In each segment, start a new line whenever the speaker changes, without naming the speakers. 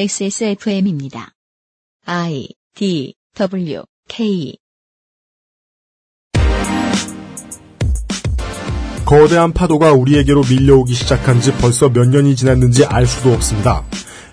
XSFM입니다. I D W K
거대한 파도가 우리에게로 밀려오기 시작한 지 벌써 몇 년이 지났는지 알 수도 없습니다.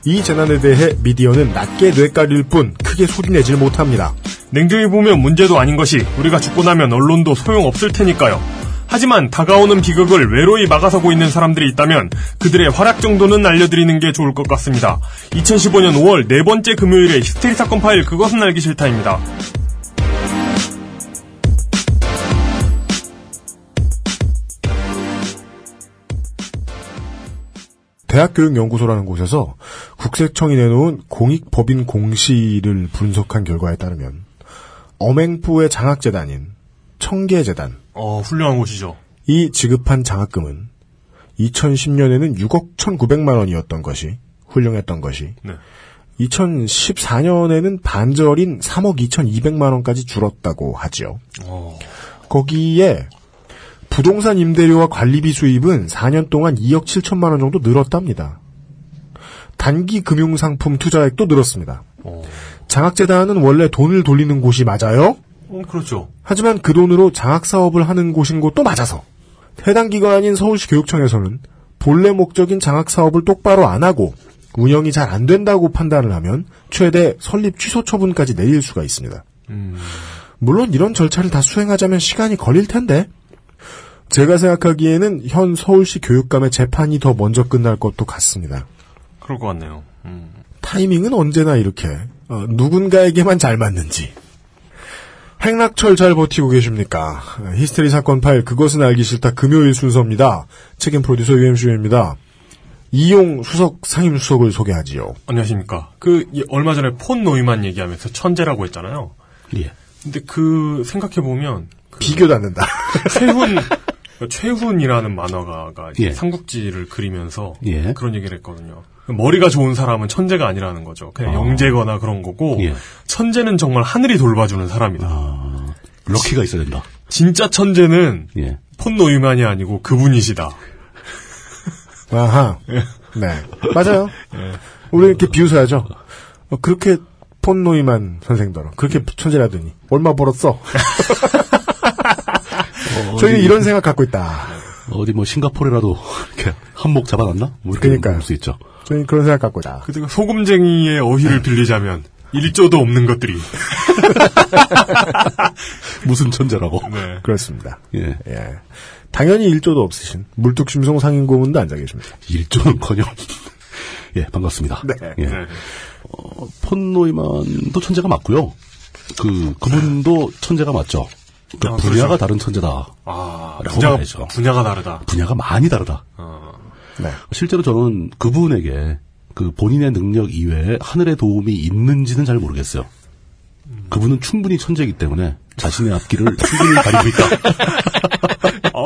이 재난에 대해 미디어는 낮게 뇌까릴 뿐 크게 소리내질 못합니다.
냉정히 보면 문제도 아닌 것이 우리가 죽고 나면 언론도 소용없을 테니까요. 하지만 다가오는 비극을 외로이 막아서고 있는 사람들이 있다면 그들의 활약 정도는 알려드리는 게 좋을 것 같습니다. 2015년 5월 네 번째 금요일에 히스테리 사건 파일 그것은 알기 싫다입니다.
대학교육연구소라는 곳에서 국세청이 내놓은 공익법인 공시를 분석한 결과에 따르면 엄행부의 장학재단인 청계재단
어, 훌륭한 곳이죠.
이 지급한 장학금은 2010년에는 6억 1,900만 원이었던 것이 훌륭했던 것이
네.
2014년에는 반절인 3억 2,200만 원까지 줄었다고 하지요.
어,
거기에 부동산 임대료와 관리비 수입은 4년 동안 2억 7천만 원 정도 늘었답니다. 단기 금융 상품 투자액도 늘었습니다.
어,
장학재단은 원래 돈을 돌리는 곳이 맞아요.
어, 그렇죠.
하지만 그 돈으로 장학 사업을 하는 곳인 것도 맞아서 해당 기관인 서울시 교육청에서는 본래 목적인 장학 사업을 똑바로 안 하고 운영이 잘 안 된다고 판단을 하면 최대 설립 취소 처분까지 내릴 수가 있습니다.
음,
물론 이런 절차를 다 수행하자면 시간이 걸릴 텐데 제가 생각하기에는 현 서울시 교육감의 재판이 더 먼저 끝날 것도 같습니다.
그럴 것 같네요. 음.
타이밍은 언제나 이렇게 어, 누군가에게만 잘 맞는지 행락철 잘 버티고 계십니까? 히스테리 사건 파일 그것은 알기 싫다 금요일 순서입니다. 책임 프로듀서 UMC입니다. 이용 수석 상임 수석을 소개하지요.
안녕하십니까. 그, 이- 얼마 전에 폰 노이만 얘기하면서 천재라고 했잖아요.
예.
근데 그, 생각해보면, 그
비교 닫는다.
최훈 최훈이라는 만화가가 이제
예.
삼국지를 그리면서
예.
그런 얘기를 했거든요. 머리가 좋은 사람은 천재가 아니라는 거죠. 그냥 영재거나 그런 거고
예.
천재는 정말 하늘이 돌봐주는 사람이다.
아, 럭키가 있어야 된다.
진짜 천재는
예.
폰 노이만이 아니고 그분이시다.
아하. 네. 맞아요. 우리 이렇게 비웃어야죠. 어, 그렇게 폰 노이만 선생더러 그렇게 천재라더니 얼마 벌었어?
어,
저희는 이런 생각 갖고 있다.
어디 뭐 싱가포르라도 이렇게 한몫 잡아놨나? 뭐 이렇게
그러니까요.
볼수 있죠.
저희는 그런 생각 갖고 있다.
그때가 소금쟁이의
예.
어휘를 빌리자면 일조도 없는 것들이.
무슨 천재라고.
네.
그렇습니다.
예.
예. 당연히 일조도 없으신 물뚝심송 상인고문도 앉아 계십니다.
일조는커녕. 예, 반갑습니다. 예.
네.
폰 노이만도 천재가 맞고요. 그 그분도 천재가 맞죠. 그러니까
아,
분야가
그렇죠.
다른 천재다.
아
라고
분야가
봐야죠.
분야가 다르다. 어.
분야가 많이 다르다.
네.
실제로 저는 그분에게 그 본인의 능력 이외에 하늘의 도움이 있는지는 잘 모르겠어요. 그분은 충분히 천재이기 때문에 자신의 앞길을 충분히 가리고 있다.
아,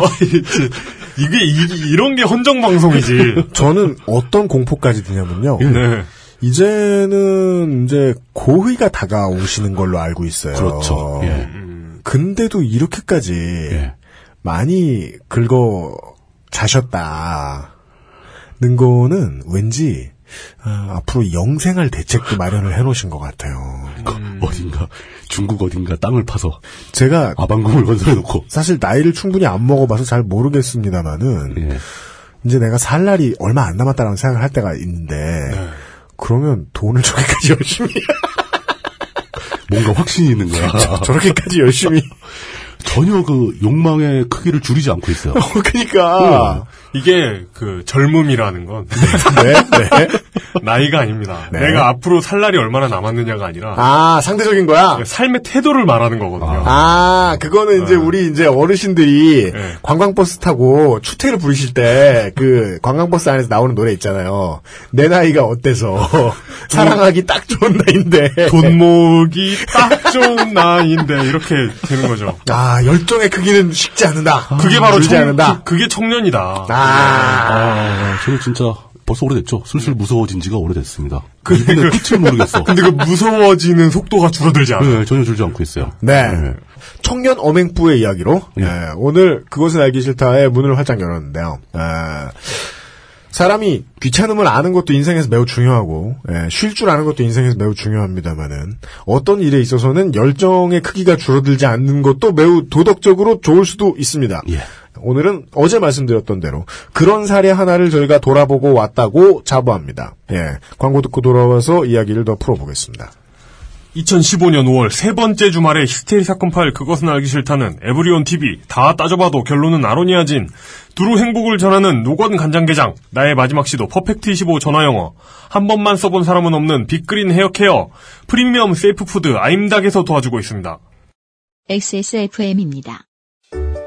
이게 이게 이- 이런 게 헌정 방송이지.
저는 어떤 공포까지 드냐면요.
예.
네.
이제는 이제 고의가 다가오시는 걸로 알고 있어요.
그렇죠. 예.
음.
근데도 이렇게까지
예.
많이 긁어 자셨다는 거는 왠지 아, 앞으로 영생할 대책도 마련을 해놓으신 것 같아요.
그 어딘가 중국 어딘가 땅을 파서
제가
아방궁을 건설해 놓고
사실 나이를 충분히 안 먹어봐서 잘 모르겠습니다만은
예.
이제 내가 살 날이 얼마 안 남았다라는 생각을 할 때가 있는데 네. 그러면 돈을 저렇게까지 열심히
뭔가 확신이 있는 거야.
아. 저렇게까지 열심히
전혀 그 욕망의 크기를 줄이지 않고 있어요.
그러니까
이게 그 젊음이라는 건
네, 네.
나이가 아닙니다.
네.
내가 앞으로 살 날이 얼마나 남았느냐가 아니라
아 상대적인 거야.
삶의 태도를 말하는 거거든요.
아, 그거는 이제 우리 이제 어르신들이
네.
관광버스 타고 추태를 부르실 때 그 관광버스 안에서 나오는 노래 있잖아요. 내 나이가 어때서 사랑하기 딱 좋은 나이인데.
돈 모으기 딱 좋은 나이인데 이렇게 되는 거죠.
아, 열정의 크기는 식지 않는다.
그게 바로
줄지
청,
아, 않는다.
그, 게 청년이다.
아,
아, 저는 진짜 벌써 오래됐죠. 슬슬 무서워진 지가 오래됐습니다. 이분의 끝을 그 모르겠어.
근데 그 무서워지는 속도가 줄어들지 않아.
네, 전혀 줄지 않고 있어요.
네. 청년 엄행부의 이야기로
예.
예, 오늘 그것은 알기 싫다의 문을 활짝 열었는데요. 에, 사람이 귀찮음을 아는 것도 인생에서 매우 중요하고 예, 쉴 줄 아는 것도 인생에서 매우 중요합니다만은 어떤 일에 있어서는 열정의 크기가 줄어들지 않는 것도 매우 도덕적으로 좋을 수도 있습니다.
예.
오늘은 어제 말씀드렸던 대로 그런 사례 하나를 저희가 돌아보고 왔다고 자부합니다. 예, 광고 듣고 돌아와서 이야기를 더 풀어보겠습니다.
2015년 5월 세 번째 주말에 히스테리 사건 파일 그것은 알기 싫다는 에브리온 TV 다 따져봐도 결론은 아로니아 진 두루 행복을 전하는 노건 간장게장 나의 마지막 시도 퍼펙트 25 전화영어 한 번만 써본 사람은 없는 빅그린 헤어케어 프리미엄 세이프푸드 아임닭에서 도와주고 있습니다.
XSFM입니다.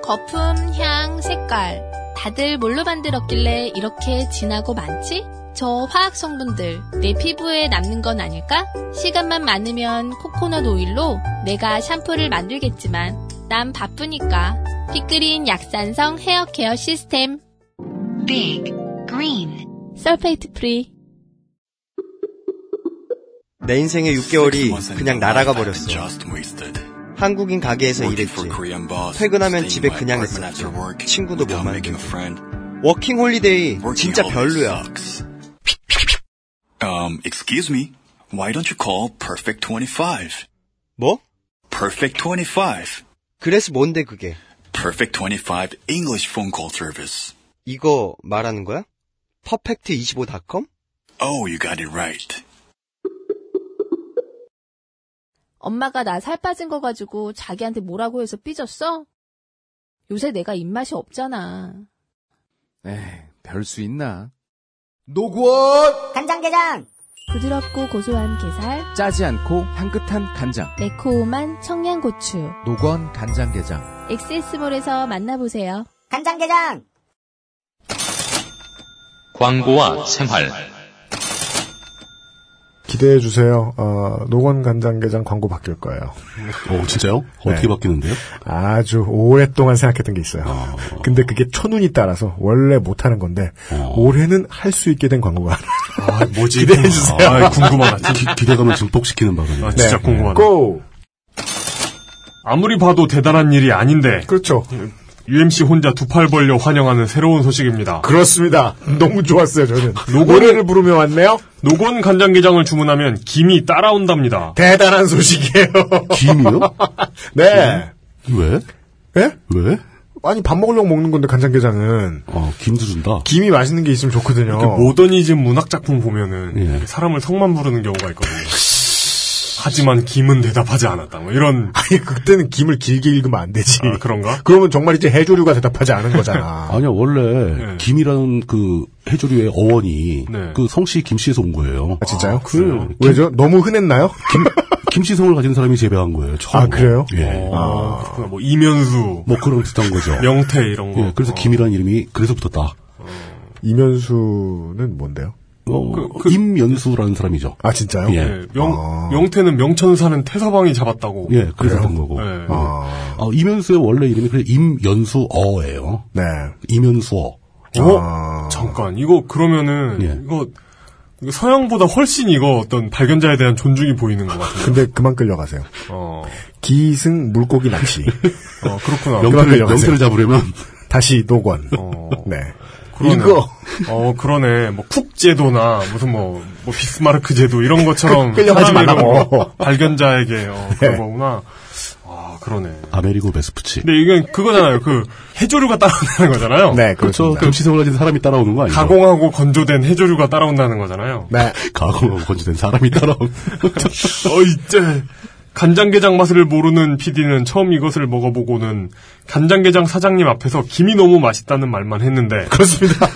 거품, 향, 색깔. 다들 뭘로 만들었길래 이렇게 진하고 많지? 저 화학 성분들 내 피부에 남는 건 아닐까? 시간만 많으면 코코넛 오일로 내가 샴푸를 만들겠지만 난 바쁘니까 피크린 약산성 헤어 케어 시스템
Big green.
설페이트 프리
내 인생의 6개월이 그냥 날아가 버렸어. 한국인 가게에서 일했지. 퇴근하면 집에 그냥 있었지. 친구도 못 만나고. 워킹 홀리데이 진짜 별로야.
Um, excuse me. Why don't you call Perfect 25?
뭐?
Perfect 25.
그래서 뭔데 그게?
Perfect 25 English phone call service.
이거 말하는 거야? 퍼펙트25.com?
Oh, you got it right.
엄마가 나 살 빠진 거 가지고 자기한테 뭐라고 해서 삐졌어? 요새 내가 입맛이 없잖아.
에이, 별 수 있나?
부드럽고 고소한 게살,
짜지 않고 향긋한 간장.
매콤한 청양고추.
노건 간장게장.
엑세스몰에서 만나보세요.
광고와 생활.
기대해 주세요. 어, 노건 간장게장 광고 바뀔 거예요.
어, 진짜요? 어떻게
네.
바뀌는데요?
아주 오랫동안 생각했던 게 있어요.
아.
근데 그게 천운이 따라서 원래 못하는 건데
어.
올해는 할 수 있게 된 광고가
아, 뭐지?
기대해 주세요.
아, 궁금하다. 기, 기대감을 증폭시키는 바군요.
아, 진짜
네.
궁금하다.
고!
아무리 봐도 대단한 일이 아닌데
그렇죠.
UMC 혼자 두 팔 벌려 환영하는 새로운 소식입니다.
그렇습니다. 너무 좋았어요, 저는.
노건-
노래를 부르며 왔네요?
노건 간장게장을 주문하면 김이 따라온답니다.
대단한 소식이에요.
김이요?
네.
왜?
예?
왜?
아니, 밥 먹으려고 먹는 건데, 간장게장은.
어, 김도 준다.
김이 맛있는 게 있으면 좋거든요.
그 모더니즘 문학 작품 보면은
어. 예.
사람을 성만 부르는 경우가 있거든요. 하지만 김은 대답하지 않았다. 뭐 이런
아니, 그때는 김을 길게 읽으면 안 되지.
아, 그런가?
그러면 정말 이제 해조류가 대답하지 않은 거잖아.
아니야, 원래
예.
김이라는 그 해조류의 어원이
네.
그 성씨 김씨에서 온 거예요.
아, 진짜요?
그래요.
왜죠? 너무 흔했나요?
김씨성을 가진 사람이 제배한 거예요. 처음.
아, 그래요?
예.
아, 그렇구나. 뭐 이면수,
뭐 그런 비슷한 거죠.
명태 이런 거.
예, 그래서
어.
김이라는 이름이 그래서 붙었다.
이면수는 뭔데요?
어,
그- 그-
임연수라는 사람이죠.
아, 진짜요?
예.
예, 명
아.
명태는 명천 사는 태서방이 잡았다고.
예, 그래서 된 거고.
예.
아,
어, 이면수의 원래 이름이 그래 임연수어예요.
네.
이면수어.
어?
아.
잠깐 이거 그러면은
예.
이거, 이거 서양보다 훨씬 이거 어떤 발견자에 대한 존중이 보이는 것 같아요.
근데 그만 끌려가세요.
어,
기승 물고기 낚시.
어, 그렇구나.
명태를,
그러면
명태를 잡으려면
다시 노건.
어,
네.
그러네.
이거.
어, 그러네. 뭐, 쿡 제도나, 무슨 뭐, 뭐, 비스마르크 제도, 이런 것처럼.
끌려가지
사람 이름
말라고. 네.
뭐 발견자에게, 어, 그런 거구나. 아, 그러네.
아메리고 베스푸치.
근데 이건 그거잖아요. 그, 해조류가 따라온다는 거잖아요.
네,
그렇죠.
그렇죠.
금시성을 가진 사람이 따라오는 거 아니에요?
가공하고 건조된 해조류가 따라온다는 거잖아요.
네.
가공하고 건지된 사람이 따라오는 거죠.
어,
네.
이제. 간장게장 맛을 모르는 PD는 처음 이것을 먹어보고는 간장게장 사장님 앞에서 김이 너무 맛있다는 말만 했는데.
그렇습니다.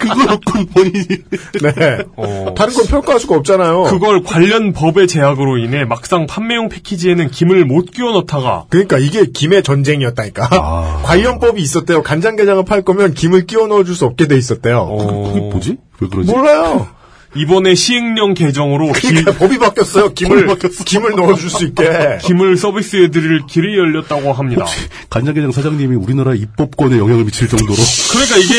그걸 없군 본인이.
네.
어.
다른 건 평가할 수가 없잖아요.
그걸 관련 법의 제약으로 인해 막상 판매용 패키지에는 김을 못 끼워 넣다가
그러니까 이게 김의 전쟁이었다니까.
아.
관련법이 있었대요. 간장게장을 팔 거면 김을 끼워 넣어줄 수 없게 돼 있었대요.
어, 그게 뭐지? 왜 그러지?
몰라요.
이번에 시행령 개정으로 기-
그러니까 법이 바뀌었어요. 김을 김을 넣어줄 수 있게.
김을 서비스해드릴 길이 열렸다고 합니다.
간장게장 사장님이 우리나라 입법권에 영향을 미칠 정도로
그러니까 이게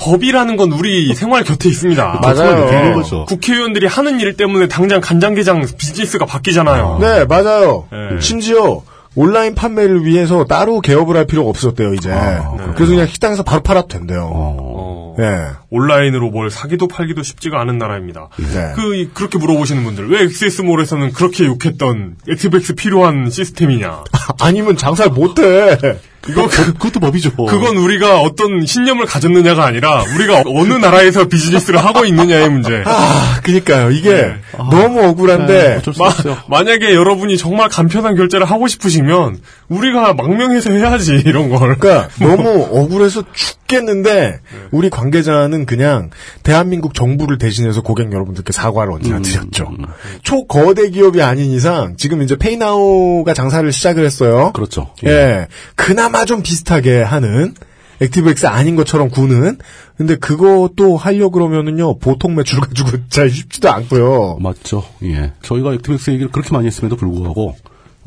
법이라는 건 우리 생활 곁에 있습니다.
맞아요.
그런 거죠.
국회의원들이 하는 일 때문에 당장 간장게장 비즈니스가
어.
바뀌잖아요.
네, 맞아요.
네.
심지어 온라인 네. 판매를 위해서 따로 개업을 할 필요가 없었대요 이제. 그래서 그냥 식당에서 바로 팔아도 된대요.
아, 어,
어,
예.
온라인으로 뭘 사기도 팔기도 쉽지가 않은 나라입니다.
네.
그 이- 그렇게 물어보시는 분들 왜 XS몰에서는 그렇게 욕했던 엑스백스 필요한 시스템이냐?
어. 아니면 장사를 못해.
이거 그,
그것도 법이죠.
그건 우리가 어떤 신념을 가졌느냐가 아니라 우리가 어느 나라에서 비즈니스를 하고 있느냐의 문제.
아, 그니까요. 이게 너무
네,
억울한데
어쩔 수
마-
없어요.
만약에 여러분이 정말 간편한 결제를 하고 싶으시면 우리가 망명해서 해야지 이런 걸.
그러니까 너무 억울해서 죽겠는데 우리 관계자는 그냥 대한민국 정부를 대신해서 고객 여러분들께 사과를
음.
언제나 드렸죠. 초거대 기업이 아닌 이상 지금 이제 페이나우가 장사를 시작을 했어요.
그렇죠.
예. 그나마 좀 비슷하게 하는 액티브엑스 아닌 것처럼 구는 근데 그것도 하려 그러면은요 보통 매출 가지고 잘 쉽지도 않고요.
맞죠. 예. 저희가 액티맥스 얘기를 그렇게 많이 했음에도 불구하고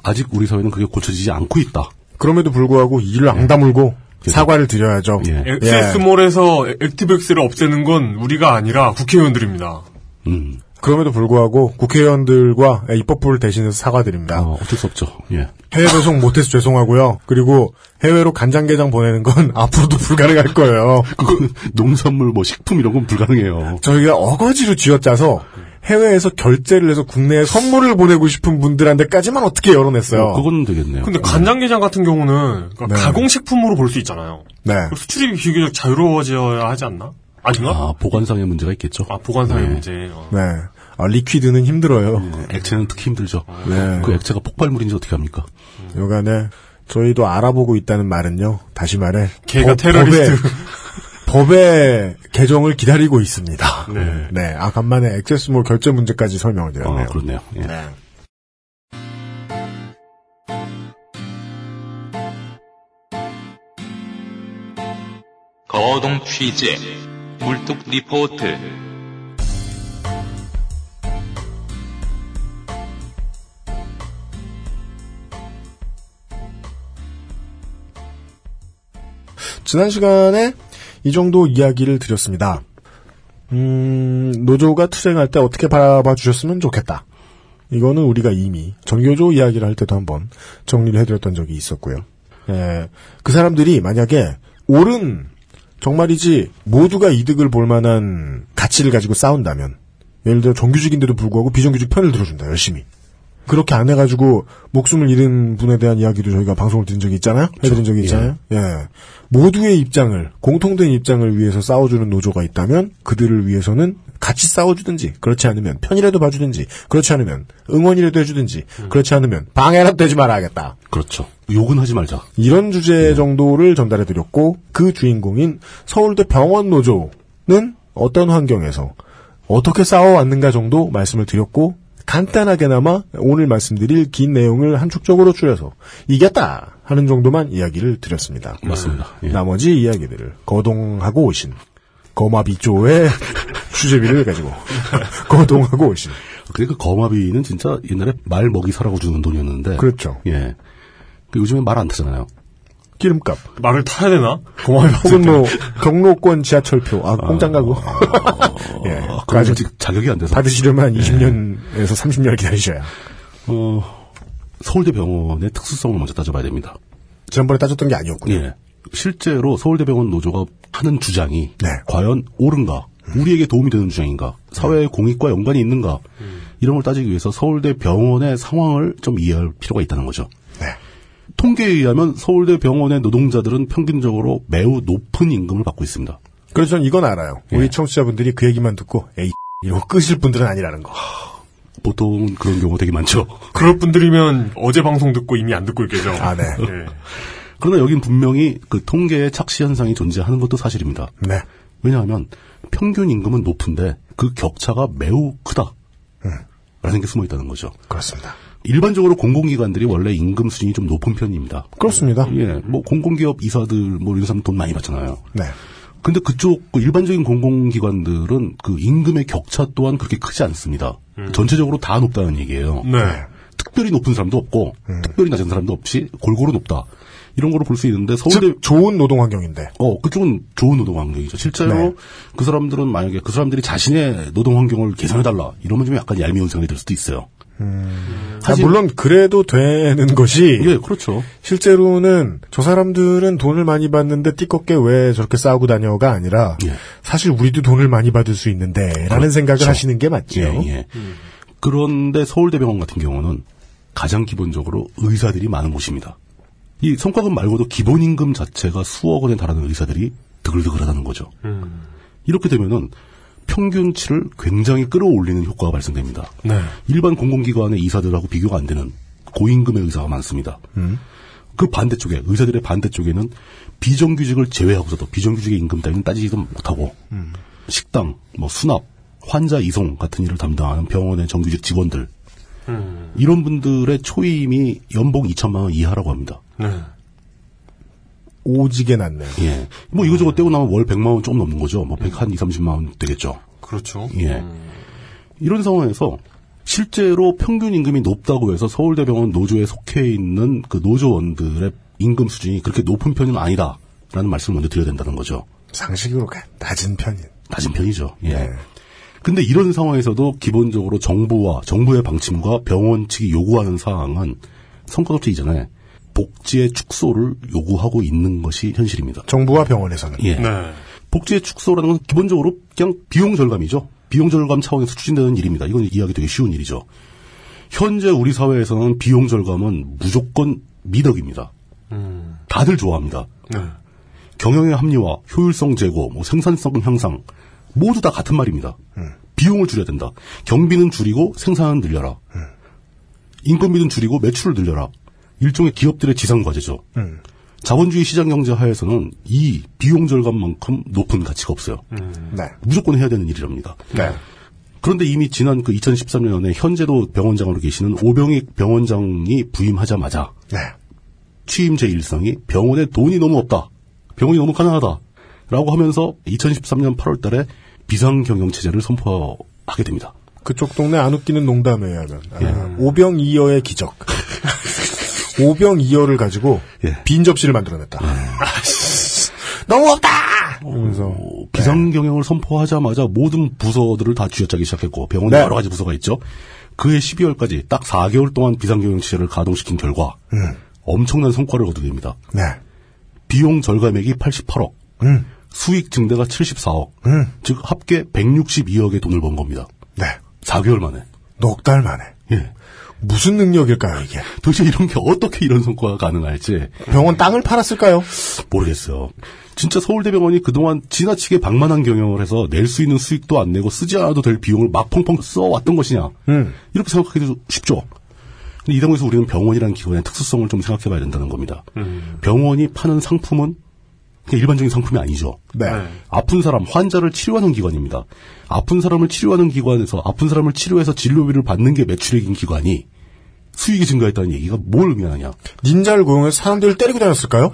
아직 우리 사회는 그게 고쳐지지 않고 있다.
그럼에도 불구하고 이를 앙다물고 사과를 드려야죠.
예.
XS몰에서 액티브엑스를 없애는 건 우리가 아니라 국회의원들입니다.
음.
그럼에도 불구하고 국회의원들과 입법부를 대신해서 사과드립니다.
어, 어쩔 수 없죠. 예.
해외 배송 못해서 죄송하고요. 그리고 해외로 간장게장 보내는 건 앞으로도 불가능할 거예요.
그거는 농산물 뭐 식품 이런 건
어.
불가능해요.
저희가 어거지로 쥐어짜서 해외에서 결제를 해서 뭐 국내에 선물을 보내고 싶은 분들한테까지만 어떻게 열어냈어요.
어, 그건 되겠네요.
근데 간장게장 같은 경우는 그러니까
네.
가공식품으로 볼 수 있잖아요.
네.
수출이 비교적 자유로워져야 하지 않나? 아닌가?
아, 보관상의 문제가 있겠죠.
아, 보관상의
네.
문제. 어.
네. 아, 리퀴드는 힘들어요.
예. 액체는 특히 힘들죠.
네.
그 액체가 폭발물인지 어떻게 합니까?
요간에 저희도 알아보고 있다는 말은요. 다시 말해.
걔가
법-
테러리스트.
법의- 법의 개정을 기다리고 있습니다.
네.
아, 간만에 액세스몰 결제 문제까지 설명을 드렸네요.
아, 그렇네요. 예.
거동 취재 물뚝 리포트
지난 시간에 이 정도 이야기를 드렸습니다. 음, 노조가 투쟁할 때 어떻게 바라봐 주셨으면 좋겠다. 이거는 우리가 이미 전교조 이야기를 할 때도 한번 정리를 해드렸던 적이 있었고요. 예, 그 사람들이 만약에 옳은 정말이지 모두가 이득을 볼 만한 가치를 가지고 싸운다면 예를 들어 정규직인데도 불구하고 비정규직 편을 들어준다 열심히 그렇게 안 해가지고 목숨을 잃은 분에 대한 이야기도 저희가 방송을 드린 적이 있잖아요 해드린 적이 있잖아요 예. 모두의 입장을 공통된 입장을 위해서 싸워주는 노조가 있다면 그들을 위해서는 같이 싸워주든지 그렇지 않으면 편이라도 봐주든지 그렇지 않으면 응원이라도 해주든지 그렇지 않으면 방해라도 되지 말아야겠다
그렇죠. 욕은 하지 말자.
이런 주제 정도를 전달해 드렸고 그 주인공인 서울대 병원 노조는 어떤 환경에서 어떻게 싸워왔는가 정도 말씀을 드렸고 간단하게나마 오늘 말씀드릴 긴 내용을 한축적으로 줄여서 이겼다 하는 정도만 이야기를 드렸습니다.
네.
맞습니다. 예.
나머지 이야기들을 거동하고 오신 거마비조의 취재비를 가지고 거동하고 오신
그러니까 거마비는 진짜 옛날에 말 먹이 사라고 주는 돈이었는데.
그렇죠
예. 그 요즘에 말 안 타잖아요.
기름값
말을 타야 되나?
고마비 혹은 뭐 경로권 지하철표 아 공장 가고 예
아, 그건
아직
아직 자격이 안 돼서.
받으시려면
예.
20년에서 30년 기다리셔야.
어, 서울대병원의 특수성을 먼저 따져봐야 됩니다.
지난번에 따졌던 게 아니었군요.
예. 실제로 서울대병원 노조가 하는 주장이
네. 음.
과연 옳은가? 우리에게 도움이 되는 주장인가? 사회의 공익과 연관이 있는가?
음.
이런 걸 따지기 위해서 서울대병원의 상황을 좀 이해할 필요가 있다는 거죠.
네.
통계에 의하면 서울대병원의 노동자들은 평균적으로 매우 높은 임금을 받고 있습니다.
그래서 전 이건 알아요.
예.
우리 청취자분들이 그 얘기만 듣고 에이 이러고 끄실 분들은 아니라는 거.
보통 그런 경우 되게 많죠.
그럴 분들이면 어제 방송 듣고 이미 안 듣고 있겠죠.
아, 네.
예.
그러나 여긴 분명히 그 통계의 착시 현상이 존재하는 것도 사실입니다.
네.
왜냐하면 평균 임금은 높은데 그 격차가 매우 크다. 라는 게 숨어 있다는 거죠.
음, 그렇습니다.
일반적으로 공공기관들이 원래 임금 수준이 좀 높은 편입니다.
그렇습니다.
예, 뭐 공공기업 이사들 뭐 이런 사람 돈 많이 받잖아요.
네.
근데 그쪽 그 일반적인 공공기관들은 그 임금의 격차 또한 그렇게 크지 않습니다. 전체적으로 다 높다는 얘기예요.
네.
특별히 높은 사람도 없고 특별히 낮은 사람도 없이 골고루 높다. 이런 거로 볼 수 있는데 서울대
즉 좋은 노동 환경인데.
어, 그쪽은 좋은 노동 환경이죠. 실제로
네.
그 사람들은 만약에 그 사람들이 자신의 노동 환경을 개선해달라 이러면 좀 약간 얄미운 생각이 들 수도 있어요.
아, 물론 그래도 되는 것이
예, 그렇죠.
실제로는 저 사람들은 돈을 많이 받는데 띠껍게 왜 저렇게 싸우고 다녀가 아니라 사실 우리도 돈을 많이 받을 수 있는데라는
예. 그렇죠.
생각을 하시는 게 맞죠.
예, 예. 그런데 서울대병원 같은 경우는 가장 기본적으로 의사들이 많은 곳입니다. 이 성과금 말고도 기본임금 자체가 수억 원에 달하는 의사들이 드글드글하다는 거죠. 이렇게 되면은 평균치를 굉장히 끌어올리는 효과가 발생됩니다.
네.
일반 공공기관의 이사들하고 비교가 안 되는 고임금의 의사가 많습니다. 그 반대쪽에 의사들의 반대쪽에는 비정규직을 제외하고서도 비정규직의 임금 따위는 따지지도 못하고 식당, 뭐 수납, 환자 이송 같은 일을 담당하는 병원의 정규직 직원들 이런 분들의 초임이 연봉 2천만 원 이하라고 합니다.
오지게 났네요.
예. 뭐 이거저거 떼고 나면 월 100만 원 조금 넘는 거죠. 뭐 100, 한 2, 30만 원 되겠죠.
그렇죠.
예. 이런 상황에서 실제로 평균 임금이 높다고 해서 서울대병원 노조에 속해 있는 그 노조원들의 임금 수준이 그렇게 높은 편은 아니다라는 말씀을 먼저 드려야 된다는 거죠.
상식으로 가- 낮은 편인.
낮은 편이죠. 예. 근데 이런 상황에서도 기본적으로 정부와 정부의 방침과 병원 측이 요구하는 사항은 성과급제 이전에 복지의 축소를 요구하고 있는 것이 현실입니다.
정부와 병원에서는.
예.
네,
복지의 축소라는 건 기본적으로 그냥 비용 절감이죠. 비용 절감 차원에서 추진되는 일입니다. 이건 이해하기 되게 쉬운 일이죠. 현재 우리 사회에서는 비용 절감은 무조건 미덕입니다. 다들 좋아합니다.
네.
경영의 합리화, 효율성 제고, 뭐 생산성 향상 모두 다 같은 말입니다. 비용을 줄여야 된다. 경비는 줄이고 생산은 늘려라. 인건비는 줄이고 매출을 늘려라. 일종의 기업들의 지상 과제죠. 자본주의 시장 경제 하에서는 이 비용 절감만큼 높은 가치가 없어요.
네.
무조건 해야 되는 일이랍니다.
네.
그런데 이미 지난 그 2013년에 현재도 병원장으로 계시는 오병익 병원장이 부임하자마자
네.
취임 제1성이 병원에 돈이 너무 없다. 병원이 너무 가난하다. 라고 하면서 2013년 8월 달에 비상경영체제를 선포하게 됩니다.
그쪽 동네 안 웃기는 농담에 의하면 아,
예.
오병이어의 기적. 오병이어를 가지고
예.
빈 접시를 만들어냈다. 아, 너무 없다. 이러면서
비상경영을 선포하자마자 모든 부서들을 다 쥐어짜기 시작했고 병원에
네.
여러 가지 부서가 있죠. 그해 12월까지 딱 4개월 동안 비상경영 체제를 가동시킨 결과
음.
엄청난 성과를 거두립니다.
네.
비용 절감액이 88억,
음.
수익 증대가 74억,
음.
즉 합계 162억의 돈을 번 겁니다.
네.
4개월 만에.
넉 달 만에.
예.
무슨 능력일까요, 이게?
도대체 이런 게 어떻게 이런 성과가 가능할지
병원 땅을 팔았을까요?
모르겠어요. 진짜 서울대병원이 그동안 지나치게 방만한 경영을 해서 낼 수 있는 수익도 안 내고 쓰지 않아도 될 비용을 막 펑펑 써왔던 것이냐.
음.
이렇게 생각하기도 쉽죠. 근데 이 단계에서 우리는 병원이라는 기관의 특수성을 좀 생각해 봐야 된다는 겁니다.
음.
병원이 파는 상품은 그냥 일반적인 상품이 아니죠.
네.
아픈 사람, 환자를 치료하는 기관입니다. 아픈 사람을 치료하는 기관에서 아픈 사람을 치료해서 진료비를 받는 게 매출액인 기관이 수익이 증가했다는 얘기가 뭘 의미하느냐.
닌자를 고용해서 사람들을 때리고 다녔을까요?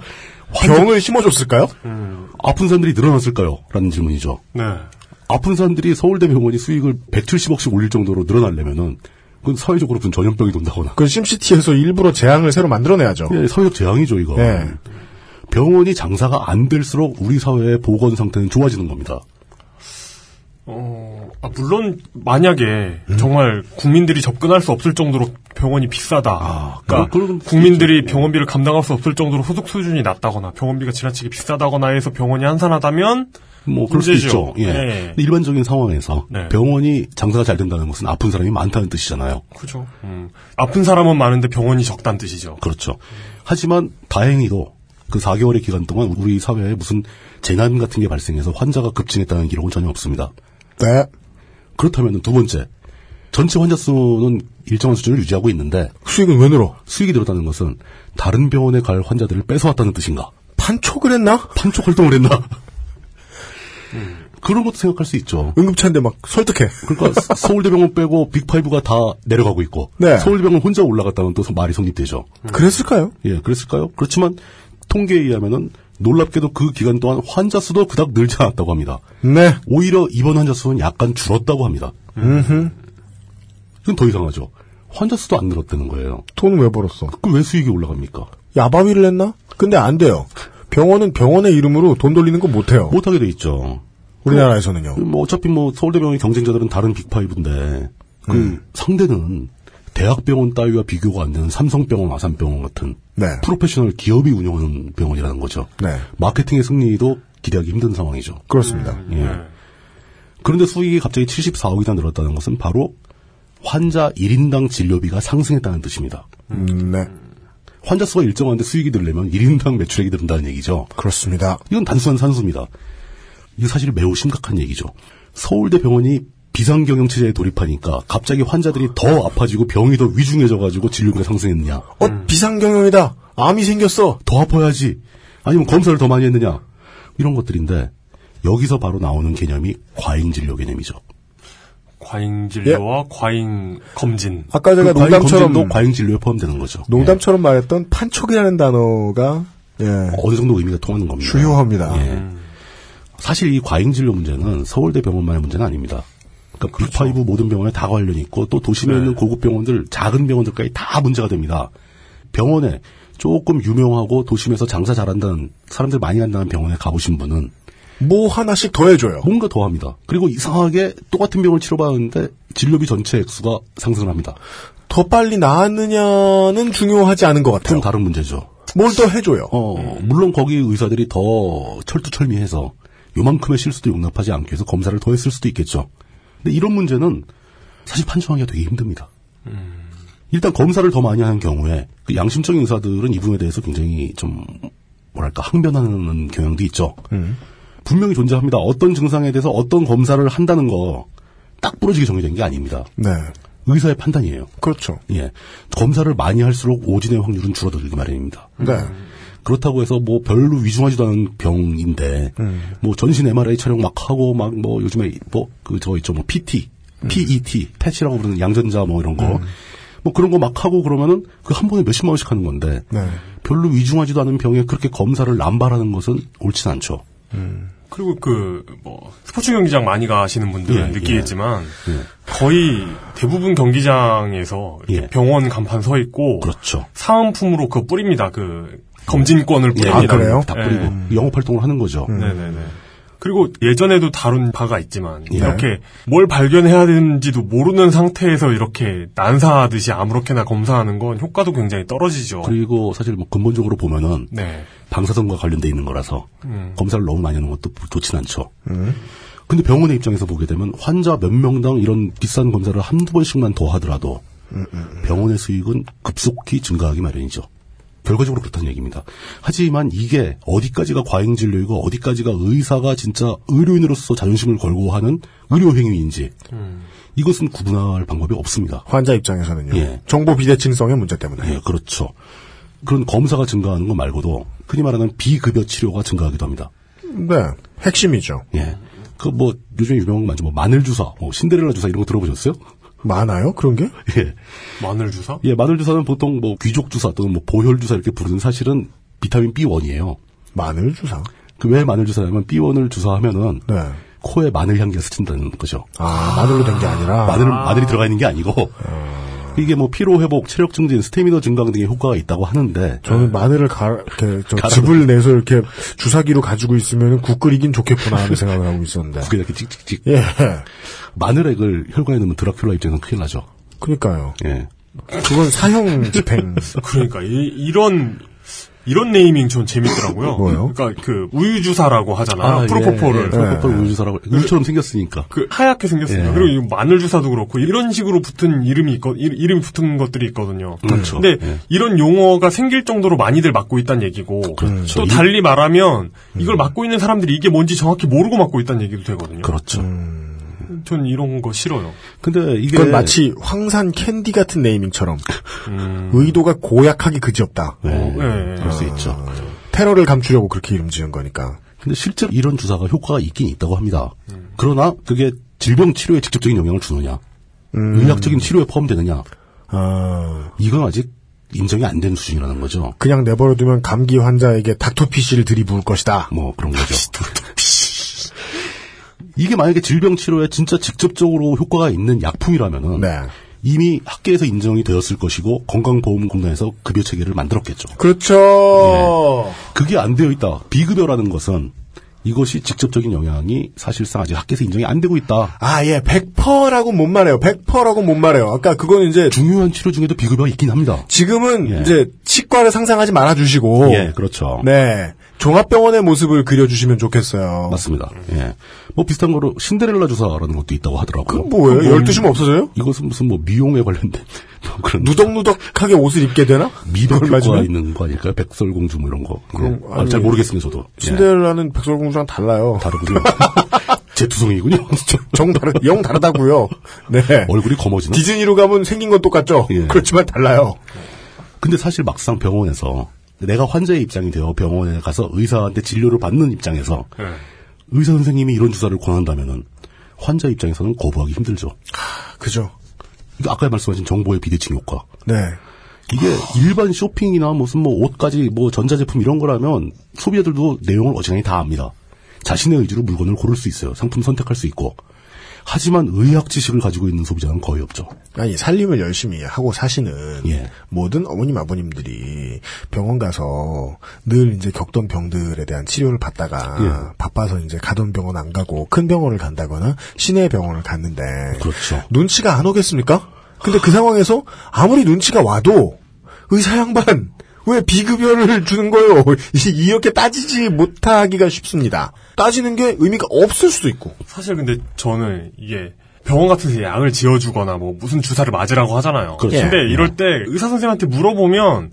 병을 심어줬을까요?
아픈 사람들이 늘어났을까요? 라는 질문이죠.
네.
아픈 사람들이 서울대 병원이 수익을 170억씩 올릴 정도로 늘어나려면은 그건 사회적으로 무슨 전염병이 돈다거나
그 심시티에서 일부러 재앙을 새로 만들어내야죠.
예, 사회적 재앙이죠 이거.
네.
병원이 장사가 안 될수록 우리 사회의 보건 상태는 좋아지는 겁니다.
어, 아, 물론 만약에
음.
정말 국민들이 접근할 수 없을 정도로 병원이 비싸다. 그러니까
아, 그럼 그런- 예.
국민들이 병원비를 감당할 수 없을 정도로 소득 수준이 낮다거나 병원비가 지나치게 비싸다거나 해서 병원이 한산하다면
뭐 그럴 수도
문제죠.
있죠. 예.
예.
근데 일반적인 상황에서
네.
병원이 장사가 잘 된다는 것은 아픈 사람이 많다는 뜻이잖아요.
그죠. 음, 아픈 사람은 많은데 병원이 적단 뜻이죠.
그렇죠. 하지만 다행히도 그 4개월의 기간 동안 우리 사회에 무슨 재난 같은 게 발생해서 환자가 급증했다는 기록은 전혀 없습니다.
네.
그렇다면 두 번째, 전체 환자 수는 일정한 수준을 유지하고 있는데
수익은 왜 늘어?
수익이 늘었다는 것은 다른 병원에 갈 환자들을 뺏어왔다는 뜻인가?
판촉을 했나?
판촉 활동을 했나? 그런 것도 생각할 수 있죠.
응급차인데 막 설득해.
그러니까 서- 서울대병원 빼고 빅파이브가 다 내려가고 있고
네.
서울대병원 혼자 올라갔다면 또 말이 성립되죠.
그랬을까요?
예, 그랬을까요? 그렇지만 통계에 의하면은 놀랍게도 그 기간 동안 환자 수도 그닥 늘지 않았다고 합니다.
네.
오히려 입원 환자 수는 약간 줄었다고 합니다. 이건 더 이상하죠. 환자 수도 안 늘었다는 거예요.
돈 왜 벌었어?
그럼 왜 수익이 올라갑니까?
야바위를 했나? 근데 안 돼요. 병원은 병원의 이름으로 돈 돌리는 거 못해요. 음.
못하게 돼 있죠.
우리나라에서는요. 음.
뭐 어차피 뭐 서울대병원의 경쟁자들은 다른 빅파이브인데 그 상대는 대학병원 따위와 비교가 안 되는 삼성병원, 아산병원 같은
네.
프로페셔널 기업이 운영하는 병원이라는 거죠.
네.
마케팅의 승리도 기대하기 힘든 상황이죠.
그렇습니다.
예. 그런데 수익이 갑자기 74억이나 늘었다는 것은 바로 환자 1인당 진료비가 상승했다는 뜻입니다.
음, 네.
환자 수가 일정한데 수익이 늘려면 1인당 매출액이 늘는다는 얘기죠.
그렇습니다.
이건 단순한 산수입니다. 이거 사실 매우 심각한 얘기죠. 서울대 병원이 비상경영체제에 돌입하니까 갑자기 환자들이 더 아파지고 병이 더 위중해져가지고 진료비가 상승했느냐.
어, 비상경영이다. 암이 생겼어.
더 아파야지. 아니면 검사를 더 많이 했느냐. 이런 것들인데 여기서 바로 나오는 개념이 과잉진료 개념이죠.
과잉 진료와
예.
과잉 검진.
아까 제가
그 과잉 검진도
농담처럼
과잉진료에 포함되는 거죠.
농담처럼 말했던 판촉이라는 단어가 예,
예. 어느 정도 의미가 통하는 겁니다.
중요합니다.
예. 사실 이 과잉진료 문제는 서울대 병원만의 문제는 아닙니다. 그러니까
그렇죠.
빅5 모든 병원에 다 관련이 있고 또 도심에
네.
있는 고급 병원들, 작은 병원들까지 다 문제가 됩니다. 병원에 조금 유명하고 도심에서 장사 잘한다는 사람들 많이 간다는 병원에 가보신 분은
뭐 하나씩 더 해줘요.
뭔가 더합니다. 그리고 이상하게 똑같은 병을 치료받았는데 진료비 전체 액수가 상승을 합니다.
더 빨리 나았느냐는 중요하지 않은 것
좀
같아요.
다른 문제죠.
뭘 더 해줘요.
어, 물론 거기 의사들이 더 철두철미해서 요만큼의 실수도 용납하지 않기 위해서 검사를 더 했을 수도 있겠죠. 근데 이런 문제는 사실 판정하기가 되게 힘듭니다. 일단 검사를 더 많이 하는 경우에 그 양심적인 의사들은 이 부분에 대해서 굉장히 좀 뭐랄까 항변하는 경향도 있죠. 분명히 존재합니다. 어떤 증상에 대해서 어떤 검사를 한다는 거 딱 부러지게 정해진 게 아닙니다.
네,
의사의 판단이에요.
그렇죠.
예. 검사를 많이 할수록 오진의 확률은 줄어들기 마련입니다.
네,
음. 그렇다고 해서 뭐 별로 위중하지도 않은 병인데 뭐 전신 MRI 촬영 막 하고 막 뭐 요즘에 뭐 그 저 있죠 뭐 PT, PET, E 패치라고 부르는 양전자 뭐 이런 거 뭐 그런 거 막 하고 그러면은 그 한 번에 몇십만 원씩 하는 건데
네.
별로 위중하지도 않은 병에 그렇게 검사를 남발하는 것은 옳진 않죠.
그리고 그, 뭐, 스포츠 경기장 많이 가시는 분들은
예,
느끼겠지만, 거의 대부분 경기장에서 이렇게
예.
병원 간판 서 있고,
그렇죠.
사은품으로 그거 뿌립니다. 그, 검진권을
예,
뿌립니다.
아, 그래요?
다
예.
뿌리고 음. 영업 활동을 하는 거죠.
음. 네네네. 그리고 예전에도 다룬 바가 있지만
예.
이렇게 뭘 발견해야 되는지도 모르는 상태에서 이렇게 난사하듯이 아무렇게나 검사하는 건 효과도 굉장히 떨어지죠.
그리고 사실 뭐 근본적으로 보면은
네.
방사선과 관련돼 있는 거라서 검사를 너무 많이 하는 것도 좋진 않죠. 근데 병원의 입장에서 보게 되면 환자 몇 명당 이런 비싼 검사를 한두 번씩만 더 하더라도 병원의 수익은 급속히 증가하기 마련이죠. 결과적으로 그렇다는 얘기입니다. 하지만 이게 어디까지가 과잉 진료이고 어디까지가 의사가 진짜 의료인으로서 자존심을 걸고 하는 의료 행위인지 이것은 구분할 방법이 없습니다.
환자 입장에서는요.
예.
정보 비대칭성의 문제 때문에.
예, 그렇죠. 그런 검사가 증가하는 것 말고도 흔히 말하는 비급여 치료가 증가하기도 합니다.
네, 핵심이죠.
예. 그 뭐 요즘 에 유명한 거 많죠. 뭐 마늘 주사, 뭐 신데렐라 주사 이런 거 들어보셨어요?
많아요 그런 게?
예.
마늘 주사?
예, 마늘 주사는 보통 뭐 귀족 주사 또는 뭐 보혈 주사 이렇게 부르는 사실은 비타민 B1이에요.
마늘 주사.
그 왜 마늘 주사냐면 B1을 주사하면은
네.
코에 마늘 향기가 스친다는 거죠.
아 마늘로 된 게 아니라.
마늘 마늘이 들어가 있는 게 아니고 이게 뭐 피로 회복, 체력 증진, 스태미너 증강 등의 효과가 있다고 하는데
저는 마늘을 가, 이렇게 저
갈아
즙을 내서 이렇게 주사기로 가지고 있으면 국 끓이긴 좋겠구나 하는 생각을 하고 있었는데.
그게 이렇게 찍찍찍
예,
마늘액을 혈관에 넣으면 드라큘라 입장에서는 큰일 나죠.
그러니까요.
예.
그건 사형 집행.
그러니까 이, 런 이런 네이밍 전 재밌더라고요.
뭐요?
그러니까 그 우유 주사라고 하잖아요.
예.
프로포폴을.
프로포폴
예,
우유주사라고 우유처럼 생겼으니까.
그 하얗게 생겼어요.
예.
그리고 이 마늘 주사도 그렇고 이런 식으로 붙은 이름이 있거 이- 이름이 붙은 것들이 있거든요.
그렇죠.
근데
예.
이런 용어가 생길 정도로 많이들 맞고 있다는 얘기고
그렇죠. 음.
또 달리 말하면 이걸 맞고 있는 사람들이 이게 뭔지 정확히 모르고 맞고 있다는 얘기도 되거든요.
그렇죠.
전 이런 거 싫어요.
근데
음.
이게
그건 마치 황산 캔디 같은 네이밍처럼
음.
의도가 고약하기 그지없다.
예,
예.
그럴 수 있죠.
테러를 감추려고 그렇게 이름 지은 거니까.
근데 실제로 이런 주사가 효과가 있긴 있다고 합니다. 그러나 그게 질병 치료에 직접적인 영향을 주느냐, 의학적인 치료에 포함되느냐,
아,
이건 아직 인정이 안 된 수준이라는 거죠.
그냥 내버려두면 감기 환자에게 닥터피쉬를 들이부을 것이다.
뭐 그런 거죠. 이게 만약에 질병 치료에 진짜 직접적으로 효과가 있는 약품이라면은
네.
이미 학계에서 인정이 되었을 것이고 건강보험공단에서 급여 체계를 만들었겠죠.
그렇죠.
예. 그게 안 되어 있다. 비급여라는 것은 이것이 직접적인 영향이 사실상 아직 학계에서 인정이 안 되고 있다.
아, 예. 100%라고 못 말해요. 100%라고 못 말해요. 아까 그건 이제
중요한 치료 중에도 비급여가 있긴 합니다.
지금은 이제 치과를 상상하지 말아 주시고
예, 그렇죠.
네. 종합병원의 모습을 그려 주시면 좋겠어요.
맞습니다. 예. 뭐 비슷한 거로 신데렐라 조사라는 것도 있다고 하더라고요.
그건 뭐예요?
그건
열두시면 없어져요?
이것은 무슨 뭐 미용에 관련된 뭐 그런
누덕누덕하게 옷을 입게 되나?
미백
그걸
효과가
맞으면?
있는 거 아닐까요? 백설공주 뭐 이런 거. 그런 거. 아,
아니,
잘 모르겠습니다, 저도. 예.
신데렐라는 백설공주랑 달라요.
다르군요. 제 두성이군요.
정 다르, 영 다르다고요. 네.
얼굴이 검어지는.
디즈니로 가면 생긴 건 똑같죠.
예.
그렇지만 달라요.
근데 사실 막상 병원에서 내가 환자의 입장이 되어 병원에 가서 의사한테 진료를 받는 입장에서
예.
의사 선생님이 이런 주사를 권한다면은 환자 입장에서는 거부하기 힘들죠.
그죠.
이거 아까 말씀하신 정보의 비대칭 효과.
네.
이게 일반 쇼핑이나 무슨 뭐 옷까지 뭐 전자제품 이런 거라면 소비자들도 내용을 어지간히 다 압니다. 자신의 의지로 물건을 고를 수 있어요. 상품 선택할 수 있고. 하지만 의학 지식을 가지고 있는 소비자는 거의 없죠.
아니, 살림을 열심히 하고 사시는
예.
모든 어머님, 아버님들이 병원 가서 늘 이제 겪던 병들에 대한 치료를 받다가
예.
바빠서 이제 가던 병원 안 가고 큰 병원을 간다거나 시내 병원을 갔는데
그렇죠.
눈치가 안 오겠습니까? 근데 그 상황에서 아무리 눈치가 와도 의사 양반 왜 비급여를 주는 거예요? 이- 이렇게 따지지 못하기가 쉽습니다. 따지는 게 의미가 없을 수도 있고.
어,
사실 근데 저는 이게 병원 같은 데 약을 지어주거나 뭐 무슨 주사를 맞으라고 하잖아요.
그렇죠.
근데 이럴 때 의사 선생님한테 물어보면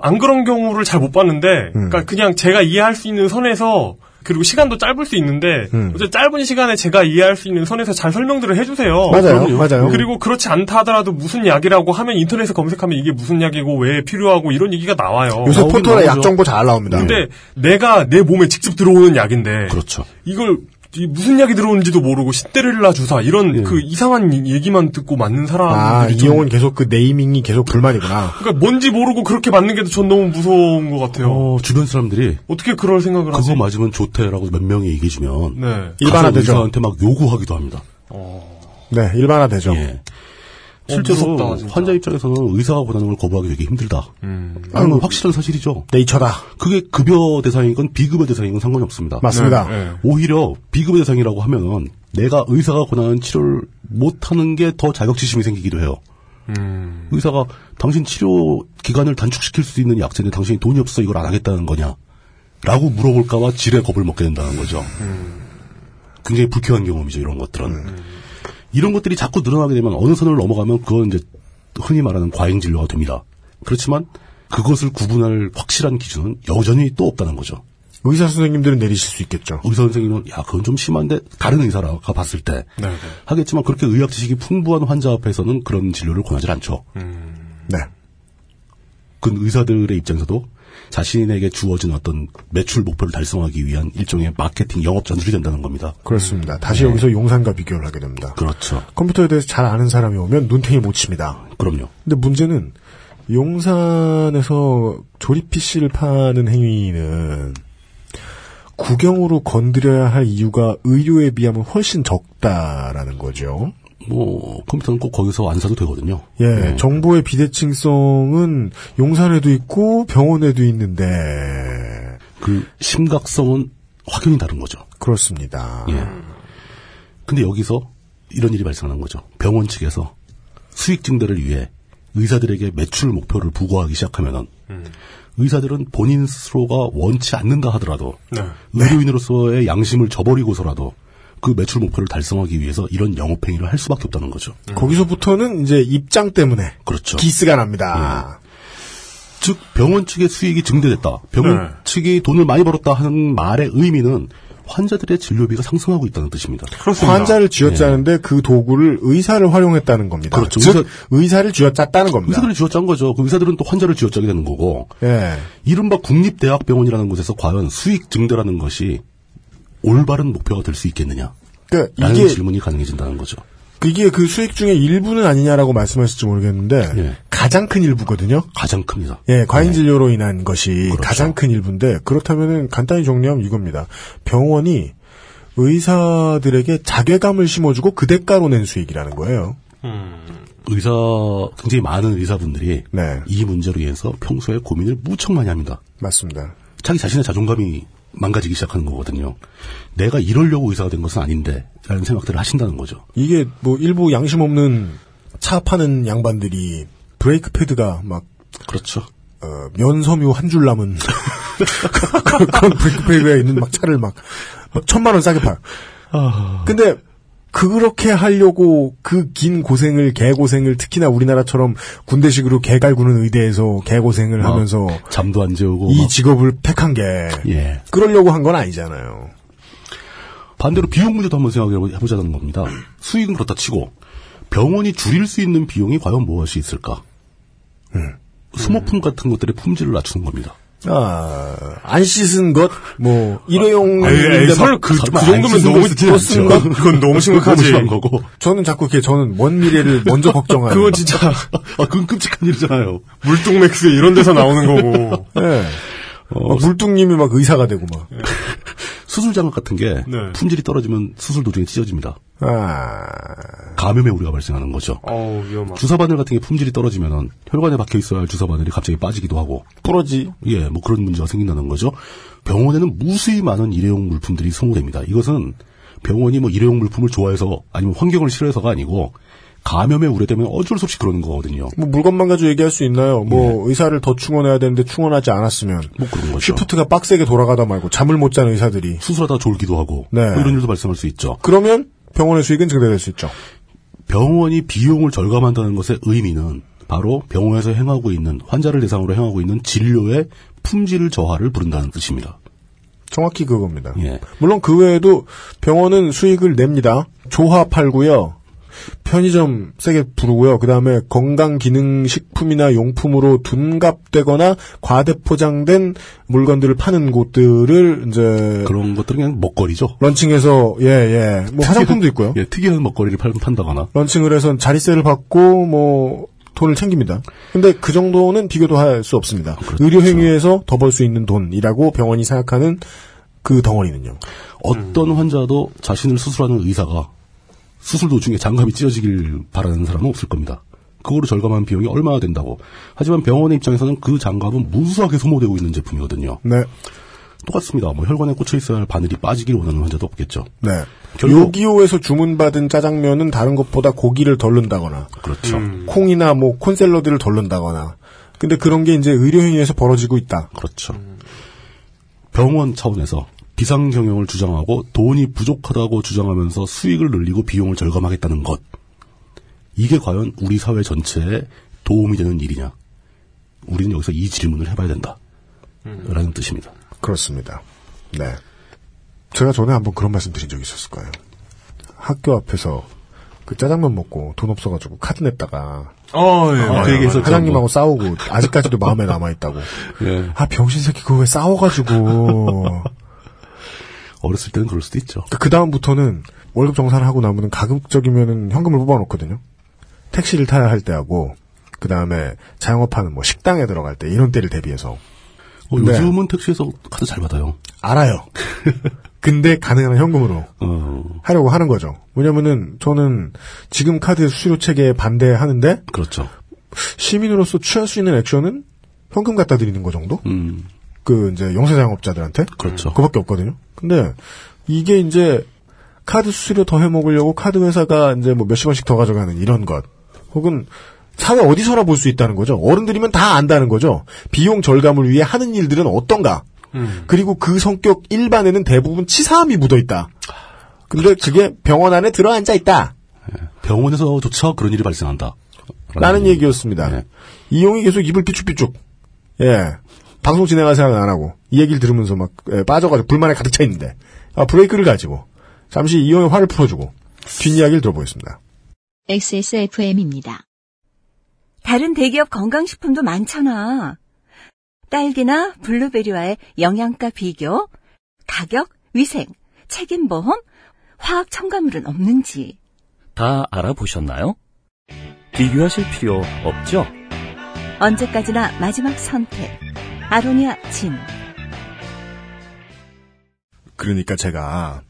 안 그런 경우를 잘 못 봤는데
음.
그러니까 그냥 제가 이해할 수 있는 선에서 그리고 시간도 짧을 수 있는데
음.
어쨌든 짧은 시간에 제가 이해할 수 있는 선에서 잘 설명들을 해주세요.
맞아요,
그럼요.
맞아요.
그리고 그렇지 않다 하더라도 무슨 약이라고 하면 인터넷에 검색하면 이게 무슨 약이고 왜 필요하고 이런 얘기가 나와요.
요새
나오긴
포털에
나오죠.
약 정보 잘 나옵니다.
근데 내가 내 몸에 직접 들어오는 약인데
그렇죠.
이걸 이 무슨 약이 들어오는지도 모르고 신데렐라 주사 이런 그 이상한 얘기만 듣고 맞는
아,
사람들이 좀-
이용은 계속 그 네이밍이 계속 불만이구나.
그러니까 뭔지 모르고 그렇게 맞는 게 전 너무 무서운 것 같아요.
어, 주변 사람들이
어... 떻게 그럴 생각을 하지?
그거 맞으면 좋대라고 몇 명이 얘기해 주면
네.
일반화되죠.
의사한테 막 요구하기도 합니다.
네, 일반화되죠.
예. 실제로
어, 무섭다, 진짜.
환자 입장에서는 의사가 권하는 걸 거부하기 되게 힘들다. 하는 건 확실한 사실이죠.
네이처다.
그게 급여 대상인 건 비급여 대상인 건 상관이 없습니다.
맞습니다.
네.
오히려 비급여 대상이라고 하면은 내가 의사가 권하는 치료를 못하는 게 더 자격지심이 생기기도 해요. 의사가 당신 치료 기간을 단축시킬 수 있는 약제인데 당신이 돈이 없어 이걸 안 하겠다는 거냐? 라고 물어볼까봐 지레 겁을 먹게 된다는 거죠. 굉장히 불쾌한 경험이죠, 이런 것들은. 이런 것들이 자꾸 늘어나게 되면 어느 선을 넘어가면 그건 이제 흔히 말하는 과잉 진료가 됩니다. 그렇지만 그것을 구분할 확실한 기준은 여전히 또 없다는 거죠.
의사 선생님들은 내리실 수 있겠죠.
의사 선생님은 뭐, 야 그건 좀 심한데 다른 의사가 봤을 때 하겠지만 그렇게 의학 지식이 풍부한 환자 앞에서는 그런 진료를 권하지 않죠.
네.
그 의사들의 입장에서도 자신에게 주어진 어떤 매출 목표를 달성하기 위한 일종의 마케팅 영업 전술이 된다는 겁니다.
그렇습니다. 다시 여기서 용산과 비교를 하게 됩니다.
그렇죠.
컴퓨터에 대해서 잘 아는 사람이 오면 눈탱이 못 칩니다.
그럼요.
근데 문제는 용산에서 조립 PC를 파는 행위는 구경으로 건드려야 할 이유가 의료에 비하면 훨씬 적다라는 거죠.
뭐 컴퓨터는 꼭 거기서 안 사도 되거든요.
예, 정보의 비대칭성은 용산에도 있고 병원에도 있는데
그 심각성은 확연히 다른 거죠.
그렇습니다.
예. 근데 여기서 이런 일이 발생한 거죠. 병원 측에서 수익 증대를 위해 의사들에게 매출 목표를 부과하기 시작하면은 의사들은 본인 스스로가 원치 않는다 하더라도 의료인으로서의 양심을 저버리고서라도 그 매출 목표를 달성하기 위해서 이런 영업행위를 할 수밖에 없다는 거죠.
거기서부터는 이제 입장 때문에
그렇죠. 예.
기스가 납니다.
즉 병원 측의 수익이 증대됐다. 병원
네.
측이 돈을 많이 벌었다 하는 말의 의미는 환자들의 진료비가 상승하고 있다는 뜻입니다.
네.
예.
그렇습니다.
환자를 쥐어짜는데 그 도구를 의사를 활용했다는 겁니다.
그렇죠.
즉 의사... 를 쥐어짰다는 겁니다.
의사들을 쥐어짠 거죠. 그 의사들은 또 환자를 쥐어짜게 되는 거고
예.
이른바 국립대학병원이라는 곳에서 과연 수익 증대라는 것이 올바른 목표가 될 수 있겠느냐라는
그러니까 이게
질문이 가능해진다는 거죠.
이게 그 수익 중에 일부는 아니냐라고 말씀하실지 모르겠는데
예.
가장 큰 일부거든요.
가장 큽니다.
예, 과잉 진료로 인한 것이 가장 큰 일부인데 그렇다면은 간단히 정리하면 이겁니다. 병원이 의사들에게 자괴감을 심어주고 그 대가로 낸 수익이라는 거예요.
의사 굉장히 많은 의사분들이
네.
이 문제로 인해서 평소에 고민을 무척 많이 합니다.
맞습니다.
자기 자신의 자존감이 망가지기 시작하는 거거든요. 내가 이러려고 의사가 된 것은 아닌데, 라는 생각들을 하신다는 거죠.
이게 뭐 일부 양심 없는 차 파는 양반들이 브레이크 패드가 막
그렇죠.
어, 면섬유 한 줄 남은 그런 브레이크 패드가 있는 막 차를 막 천만 원 싸게 팔.
아.
근데 그렇게 하려고 그 긴 고생을 개고생을 특히나 우리나라처럼 군대식으로 개 갈구는 의대에서 개고생을
아.
막
하면서
뭐
잠도 안 재우고.
이
막-
직업을 택한 게
예.
그러려고 한 건 아니잖아요.
반대로 비용 문제도 한번 생각해 보자는 겁니다. 수익은 그렇다 치고 병원이 줄일 수 있는 비용이 과연 무엇이 있을까?
예.
소모품 같은 것들의 품질을 낮추는 겁니다.
아, 안 씻은 것, 뭐,
아.
일회용. 뭐
에이, 에이, 설 그, 그 정도면 너무
쓴 것?
그건 너무 심각하지.
심한 거고.
저는 자꾸 이렇게 저는 먼 미래를 먼저 걱정하는.
그건 진짜
아, 그건 끔찍한 일이잖아요.
물뚱맥스 이런 데서 나오는 거고. 어,
예. 막 물뚱님이 막 의사가 되고 막.
수술 장갑 같은 게
네.
품질이 떨어지면 수술 도중에 찢어집니다.
아,
감염의 우려가 발생하는 거죠.
어우 위험하.
주사 바늘 같은 게 품질이 떨어지면은 혈관에 박혀 있어야 할 주사 바늘이 갑자기 빠지기도 하고
부러지.
예, 뭐 그런 문제가 생긴다는 거죠. 병원에는 무수히 많은 일회용 물품들이 소모됩니다. 이것은 병원이 뭐 일회용 물품을 좋아해서 아니면 환경을 싫어해서가 아니고 감염에 우려되면 어쩔 수 없이 그러는 거거든요.
뭐 물건만 가지고 얘기할 수 있나요?
네.
뭐 의사를 더 충원해야 되는데 충원하지 않았으면.
뭐 그런
그렇죠.
거죠.
쉬프트가 빡세게 돌아가다 말고 잠을 못 자는 의사들이.
수술하다 졸기도 하고
네.
뭐 이런 일도 발생할 수 있죠.
그러면 병원의 수익은 증대될 수 있죠.
병원이 비용을 절감한다는 것의 의미는 바로 병원에서 행하고 있는 환자를 대상으로 행하고 있는 진료의 품질 저하를 부른다는 뜻입니다.
정확히 그겁니다.
예.
물론 그 외에도 병원은 수익을 냅니다. 조화 팔고요. 편의점 세게 부르고요. 그 다음에 건강기능식품이나 용품으로 둔갑되거나 과대포장된 물건들을 파는 곳들을 이제
그런 것들은 그냥 먹거리죠.
런칭해서 예예 뭐 화장품도 어, 있고요.
예, 특이한 먹거리를 팔- 판다거나
런칭을 해서 자리세를 받고 뭐 돈을 챙깁니다. 근데 그 정도는 비교도 할 수 없습니다. 의료행위에서 더 벌 수 있는 돈이라고 병원이 생각하는 그 덩어리는요.
어떤
음.
환자도 자신을 수술하는 의사가 수술 도중에 장갑이 찢어지길 바라는 사람은 없을 겁니다. 그거로 절감한 비용이 얼마나 된다고. 하지만 병원의 입장에서는 그 장갑은 무수하게 소모되고 있는 제품이거든요.
네.
똑같습니다. 뭐 혈관에 꽂혀 있어야 할 바늘이 빠지길 원하는 환자도 없겠죠.
네.
결국-
요기요에서 주문받은 짜장면은 다른 것보다 고기를 덜 넣는다거나
그렇죠.
콩이나 뭐 콘샐러드를 덜 넣는다거나 근데 그런 게 이제 의료행위에서 벌어지고 있다.
그렇죠. 병원 차원에서 비상 경영을 주장하고 돈이 부족하다고 주장하면서 수익을 늘리고 비용을 절감하겠다는 것. 이게 과연 우리 사회 전체에 도움이 되는 일이냐? 우리는 여기서 이 질문을 해봐야 된다.
음.
라는 뜻입니다.
그렇습니다. 네. 제가 전에 한번 그런 말씀 드린 적이 있었을 거예요. 학교 앞에서 그 짜장면 먹고 돈 없어가지고 카드 냈다가
어, 예.
아, 그
예.
얘기 했었죠,
사장님하고 싸우고 아직까지도 마음에 남아 있다고.
예.
아 병신 새끼 그거 왜 싸워가지고
어렸을 때는 그럴 수도 있죠.
그 다음부터는 월급 정산을 하고 나면은 가급적이면은 현금을 뽑아놓거든요. 택시를 타야 할 때하고 그 다음에 자영업하는 뭐 식당에 들어갈 때 이런 때를 대비해서
어,
네.
요즘은 택시에서 카드 잘 받아요.
알아요. 근데 가능한 현금으로
어,
하려고 하는 거죠. 왜냐면은 저는 지금 카드 수수료 체계에 반대하는데
그렇죠.
시민으로서 취할 수 있는 액션은 현금 갖다 드리는 거 정도?
음,
그 이제 영세자영업자들한테
그렇죠.
그밖에 없거든요. 근데 이게 이제 카드 수수료 더 해먹으려고 카드 회사가 이제 뭐 몇십 원씩 더 가져가는 이런 것 혹은 사회 어디서나 볼 수 있다는 거죠. 어른들이면 다 안다는 거죠. 비용 절감을 위해 하는 일들은 어떤가.
음.
그리고 그 성격 일반에는 대부분 치사함이 묻어 있다. 근데 그게 병원 안에 들어앉아 있다.
병원에서조차 그런 일이 발생한다.
라는 얘기였습니다.
네.
이용이 계속 입을 삐죽삐죽. 예. 방송 진행할 생각은 안 하고, 이 얘기를 들으면서 막, 예, 빠져가지고 불만에 가득 차 있는데, 아, 브레이크를 가지고, 잠시 이용의 화를 풀어주고, 뒷이야기를 들어보겠습니다.
XSFM입니다.
다른 대기업 건강식품도 많잖아. 딸기나 블루베리와의 영양가 비교, 가격, 위생, 책임보험, 화학 첨가물은 없는지.
다 알아보셨나요? 비교하실 필요 없죠?
언제까지나 마지막 선택. 아로니아 진.
그러니까 제가,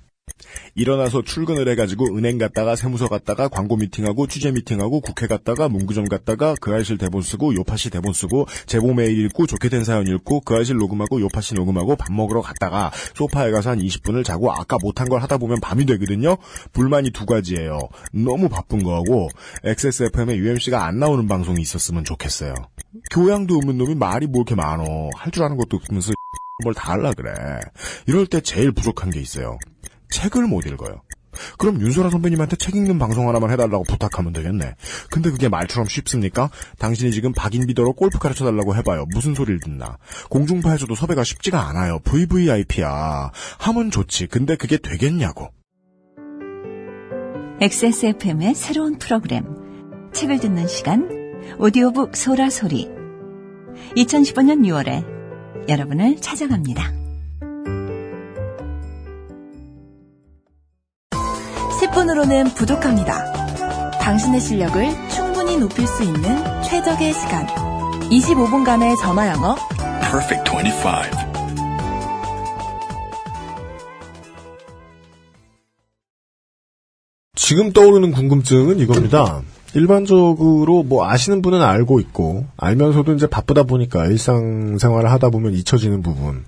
일어나서 출근을 해가지고 은행 갔다가 세무서 갔다가 광고 미팅하고 취재 미팅하고 국회 갔다가 문구점 갔다가 그 아이실 대본 쓰고 요파시 대본 쓰고 제보 메일 읽고 좋게 된 사연 읽고 그 아이실 녹음하고 요파시 녹음하고 밥 먹으러 갔다가 소파에 가서 한 20분을 자고 아까 못한 걸 하다 보면 밤이 되거든요. 불만이 두 가지예요. 너무 바쁜 거하고 XSFM에 UMC가 안 나오는 방송이 있었으면 좋겠어요. 교양도 없는 놈이 말이 뭐 이렇게 많어. 할 줄 아는 것도 없으면서 뭘 다 할라 그래. 이럴 때 제일 부족한 게 있어요. 책을 못 읽어요. 그럼 윤소라 선배님한테 책 읽는 방송 하나만 해달라고 부탁하면 되겠네. 근데 그게 말처럼 쉽습니까? 당신이 지금 박인비더로 골프 가르쳐달라고 해봐요. 무슨 소리를 듣나. 공중파에서도 섭외가 쉽지가 않아요. VVIP야. 하면 좋지. 근데 그게 되겠냐고.
XSFM의 새로운 프로그램 책을 듣는 시간 오디오북 소라 소리 2015년 6월에 여러분을 찾아갑니다.
10분으로는 부족합니다. 당신의 실력을 충분히 높일 수 있는 최적의 시간 25분간의 전화 영어
Perfect 25.
지금 떠오르는 궁금증은 이겁니다. 일반적으로 뭐 아시는 분은 알고 있고 알면서도 이제 바쁘다 보니까 일상생활을 하다 보면 잊혀지는 부분.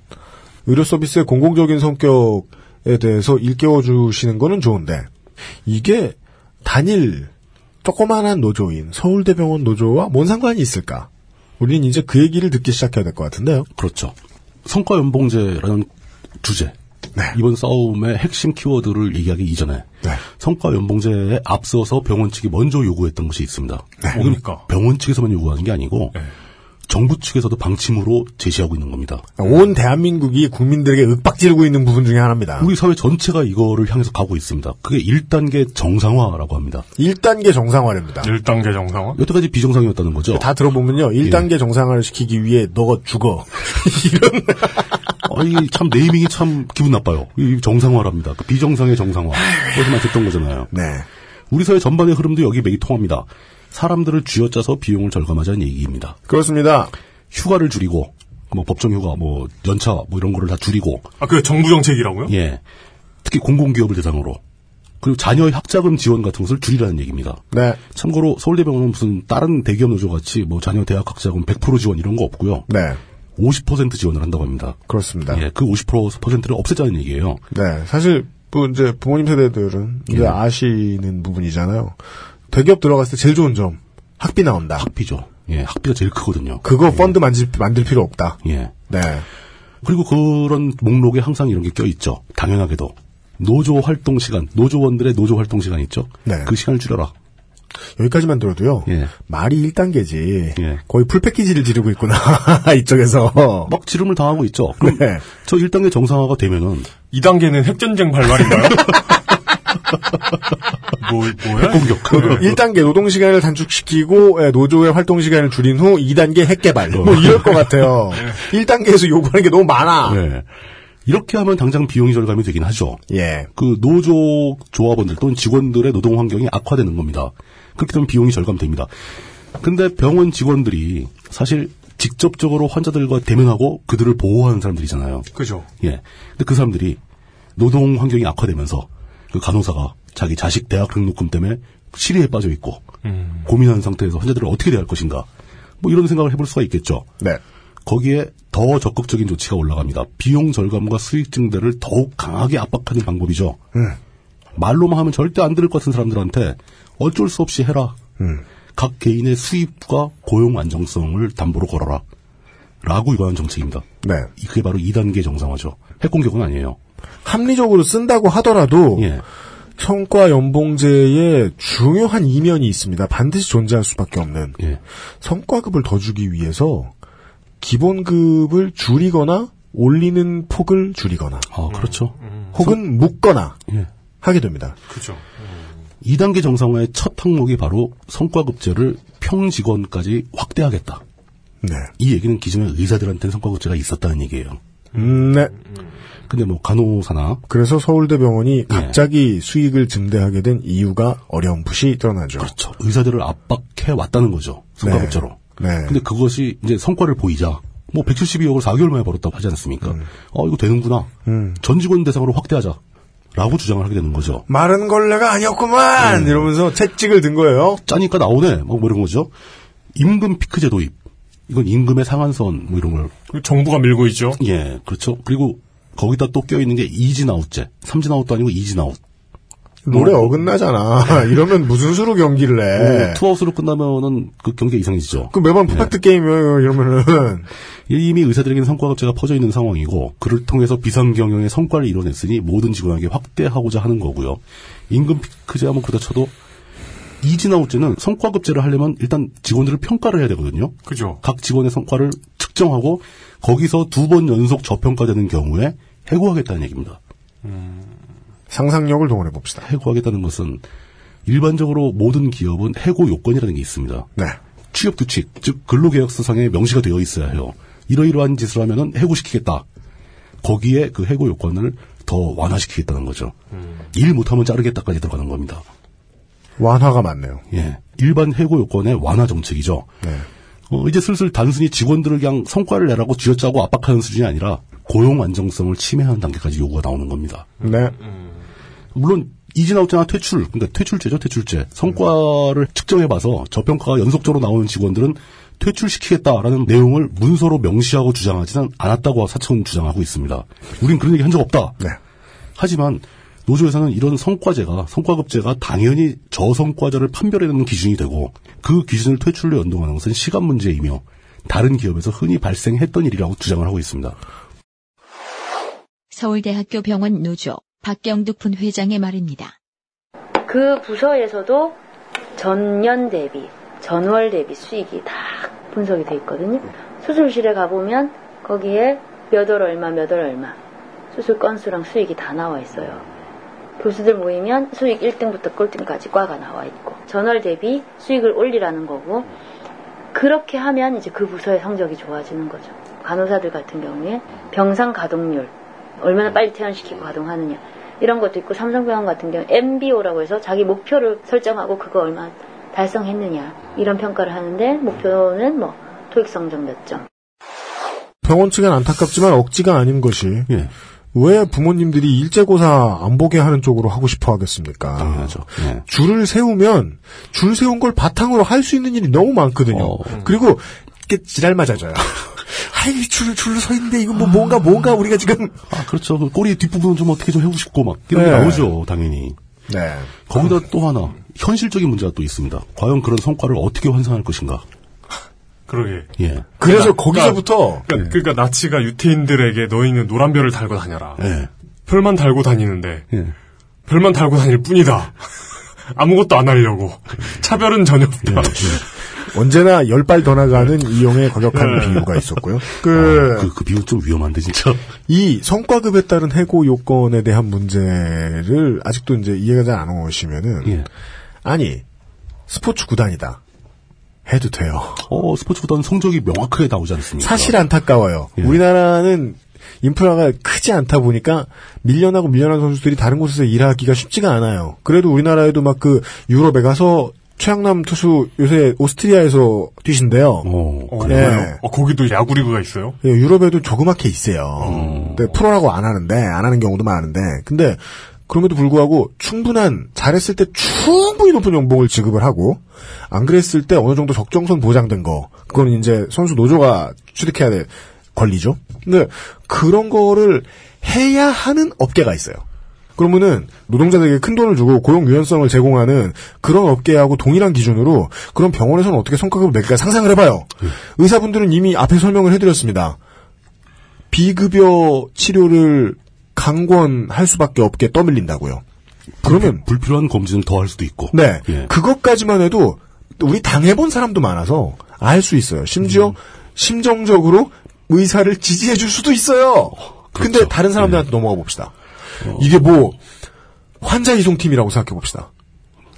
의료 서비스의 공공적인 성격에 대해서 일깨워 주시는 거는 좋은데 이게 단일 조그만한 노조인 서울대병원 노조와 뭔 상관이 있을까? 우리는 이제 그 얘기를 듣기 시작해야 될 것 같은데요.
그렇죠. 성과 연봉제라는 주제. 이번 싸움의 핵심 키워드를 얘기하기 이전에 성과 연봉제에 앞서서 병원 측이 먼저 요구했던 것이 있습니다.
네. 음.
그러니까 병원 측에서만 요구하는 게 아니고 정부 측에서도 방침으로 제시하고 있는 겁니다.
온 대한민국이 국민들에게 윽박지르고 있는 부분 중에 하나입니다.
우리 사회 전체가 이거를 향해서 가고 있습니다. 그게 1단계 정상화라고 합니다.
1단계 정상화랍니다.
1단계 정상화? 여태까지 비정상이었다는 거죠.
네, 다 들어보면요. 1단계 정상화를 시키기 위해 너가 죽어.
아니 참 네이밍이 참 기분 나빠요. 이 정상화랍니다. 그 비정상의 정상화. 그래서 말 듣던 거잖아요.
네.
우리 사회 전반의 흐름도 여기 맥이 통합니다. 사람들을 쥐어짜서 비용을 절감하자는 얘기입니다.
그렇습니다.
휴가를 줄이고 뭐 법정 휴가, 뭐 연차, 뭐 이런 거를 다 줄이고.
아, 그게 정부 정책이라고요?
예. 특히 공공기업을 대상으로. 그리고 자녀의 학자금 지원 같은 것을 줄이라는 얘기입니다.
네.
참고로 서울대병원은 무슨 다른 대기업 노조 같이 뭐 자녀 대학 학자금 100% 지원 이런 거 없고요.
네.
50% 지원을 한다고 합니다.
그렇습니다.
예, 그 50%를 없애자는 얘기예요.
네, 사실 뭐 이제 부모님 세대들은 이제 아시는 부분이잖아요. 대기업 들어갔을 때 제일 좋은 점 학비 나온다.
학비죠. 예, 학비가 제일 크거든요.
그거 펀드 만질, 만들 필요 없다.
예.
네.
그리고 그런 목록에 항상 이런 게 껴있죠. 당연하게도. 노조 활동 시간, 노조원들의 노조 활동 시간 있죠.
네.
그 시간을 줄여라.
여기까지만 들어도요. 말이 1단계지. 거의 풀패키지를 지르고 있구나. 이쪽에서.
막 지름을 당하고 있죠. 그럼
네.
저 1단계 정상화가 되면은
2단계는 핵전쟁 발발인가요? 뭐, 뭐야? 그, 예.
공격.
1단계 노동 시간을 단축시키고 예, 노조의 활동 시간을 줄인 후 2단계 핵 개발. 뭐 이럴 것 같아요.
네.
1단계에서 요구하는 게 너무 많아.
예. 이렇게 하면 당장 비용이 절감이 되긴 하죠.
예.
그 노조 조합원들 또는 직원들의 노동 환경이 악화되는 겁니다. 그렇게 되면 비용이 절감됩니다. 근데 병원 직원들이 사실 직접적으로 환자들과 대면하고 그들을 보호하는 사람들이잖아요.
그죠.
예. 근데 그 사람들이 노동 환경이 악화되면서 그 간호사가 자기 자식 대학 등록금 때문에 실의에 빠져 있고 고민하는 상태에서 환자들을 어떻게 대할 것인가 뭐 이런 생각을 해볼 수가 있겠죠.
네.
거기에 더 적극적인 조치가 올라갑니다. 비용 절감과 수익 증대를 더욱 강하게 압박하는 방법이죠. 말로만 하면 절대 안 들을 것 같은 사람들한테 어쩔 수 없이 해라. 각 개인의 수입과 고용 안정성을 담보로 걸어라. 라고 이거하는 정책입니다.
네.
그게 바로 2단계 정상화죠. 핵공격은 아니에요.
어.
예,
합리적으로 쓴다고 하더라도
예.
성과 연봉제의 중요한 이면이 있습니다. 반드시 존재할 수밖에 없는
예.
성과급을 더 주기 위해서 기본급을 줄이거나 올리는 폭을 줄이거나
아, 그렇죠.
음.
음.
혹은 묶거나
예.
하게 됩니다.
그죠.
2단계 정상화의 첫 항목이 바로 성과급제를 평직원까지 확대하겠다.
네.
이 얘기는 기존의 의사들한테는 성과급제가 있었다는 얘기예요.
음, 네.
근데 뭐 간호사나
그래서
네.
서울대병원이 갑자기 수익을 증대하게 된 이유가 어렴풋이 드러나죠.
그렇죠. 의사들을 압박해 왔다는 거죠. 성과급제로.
네. 네.
근데 그것이 이제 성과를 보이자 뭐
음.
172억을 4개월 만에 벌었다고 하지 않습니까? 어 이거 되는구나. 전 직원 대상으로 확대하자. 라고 주장을 하게 되는 거죠.
마른 걸레가
음.
아니었구만! 이러면서 채찍을 든 거예요.
짜니까 나오네. 뭐 이런 거죠. 임금 피크제 도입. 이건 임금의 상한선 뭐 이런 걸.
정부가 밀고 있죠.
예, 그렇죠. 그리고 거기다 또 껴있는 게 이진아웃제. 삼진아웃도 아니고 이진아웃.
노래
네.
어긋나잖아. 이러면 무슨 수로 경기를 해.
네, 투아웃으로 끝나면은 그 경기가 이상해지죠.
예. 그
네.
매번 퍼펙트 게임이에요, 이러면은.
예, 이미 의사들에게는 성과급제가 퍼져 있는 상황이고, 그를 통해서 비상경영의 성과를 이뤄냈으니 모든 직원에게 확대하고자 하는 거고요. 임금 피크제 한번 그다 쳐도, 이진아웃제는 성과급제를 하려면 일단 직원들을 평가를 해야 되거든요.
그죠.
각 직원의 성과를 측정하고, 거기서 두 번 연속 저평가되는 경우에 해고하겠다는 얘기입니다.
상상력을 동원해 봅시다.
해고하겠다는 것은 일반적으로 모든 기업은 해고 요건이라는 게 있습니다.
네.
취업 규칙, 즉 근로계약서상에 명시가 되어 있어야 해요. 이러이러한 짓을 하면은 해고시키겠다. 거기에 그 해고 요건을 더 완화시키겠다는 거죠. 일 못하면 자르겠다까지 들어가는 겁니다.
완화가 맞네요.
예. 일반 해고 요건의 완화 정책이죠.
네.
어, 이제 슬슬 단순히 직원들을 그냥 성과를 내라고 쥐어짜고 압박하는 수준이 아니라 고용 안정성을 침해하는 단계까지 요구가 나오는 겁니다.
네.
물론 이진아웃제나 퇴출, 그러니까 퇴출제죠, 퇴출제. 성과를 측정해봐서 저평가가 연속적으로 나오는 직원들은 퇴출시키겠다라는 내용을 문서로 명시하고 주장하지는 않았다고 사측은 주장하고 있습니다. 우린 그런 얘기 한 적 없다.
네.
하지만 노조에서는 이런 성과제가 성과급제가 당연히 저성과자를 판별해내는 기준이 되고 그 기준을 퇴출로 연동하는 것은 시간 문제이며 다른 기업에서 흔히 발생했던 일이라고 주장을 하고 있습니다.
서울대학교 병원 노조 박경득 분회장의 말입니다.
그 부서에서도 전년 대비, 전월 대비 수익이 다 분석이 돼 있거든요. 수술실에 가보면 거기에 몇 월 얼마, 몇 월 얼마 수술 건수랑 수익이 다 나와 있어요. 교수들 모이면 수익 1등부터 꼴등까지 과가 나와 있고 전월 대비 수익을 올리라는 거고 그렇게 하면 이제 그 부서의 성적이 좋아지는 거죠. 간호사들 같은 경우에 병상 가동률 얼마나 빨리 퇴원시키고 가동하느냐 이런 것도 있고 삼성병원 같은 경우 MBO라고 해서 자기 목표를 설정하고 그거 얼마 달성했느냐 이런 평가를 하는데 목표는 뭐 토익 성적 몇 점.
병원 측은 안타깝지만 억지가 아닌 것이
예.
왜 부모님들이 일제고사 안 보게 하는 쪽으로 하고 싶어 하겠습니까?
네.
당연하죠. 예.
줄을 세우면 줄 세운 걸 바탕으로 할 수 있는 일이 너무 많거든요. 그리고 이게 지랄 맞아져요. 아이 줄 줄로 서 있는데 이거 뭐 뭔가 뭔가 우리가 지금
아 그렇죠. 그 꼬리 뒷부분은 좀 어떻게 좀 해보고 싶고 막 이런 게
네.
나오죠, 당연히.
네.
거기다 또 하나 현실적인 문제가 또 있습니다. 과연 그런 성과를 어떻게 환산할 것인가?
그러게.
예.
그래서 거기서부터
그러니까, 그러니까 나치가 유태인들에게 너희는 노란 별을 달고 다녀라.
예.
별만 달고 다니는데
네.
예.
별만 달고 다닐 뿐이다. 아무것도 안 하려고 차별은 전혀 없다.
그러니까 언제나 열 발 더 나가는 이용의 과격한
네.
비유가 있었고요. 그,
그, 그 비유 좀 위험한데 진짜.
이 성과급에 따른 해고 요건에 대한 문제를 아직도 이제 이해가 잘 안 오시면은
예.
아니 스포츠 구단이다 해도 돼요.
어 스포츠보다는 성적이 명확하게 나오지 않습니까?
사실 아- 안타까워요.
예.
우리나라는 인프라가 크지 않다 보니까 밀려나고 밀려난 선수들이 다른 곳에서 일하기가 쉽지가 않아요. 그래도 우리나라에도 막 그 유럽에 가서 최양남 투수 요새 오스트리아에서 뛰신대요.
어,
예.
그래요? 어, 거기도 야구리그가 있어요?
예, 유럽에도 조그맣게 있어요. 근데 프로라고 안 하는데 안 하는 경우도 많은데 근데 그럼에도 불구하고 충분한 잘했을 때 충분히 높은 연봉을 지급을 하고 안 그랬을 때 어느 정도 적정선 보장된 거 그건 이제 선수 노조가 취득해야 될 권리죠. 근데 그런 거를 해야 하는 업계가 있어요. 그러면은 노동자들에게 큰 돈을 주고 고용 유연성을 제공하는 그런 업계하고 동일한 기준으로 그런 병원에서는 어떻게 성과급을 낼까 상상을 해봐요. 의사분들은 이미 앞에 설명을 해드렸습니다. 비급여 치료를 강권할 수밖에 없게 떠밀린다고요. 그러면
불필요한 검진을 더 할 수도 있고.
네.
예.
그것까지만 해도 우리 당해본 사람도 많아서 알 수 있어요. 심지어
음.
심정적으로 의사를 지지해 줄 수도 있어요.
그렇죠.
근데 다른
예.
사람들한테 넘어가 봅시다. 이게 뭐 환자 이송팀이라고 생각해 봅시다.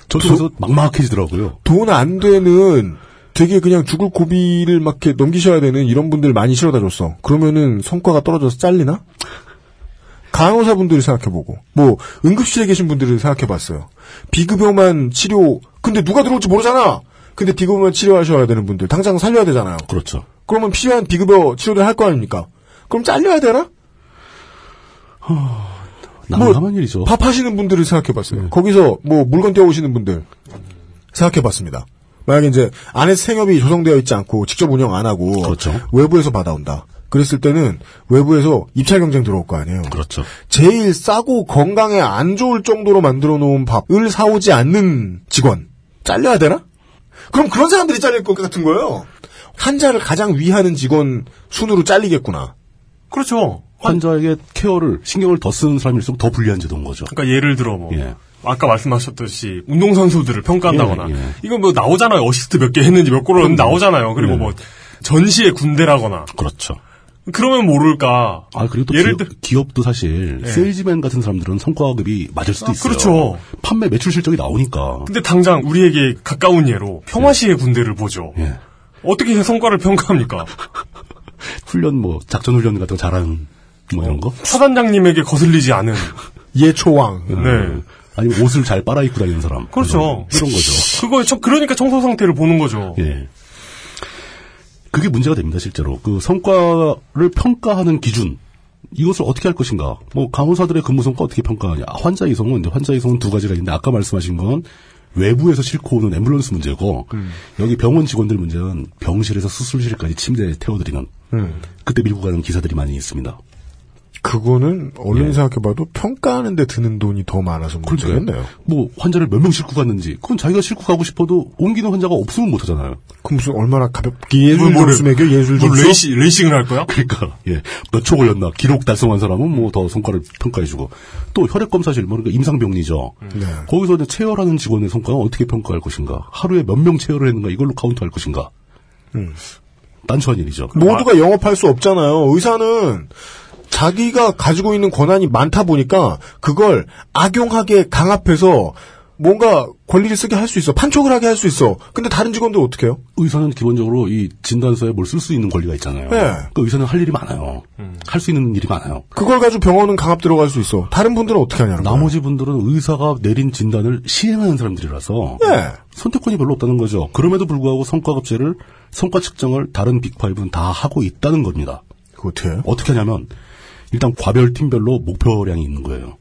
저도 그래서 막막해지더라고요.
돈 안 되는 되게 그냥 죽을 고비를 막 이렇게 넘기셔야 되는 이런 분들 많이 실어다 줬어. 그러면은 성과가 떨어져서 잘리나? 간호사분들을 생각해보고, 뭐, 응급실에 계신 분들을 생각해봤어요. 비급여만 치료, 근데 누가 들어올지 모르잖아! 근데 비급여만 치료하셔야 되는 분들, 당장 살려야 되잖아요.
그렇죠.
그러면 필요한 비급여 치료를 할 거 아닙니까? 그럼 잘려야 되나?
난감한 일이죠.
뭐, 밥하시는 분들을 생각해봤어요.
음.
거기서 뭐 물건 떼어오시는 분들 생각해봤습니다. 만약에 이제 안에 생협이 조성되어 있지 않고 직접 운영 안 하고
그렇죠.
외부에서 받아온다. 그랬을 때는 외부에서 입찰 경쟁 들어올 거 아니에요.
그렇죠.
제일 싸고 건강에 안 좋을 정도로 만들어 놓은 밥을 사오지 않는 직원 잘려야 되나? 그럼 그런 사람들이 잘릴 것 같은 거예요. 환자를 가장 위하는 직원 순으로 잘리겠구나.
그렇죠.
환자에게 케어를 신경을 더 쓰는 사람일수록 더 불리한 제도인 거죠.
그러니까 예를 들어 뭐 아까 말씀하셨듯이 운동선수들을 평가한다거나
예, 예.
이거 뭐 나오잖아요. 어시스트 몇 개 했는지 몇 골을 넣었는지 나오잖아요. 그리고 뭐 전시의 군대라거나
그렇죠.
그러면 모를까.
아 그리고 또
예를
기업, 기업도 사실
예.
세일즈맨 같은 사람들은 성과급이 맞을 수도
아,
있어요.
그렇죠.
판매 매출 실적이 나오니까.
근데 당장 우리에게 가까운 예로 평화시의 군대를 보죠.
예.
어떻게 해서 성과를 평가합니까?
훈련 뭐 작전 훈련 같은 거 잘하는 뭐 이런 거.
사단장님에게 거슬리지 않은
예초왕.
네.
아니면 옷을 잘 빨아 입고 다니는 사람.
그렇죠.
이런, 이런 거죠.
그거 저- 그러니까 청소 상태를 보는 거죠.
예. 그게 문제가 됩니다, 실제로. 그 성과를 평가하는 기준. 이것을 어떻게 할 것인가? 뭐 간호사들의 근무 성과 어떻게 평가하냐? 아, 환자 이송은 이제 환자 이송은 두 가지가 있는데 아까 말씀하신 건 외부에서 싣고 오는 앰뷸런스 문제고
음.
여기 병원 직원들 문제는 병실에서 수술실까지 침대에 태워드리는
네.
그때 밀고 가는 기사들이 많이 있습니다.
그거는
예.
얼른 생각해봐도 평가하는데 드는 돈이 더 많아서 문제겠네요.
뭐 환자를 몇 명 싣고 갔는지 그건 자기가 싣고 가고 싶어도 옮기는 환자가 없으면 못 하잖아요.
그럼 무슨 얼마나 가볍게 예술
뭘-
점수 매겨 예술
뭘
점수
레이시-
레이싱을 할 거야?
그러니까 몇 초 걸렸나 기록 달성한 사람은 뭐 더 성과를 평가해주고 또 혈액 검사실 뭐 그러니까 임상병리죠.
네.
거기서 이제 체열하는 직원의 성과는 어떻게 평가할 것인가? 하루에 몇 명 체열을 했는가 이걸로 카운트할 것인가? 난처한 일이죠.
음.
그
아,
모두가 영업할 수 없잖아요. 의사는 자기가 가지고 있는 권한이 많다 보니까 그걸 악용하게 강압해서 뭔가 권리를 쓰게 할 수 있어. 판촉을 하게 할 수 있어. 근데 다른 직원들 어떻게 해요?
의사는 기본적으로 이 진단서에 뭘 쓸 수 있는 권리가 있잖아요.
네. 음.
그 의사는 할 일이 많아요. 할 수 있는 일이 많아요.
그걸 가지고 병원은 강압 들어갈 수 있어. 다른 분들은 어떻게 하냐는 거예요.
나머지 분들은 의사가 내린 진단을 시행하는 사람들이라서
네.
선택권이 별로 없다는 거죠. 그럼에도 불구하고 성과급제를 성과 측정을 다른 빅파이브는 다 하고 있다는 겁니다.
어떻게 해요?
어떻게 하냐면 일단 과별 팀별로 목표량이 있는 거예요.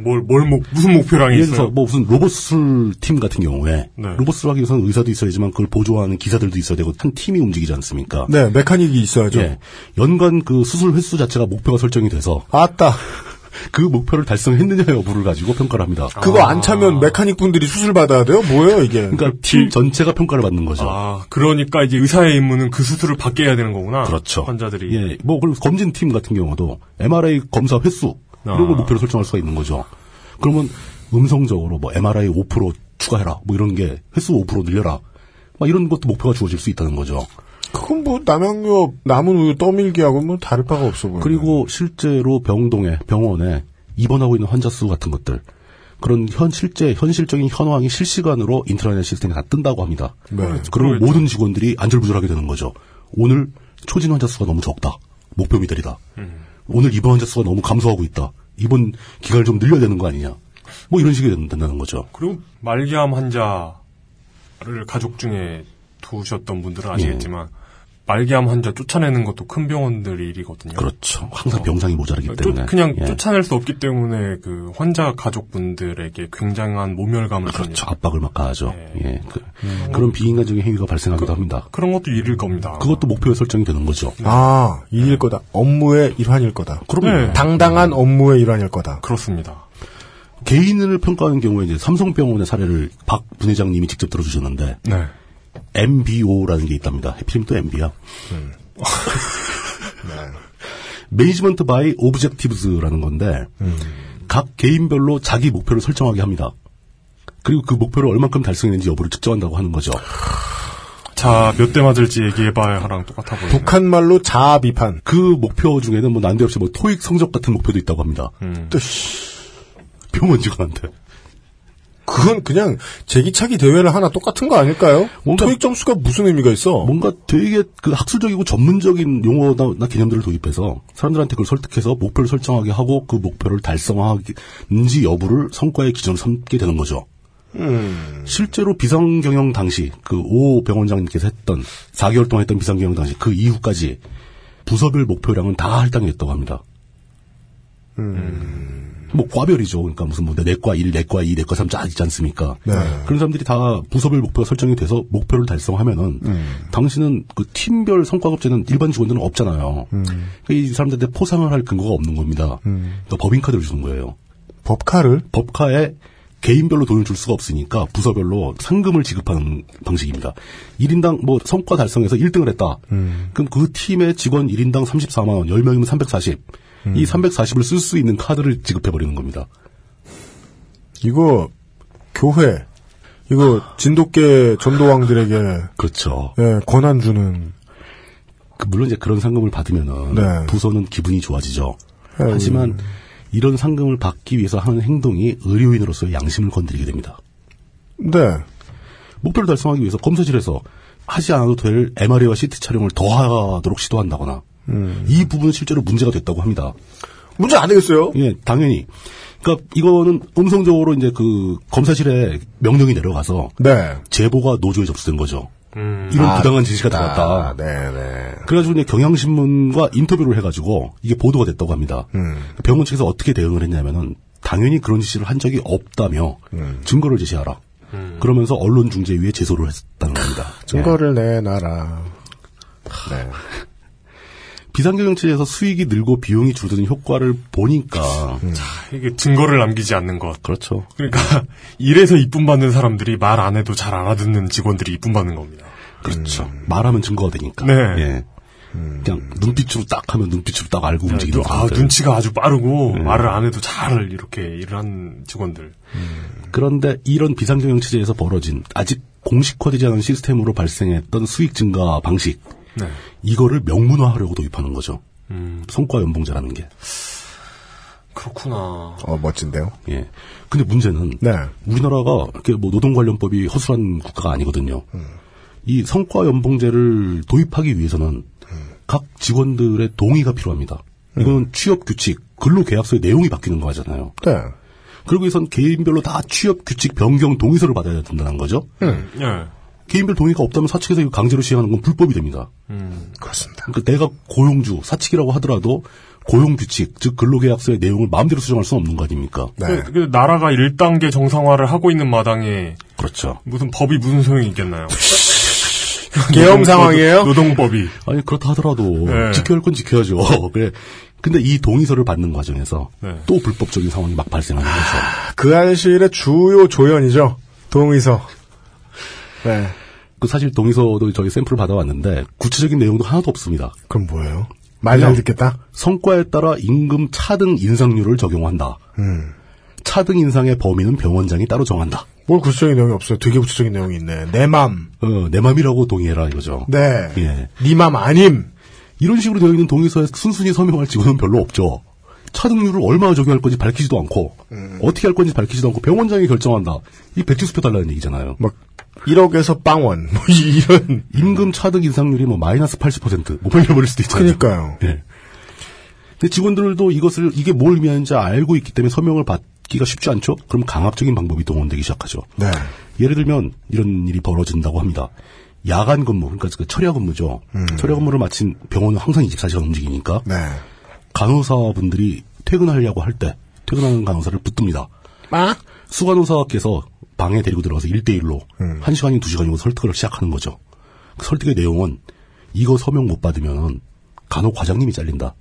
뭘, 뭘, 목, 무슨
아,
목표량이
예를 들어서
있어요?
뭐 무슨 로봇 수술 팀 같은 경우에
네.
로봇 수술 하기 위해서는 의사도 있어야 되지만 그걸 보조하는 기사들도 있어야 되고 한 팀이 움직이지 않습니까?
네, 메카닉이 있어야죠.
예. 연간 그 수술 횟수 자체가 목표가 설정이 돼서
아따
그 목표를 달성했느냐 여부를 가지고 평가를 합니다.
그거 안 차면 메카닉 분들이 수술 받아야 돼요? 뭐예요 이게?
그러니까 팀 전체가 평가를 받는 거죠.
아, 그러니까 이제 의사의 임무는 그 수술을 받게 해야 되는 거구나.
그렇죠.
환자들이.
예, 뭐 그리고 검진 팀 같은 경우도 MRI 검사 횟수 이런 걸
아.
목표로 설정할 수가 있는 거죠. 그러면 음성적으로 뭐 MRI 5% 추가해라, 뭐 이런 게 횟수 5% 늘려라, 막 이런 것도 목표가 주어질 수 있다는 거죠.
그건 뭐 남양유업 남은 우유 떠밀기하고 뭐 다를 바가 없어 보여요.
그리고 실제로 병동에 병원에 입원하고 있는 환자 수 같은 것들 그런 현 실제 현실적인 현황이 실시간으로 인터넷 시스템에 다 뜬다고 합니다. 그러면
그렇죠.
모든 직원들이 안절부절하게 되는 거죠. 오늘 초진 환자 수가 너무 적다. 목표 미달이다.
음.
오늘 입원 환자 수가 너무 감소하고 있다. 입원 기간을 좀 늘려야 되는 거 아니냐. 뭐 이런 식이 된- 된다는 거죠.
그리고 말기암 환자를 가족 중에 두셨던 분들은
예.
아시겠지만 말기암 환자 쫓아내는 것도 큰 병원들 일이거든요.
그렇죠. 항상 병상이 모자라기
어. 쫓-
때문에
그냥
예.
쫓아낼 수 없기 때문에 그 환자 가족분들에게 굉장한 모멸감을
그렇죠. 압박을 막 가하죠.
네.
예. 그, 런 비인간적인 행위가 발생하기도 합니다.
그런 것도 일일 겁니다.
그것도 목표에 설정이 되는 거죠.
아, 일일 거다. 업무의 일환일 거다. 네.
그럼요.
당당한 업무의 일환일 거다.
그렇습니다.
개인을 평가하는 경우에 이제 삼성병원의 사례를 박 부회장님이 직접 들어주셨는데
네.
MBO라는 게 있답니다. 해피림 또 MB야. 매니지먼트 바이 오브젝티브스라는 건데 각 개인별로 자기 목표를 설정하게 합니다. 그리고 그 목표를 얼만큼 달성했는지 여부를 측정한다고 하는 거죠.
자, 몇 대 맞을지 얘기해봐야 하랑 똑같아 보이네.
북한말로 자아 비판.
그 목표 중에는 뭐 난데없이 뭐 토익 성적 같은 목표도 있다고 합니다.
또
병원 직원한테.
그건 그냥 제기차기 대회를 하나 똑같은 거 아닐까요? 토익 점수가 뭐 무슨 의미가 있어?
뭔가 되게 그 학술적이고 전문적인 용어나 나 개념들을 도입해서 사람들한테 그걸 설득해서 목표를 설정하게 하고 그 목표를 달성하는지 여부를 성과의 기준으로 삼게 되는 거죠. 실제로 비상경영 당시 그 오 병원장님께서 했던 4개월 동안 했던 비상경영 당시 그 이후까지 부서별 목표량은 다 할당이 됐다고 합니다. 뭐 과별이죠. 그러니까 무슨 뭐 내과 1, 내과 2, 내과 3 짜지 않습니까? 그런 사람들이 다 부서별 목표가 설정이 돼서 목표를 달성하면은 당신은 그 팀별 성과급제는 일반 직원들은 없잖아요. 그러니까 이 사람들한테 포상을 할 근거가 없는 겁니다. 그러니까 법인카드를 주는 거예요.
법카를?
법카에 개인별로 돈을 줄 수가 없으니까 부서별로 상금을 지급하는 방식입니다. 1인당 뭐 성과 달성해서 1등을 했다. 그럼 그 팀의 직원 1인당 34만 원, 10명이면 340. 이 340을 쓸 수 있는 카드를 지급해 버리는 겁니다.
이거 교회 이거 진돗개 전도왕들에게
그렇죠.
예, 권한 주는
그 물론 이제 그런 상금을 받으면은
네.
부서는 기분이 좋아지죠.
아유.
하지만 이런 상금을 받기 위해서 하는 행동이 의료인으로서의 양심을 건드리게 됩니다.
네.
목표를 달성하기 위해서 검사실에서 하지 않아도 될 MRI와 CT 촬영을 더 하도록 시도한다거나
음.
이 부분은 실제로 문제가 됐다고 합니다.
문제 안 되겠어요?
예, 당연히. 그러니까 이거는 음성적으로 이제 그 검사실에 명령이 내려가서
네.
제보가 노조에 접수된 거죠. 이런
아,
부당한 지시가 들어갔다.
네네.
그래가지고 이제 경향신문과 인터뷰를 해가지고 이게 보도가 됐다고 합니다. 그러니까 병원 측에서 어떻게 대응을 했냐면은 당연히 그런 지시를 한 적이 없다며 증거를 제시하라. 그러면서 언론중재위에 제소를 했다는 겁니다.
증거를 내놔라. 네.
예. 비상경영체에서 수익이 늘고 비용이 줄어드는 효과를 보니까
이게 증거를 남기지 않는 것.
그렇죠.
그러니까 이래서 이쁨 받는 사람들이 말 안 해도 잘 알아듣는 직원들이 이쁨 받는 겁니다.
그렇죠. 말하면 증거가 되니까.
네.
예. 그냥 눈빛으로 딱 하면 눈빛으로 딱 알고 움직이는
아,
사람들.
눈치가 아주 빠르고 말을 안 해도 잘 이렇게 일을 한 직원들.
그런데 이런 비상경영 체제에서 벌어진 아직 공식화되지 않은 시스템으로 발생했던 수익 증가 방식
네.
이거를 명문화하려고 도입하는 거죠. 성과 연봉제라는 게.
그렇구나.
어, 멋진데요?
예. 근데 문제는
네.
우리나라가 이렇게 뭐 노동 관련법이 허술한 국가가 아니거든요. 이 성과 연봉제를 도입하기 위해서는 각 직원들의 동의가 필요합니다. 이건 취업 규칙, 근로 계약서의 내용이 바뀌는 거잖아요.
네.
그러기 위해선 개인별로 다 취업 규칙 변경 동의서를 받아야 된다는 거죠.
예.
개인별 동의가 없다면 사측에서 이거 강제로 시행하는 건 불법이 됩니다.
음, 그렇습니다.
그러니까 내가 고용주, 사측이라고 하더라도 고용 규칙, 즉 근로계약서의 내용을 마음대로 수정할 수는 없는 거 아닙니까?
네.
그, 그 나라가 1단계 정상화를 하고 있는 마당에
그렇죠.
무슨 법이 무슨 소용이 있겠나요?
계엄
노동-
상황이에요?
노동법이.
아니 그렇다 하더라도
네.
지켜야 할 건 지켜야죠. 그래. 근데 이 동의서를 받는 과정에서
네.
또 불법적인 상황이 막 발생하는 거죠.
그 알실의 주요 조연이죠. 동의서. 네.
그 사실 동의서도 저희 샘플을 받아왔는데 구체적인 내용도 하나도 없습니다.
그럼 뭐예요? 말 잘
그냥-
듣겠다?
성과에 따라 임금 차등 인상률을 적용한다.
음.
차등 인상의 범위는 병원장이 따로 정한다.
뭘 구체적인 내용이 없어요. 되게 구체적인 내용이 있네. 내 맘.
어, 내 맘이라고 동의해라 이거죠.
네.
예.
니맘 아님.
이런 식으로 되어 있는 동의서에 순순히 서명할 직원은 별로 없죠. 차등률을 얼마나 적용할 건지 밝히지도 않고
음.
어떻게 할 건지 밝히지도 않고 병원장이 결정한다. 이 백지수표 달라는 얘기잖아요.
막 1억에서 빵원. 뭐 이런.
임금 차등 인상률이 뭐 마이너스 80%못 올려버릴 수도 있잖아요.
그러니까요.
예. 근데 직원들도 이것을 이게 뭘 의미하는지 알고 있기 때문에 서명을 받기가 쉽지 않죠. 그럼 강압적인 방법이 동원되기 시작하죠.
네.
예를 들면 이런 일이 벌어진다고 합니다. 야간 근무, 그러니까 그 철야 근무죠. 철야 근무를 마친 병원은 항상 24시간 움직이니까
네.
간호사분들이 퇴근하려고 할 때 퇴근하는 간호사를 붙듭니다.
막?
수간호사께서 방에 데리고 들어가서 1대1로 한시간이두시간이고 설득을 시작하는 거죠. 그 설득의 내용은 이거 서명 못 받으면 간호과장님이 잘린다.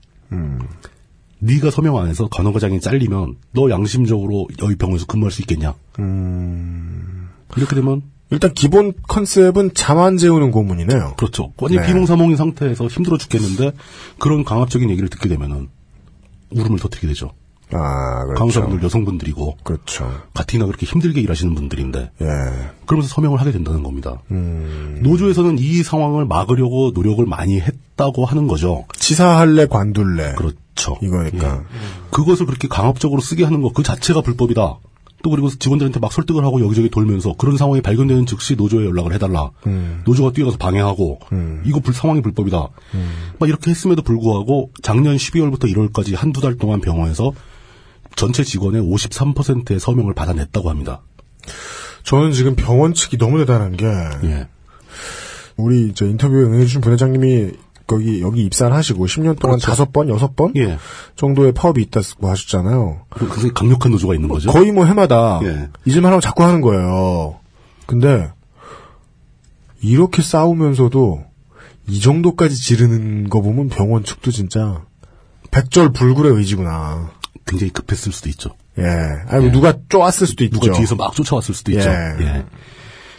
네가 서명 안 해서 간호과장이 잘리면 너 양심적으로 여기 병원에서 근무할 수 있겠냐. 이렇게 되면
일단 기본 컨셉은 잠안 재우는 고문이네요.
그렇죠. 완전
네.
비몽사몽인 상태에서 힘들어 죽겠는데 그런 강압적인 얘기를 듣게 되면은 울음을 터뜨리게 되죠.
아, 그렇죠.
간호사분들 여성분들이고
그렇죠.
가뜩이나 그렇게 힘들게 일하시는 분들인데
예.
그러면서 서명을 하게 된다는 겁니다.
음.
노조에서는 이 상황을 막으려고 노력을 많이 했다고 하는 거죠.
치사할래 관둘래.
그렇죠.
이거니까.
그것을 그렇게 강압적으로 쓰게 하는 것 그 자체가 불법이다. 또 그리고 직원들한테 막 설득을 하고 여기저기 돌면서 그런 상황이 발견되는 즉시 노조에 연락을 해달라. 노조가 뛰어가서 방해하고 이거 불 상황이 불법이다. 막 이렇게 했음에도 불구하고 작년 12월부터 1월까지 한두 달 동안 병원에서 전체 직원의 53%의 서명을 받아냈다고 합니다.
저는 지금 병원 측이 너무 대단한 게
예.
우리 저 인터뷰에 응해주신 분회장님이 거기 여기 입사를 하시고 10년 동안
그렇죠.
다섯 번 여섯 번
예.
정도의 파업이 있다고 하셨잖아요.
굉장히 강력한 노조가 있는 거죠. 예.
거의 뭐 해마다 이질만 하고 자꾸 하는 거예요. 근데 이렇게 싸우면서도 이 정도까지 지르는 거 보면 병원 측도 진짜 백절불굴의 의지구나.
굉장히 급했을 수도 있죠.
예. 아니 뭐
예.
누가 쪼았을 수도 있죠.
누가 뒤에서 막 쫓아왔을 수도 있죠.
예.
예.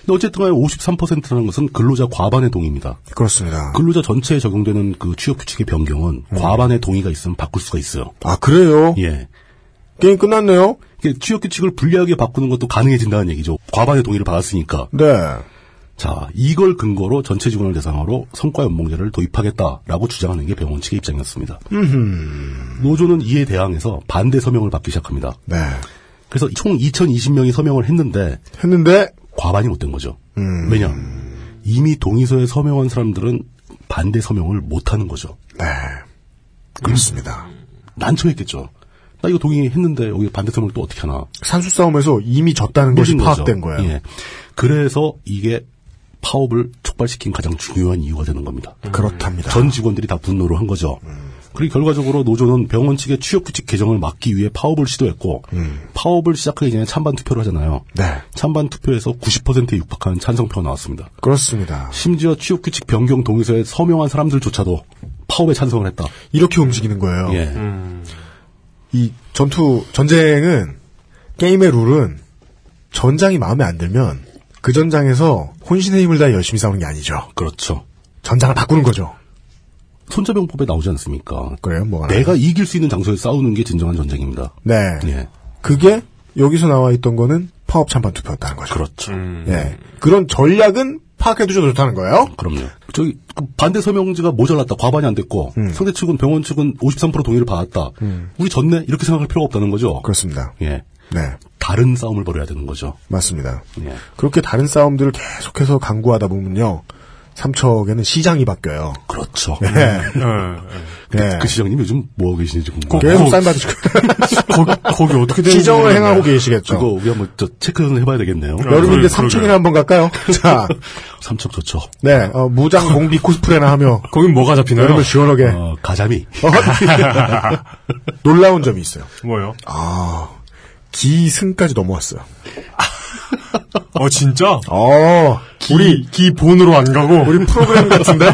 근데 어쨌든 간에 53%라는 것은 근로자 과반의 동의입니다.
그렇습니다.
근로자 전체에 적용되는 그 취업 규칙의 변경은
음.
과반의 동의가 있으면 바꿀 수가 있어요.
아, 그래요?
예.
게임 끝났네요?
취업 규칙을 불리하게 바꾸는 것도 가능해진다는 얘기죠. 과반의 동의를 받았으니까.
네.
자, 이걸 근거로 전체 직원을 대상으로 성과 연봉제를 도입하겠다라고 주장하는 게 병원 측의 입장이었습니다. 노조는 이에 대항해서 반대 서명을 받기 시작합니다.
네.
그래서 총 2,020명이 서명을 했는데
했는데
과반이 못 된 거죠.
음.
왜냐 이미 동의서에 서명한 사람들은 반대 서명을 못 하는 거죠.
네. 그렇습니다.
난처했겠죠. 나 이거 동의했는데 여기 반대 서명을 또 어떻게 하나?
산수 싸움에서 이미 졌다는 것이
늦은 거죠.
파악된 거예요.
예. 그래서 이게 파업을 촉발시킨 가장 중요한 이유가 되는 겁니다.
그렇답니다.
전 직원들이 다 분노를 한 거죠. 그리고 결과적으로 노조는 병원 측의 취업 규칙 개정을 막기 위해 파업을 시도했고 파업을 시작하기 전에 찬반 투표를 하잖아요. 찬반 투표에서 90%에 육박하는 찬성표가 나왔습니다.
그렇습니다.
심지어 취업 규칙 변경 동의서에 서명한 사람들조차도 파업에 찬성을 했다.
이렇게 움직이는 거예요.
예.
이 전투 전쟁은 게임의 룰은 전장이 마음에 안 들면 그 전장에서 혼신의 힘을 다해 열심히 싸우는 게 아니죠.
그렇죠.
전장을 바꾸는 거죠.
손자병법에 나오지 않습니까?
그래요, 뭐가
내가 이길 수 있는 장소에 싸우는 게 진정한 전쟁입니다.
아, 네.
예.
그게 여기서 나와 있던 거는 파업 찬반 투표였다는 거죠.
그렇죠.
예. 그런 전략은 파악해두셔도 좋다는 거예요.
그럼요. 저기 그 반대 서명지가 모자랐다. 과반이 안 됐고
음.
상대 측은 병원 측은 53% 동의를 받았다. 우리 졌네 이렇게 생각할 필요가 없다는 거죠.
그렇습니다.
예.
네.
다른 싸움을 벌여야 되는 거죠.
맞습니다.
예.
그렇게 다른 싸움들을 계속해서 강구하다 보면요. 삼척에는 시장이 바뀌어요.
그렇죠.
네.
음. 예.
그,
네.
그 시장님 요즘 뭐 하고 계시는지 궁금해요.
계속 쌀 받으실 거예요. 시정을 행하고 계시겠죠.
그거 우리 한번 저 체크 좀 해봐야 되겠네요.
여름인데 삼척이나 한번 갈까요? 자,
삼척 좋죠.
네, 어, 무장 공비 코스프레나 하며
거긴 뭐가 잡히나요?
여름을 시원하게
어, 가자미.
놀라운 점이 있어요.
뭐요?
아, 기승까지 넘어왔어요.
어 진짜?
어, 우리
기본으로 안 가고
우리 프로그램 같은데,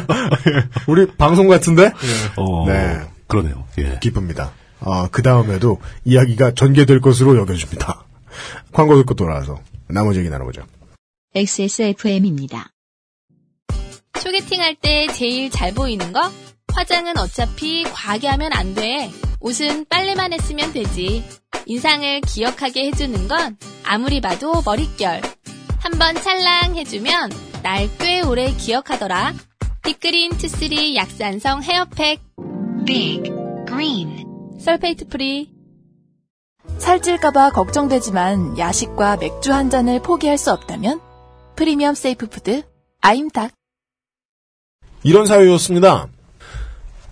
우리 방송 같은데.
어,
네.
그러네요. 예.
기쁩니다. 아, 그 다음에도 이야기가 전개될 것으로 여겨집니다. 광고 듣고 돌아와서 나머지 얘기 나눠보죠.
XSFM입니다.
소개팅할 때 제일 잘 보이는 거? 화장은 어차피 과하게 하면 안 돼. 옷은 빨래만 했으면 되지. 인상을 기억하게 해주는 건 아무리 봐도 머릿결. 한번 찰랑 해주면 날 꽤 오래 기억하더라. 빅그린 투쓰리 약산성 헤어팩.
Big Green.
설페이트 프리.
살찔까봐 걱정되지만 야식과 맥주 한 잔을 포기할 수 없다면 프리미엄 세이프 푸드 아임닭
이런 사유였습니다.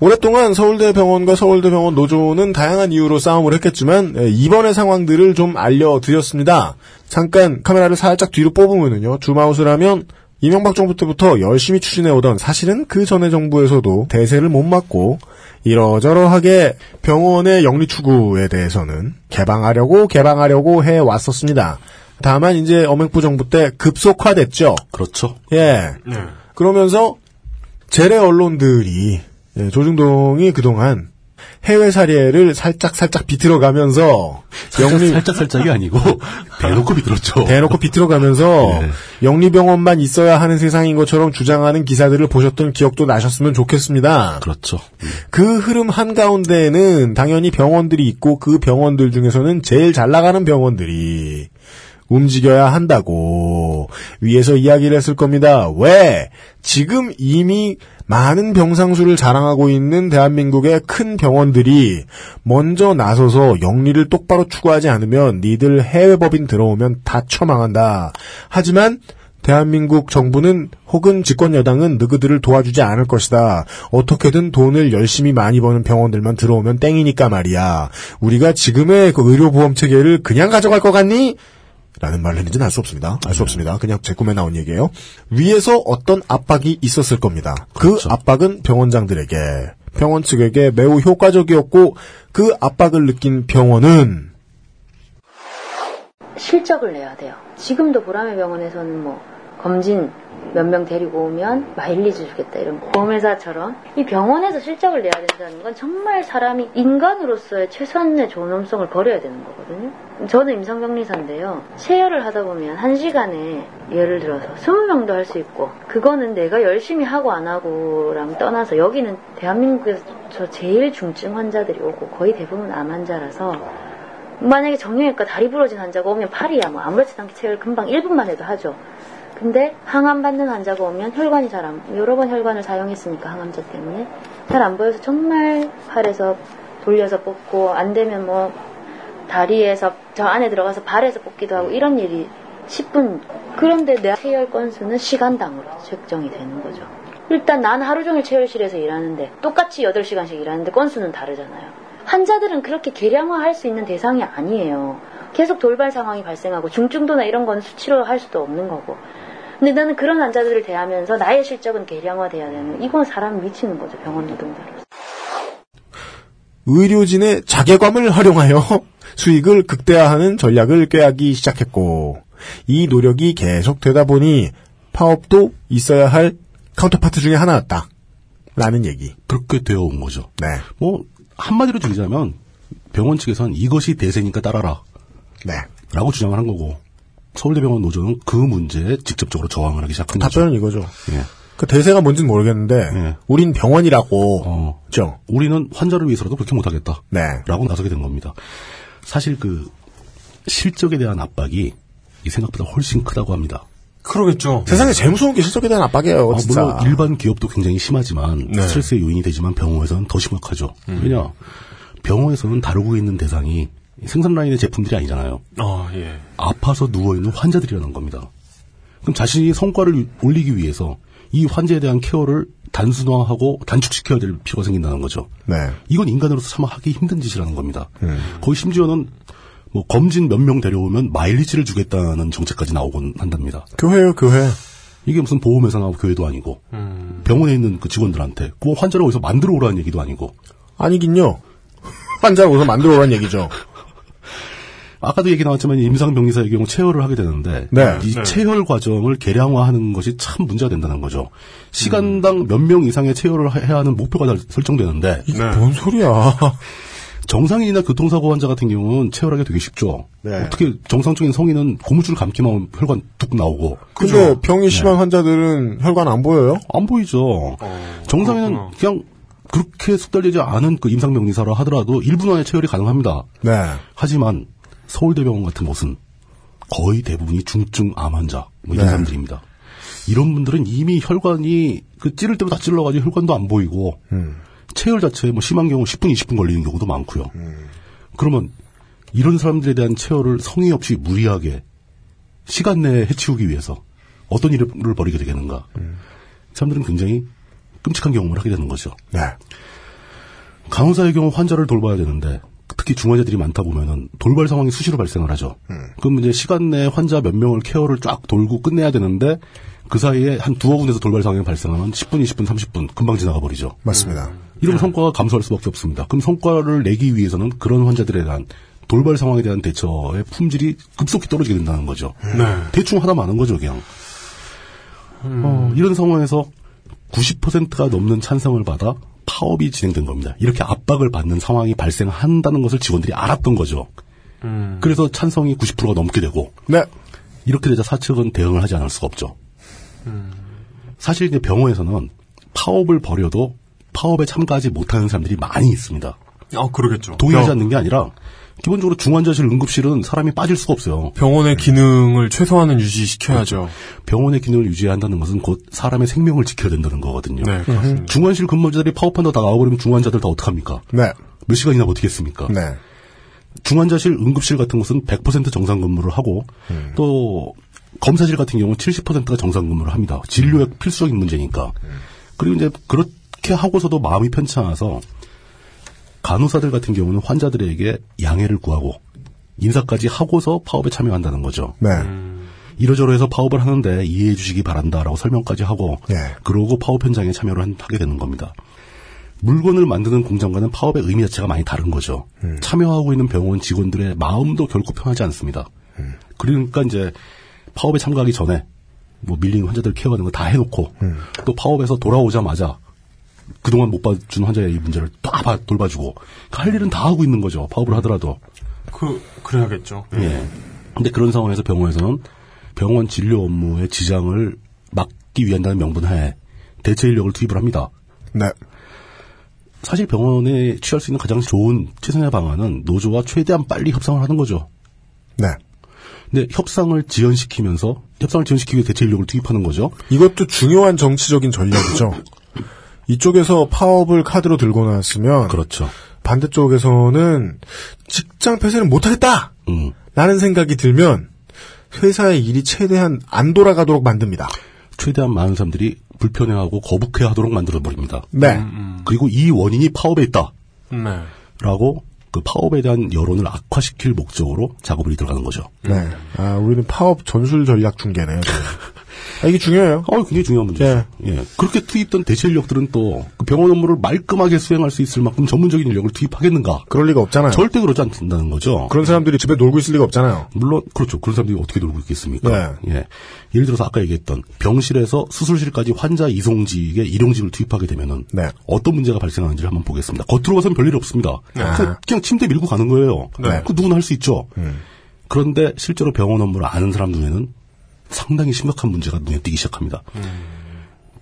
오랫동안 서울대병원과 서울대병원 노조는 다양한 이유로 싸움을 했겠지만 예, 이번의 상황들을 좀 알려드렸습니다. 잠깐 카메라를 살짝 뒤로 뽑으면요 줌아웃을 하면 이명박 정부 때부터 열심히 추진해오던 사실은 그 전의 정부에서도 대세를 못 막고 이러저러하게 병원의 영리 추구에 대해서는 개방하려고 개방하려고 해왔었습니다. 다만 이제 어맹부 정부 때 급속화됐죠.
그렇죠.
예. 그러면서 재래 언론들이 예, 조중동이 그동안 해외 사례를 살짝 살짝 비틀어가면서 영리
살짝 살짝이 아니고 대놓고 비들었죠.
대놓고 비틀어가면서
네.
영리병원만 있어야 하는 세상인 것처럼 주장하는 기사들을 보셨던 기억도 나셨으면 좋겠습니다.
그렇죠.
그 흐름 한가운데에는 당연히 병원들이 있고 그 병원들 중에서는 제일 잘 나가는 병원들이 움직여야 한다고 위에서 이야기를 했을 겁니다. 왜? 지금 이미 많은 병상수를 자랑하고 있는 대한민국의 큰 병원들이 먼저 나서서 영리를 똑바로 추구하지 않으면 니들 해외 법인 들어오면 다 처망한다. 하지만 대한민국 정부는 혹은 집권 여당은 너그들을 도와주지 않을 것이다. 어떻게든 돈을 열심히 많이 버는 병원들만 들어오면 땡이니까 말이야. 우리가 지금의 그 의료보험 체계를 그냥 가져갈 것 같니? 라는 말을 했는지는 알 수 없습니다. 알 수 없습니다. 그냥 제 꿈에 나온 얘기예요. 위에서 어떤 압박이 있었을 겁니다. 그 압박은 병원장들에게, 병원 측에게 매우 효과적이었고 그 압박을 느낀 병원은
실적을 내야 돼요. 지금도 보람의 병원에서는 뭐 검진 몇 명 데리고 오면 마일리지 주겠다 이런 보험회사처럼 이 병원에서 실적을 내야 된다는 건 정말 사람이 인간으로서의 최선의 존엄성을 버려야 되는 거거든요. 저는 임상병리사인데요. 체열을 하다 보면 한시간에 예를 들어서 20명도 할 수 있고 그거는 내가 열심히 하고 안 하고랑 떠나서 여기는 대한민국에서 저 제일 중증 환자들이 오고 거의 대부분 암 환자라서 만약에 정형외과 다리 부러진 환자가 오면 팔이야 뭐 아무렇지도 않게 체열 금방 1분만 해도 하죠. 근데 항암 받는 환자가 오면 혈관이 잘 안, 여러 번 혈관을 사용했으니까 항암제 때문에 잘 안 보여서 정말 팔에서 돌려서 뽑고 안 되면 뭐 다리에서 저 안에 들어가서 발에서 뽑기도 하고 이런 일이 10분 그런데 내 체열 건수는 시간당으로 책정이 되는 거죠. 일단 난 하루 종일 체열실에서 일하는데 똑같이 8시간씩 일하는데 건수는 다르잖아요. 환자들은 그렇게 계량화할 수 있는 대상이 아니에요. 계속 돌발 상황이 발생하고 중증도나 이런 건 수치로 할 수도 없는 거고. 근데 나는 그런 환자들을 대하면서 나의 실적은 계량화돼야 되는 이건 사람 미치는 거죠 병원 노동자로서.
의료진의 자괴감을 활용하여 수익을 극대화하는 전략을 꾀하기 시작했고 이 노력이 계속되다 보니 파업도 있어야 할 카운터파트 중에 하나였다. 라는 얘기.
그렇게 되어 온 거죠. 네. 뭐 한마디로 줄이자면 병원 측에선 이것이 대세니까 따라라.
네.
라고 주장을 한 거고 서울대병원 노조는 그 문제에 직접적으로 저항을 하기 시작한 거죠.
답변은 이거죠.
예.
그 대세가 뭔지는 모르겠는데 우린 병원이라고.
죠 우리는 환자를 위해서라도 그렇게 못하겠다.
네.
라고 나서게 된 겁니다. 사실 그 실적에 대한 압박이 이 생각보다 훨씬 크다고 합니다.
그러겠죠.
세상에 제일 무서운 게 실적에 대한 압박이에요.
아,
어, 진짜.
물론 일반 기업도 굉장히 심하지만
네. 음.
스트레스의 요인이 되지만 병원에서는 더 심각하죠. 왜냐 병원에서는 다루고 있는 대상이 생산 라인의 제품들이 아니잖아요.
아, 예.
아파서 누워 있는 환자들이라는 겁니다. 그럼 자신이 성과를 유- 올리기 위해서 이 환자에 대한 케어를 단순화하고 단축시켜야 될 필요가 생긴다는 거죠.
네.
이건 인간으로서 참 하기 힘든 짓이라는 겁니다. 거의 심지어는 뭐 검진 몇 명 데려오면 마일리지를 주겠다는 정책까지 나오곤 한답니다.
교회요, 교회.
이게 무슨 보험회사나 교회도 아니고 병원에 있는 그 직원들한테 그 환자를 어디서 만들어 오라는 얘기도 아니고
아니긴요. 환자를 어디서 만들어 오라는 얘기죠.
아까도 얘기 나왔지만 임상병리사의 경우 체열을 하게 되는데
네.
이
네.
체열 과정을 계량화하는 것이 참 문제가 된다는 거죠. 시간당 몇 명 이상의 체열을 하- 해야 하는 목표가 다 설정되는데
이게 뭔 소리야?
정상인이나 교통사고 환자 같은 경우는 체열하기 되게 쉽죠.
네.
어떻게 정상적인 성인은 고무줄 감기만 하면 혈관 뚝 나오고.
근데 병이 심한 환자들은 혈관 안 보여요?
안 보이죠.
어,
정상인은 그냥 그렇게 숙달되지 않은 그 임상병리사라 하더라도 1분 안에 체열이 가능합니다.
네.
하지만 서울대병원 같은 곳은 거의 대부분이 중증 암 환자 뭐 이런
네.
사람들입니다. 이런 분들은 이미 혈관이 그 찌를 대로 다 찔러가지고 혈관도 안 보이고 체열 자체에 뭐 심한 경우 10분 20분 걸리는 경우도 많고요. 그러면 이런 사람들에 대한 체열을 성의 없이 무리하게 시간 내에 해치우기 위해서 어떤 일을 벌이게 되겠는가? 사람들은 굉장히 끔찍한 경험을 하게 되는 거죠.
네.
간호사의 경우 환자를 돌봐야 되는데 특히 중환자들이 많다 보면은 돌발 상황이 수시로 발생을 하죠. 그럼 이제 시간 내에 환자 몇 명을 케어를 쫙 돌고 끝내야 되는데 그 사이에 한 두어 군데서 돌발 상황이 발생하면 10분, 20분, 30분 금방 지나가 버리죠.
맞습니다.
이러면 성과가 감소할 수밖에 없습니다. 그럼 성과를 내기 위해서는 그런 환자들에 대한 돌발 상황에 대한 대처의 품질이 급속히 떨어지게 된다는 거죠. 대충 하다 마는 거죠, 그냥. 어, 이런 상황에서 90%가 넘는 찬성을 받아 파업이 진행된 겁니다. 이렇게 압박을 받는 상황이 발생한다는 것을 직원들이 알았던 거죠. 그래서 찬성이 90%가 넘게 되고
네.
이렇게 되자 사측은 대응을 하지 않을 수가 없죠. 사실 이제 병원에서는 파업을 벌여도 파업에 참가하지 못하는 사람들이 많이 있습니다.
아, 그러겠죠.
동의하지 않는 게 아니라 기본적으로 중환자실 응급실은 사람이 빠질 수가 없어요.
병원의 기능을 최소한은 유지시켜야죠.
병원의 기능을 유지해야 한다는 것은 곧 사람의 생명을 지켜야 된다는 거거든요.
네, 그렇습니다.
중환실 근무자들이 파업한다 고 나와버리면 중환자들 다 어떡합니까?
네.
몇 시간이나 버티겠습니까?
네.
중환자실, 응급실 같은 곳은 100% 정상 근무를 하고 또 검사실 같은 경우는 70%가 정상 근무를 합니다. 진료의 필수적인 문제니까. 그리고 이제 그렇게 하고서도 마음이 편치 않아서 간호사들 같은 경우는 환자들에게 양해를 구하고 인사까지 하고서 파업에 참여한다는 거죠.
네.
이러저러해서 파업을 하는데 이해해 주시기 바란다라고 설명까지 하고 그러고 파업 현장에 참여를 한- 하게 되는 겁니다. 물건을 만드는 공장과는 파업의 의미 자체가 많이 다른 거죠. 참여하고 있는 병원 직원들의 마음도 결코 편하지 않습니다. 그러니까 이제 파업에 참가하기 전에 뭐 밀린 환자들 케어하는 거 다 해놓고 또 파업에서 돌아오자마자 그동안 못 봐준 환자의 이 문제를 다 봐- 돌봐주고 그러니까 할 일은 다 하고 있는 거죠. 파업을 하더라도.
그 그래야겠죠.
예. 근데 그런 상황에서 병원에서는 병원 진료 업무의 지장을 막기 위한다는 명분 하에 대체 인력을 투입을 합니다.
네.
사실 병원에 취할 수 있는 가장 좋은 최선의 방안은 노조와 최대한 빨리 협상을 하는 거죠.
네.
근데 협상을 지연시키면서 협상을 지연시키기 위해 대체 인력을 투입하는 거죠.
이것도 중요한 정치적인 전략이죠. 이쪽에서 파업을 카드로 들고 나왔으면
그렇죠.
반대쪽에서는 직장 폐쇄는 못하겠다.
음,
라는 생각이 들면 회사의 일이 최대한 안 돌아가도록 만듭니다.
최대한 많은 사람들이 불편해하고 거북해하도록 만들어 버립니다.
네.
그리고 이 원인이 파업에 있다.
네.
라고 그 파업에 대한 여론을 악화시킬 목적으로 작업을 이들어가는 거죠.
네. 아, 우리는 파업 전술 전략 중계네요. 아, 이게 중요해요.
어, 굉장히 중요한 문제죠. 예. 그렇게 투입된 대체 인력들은 또그 병원 업무를 말끔하게 수행할 수 있을 만큼 전문적인 인력을 투입하겠는가?
그럴 리가 없잖아요.
절대 그러지 않는다는 거죠.
그런 사람들이 집에 놀고 있을 리가 없잖아요.
물론 그렇죠. 그런 사람들이 어떻게 놀고 있겠습니까?
네.
예. 예를 들어서 아까 얘기했던 병실에서 수술실까지 환자 이송직에 일용직을 투입하게 되면은 어떤 문제가 발생하는지를 한번 보겠습니다. 겉으로 봐서는 별일 없습니다.
네.
그냥, 그냥 침대 밀고 가는 거예요.
네. 음.
그 누구나 할 수 있죠. 그런데 실제로 병원 업무를 아는 사람 눈에는 상당히 심각한 문제가 눈에 띄기 시작합니다.
음.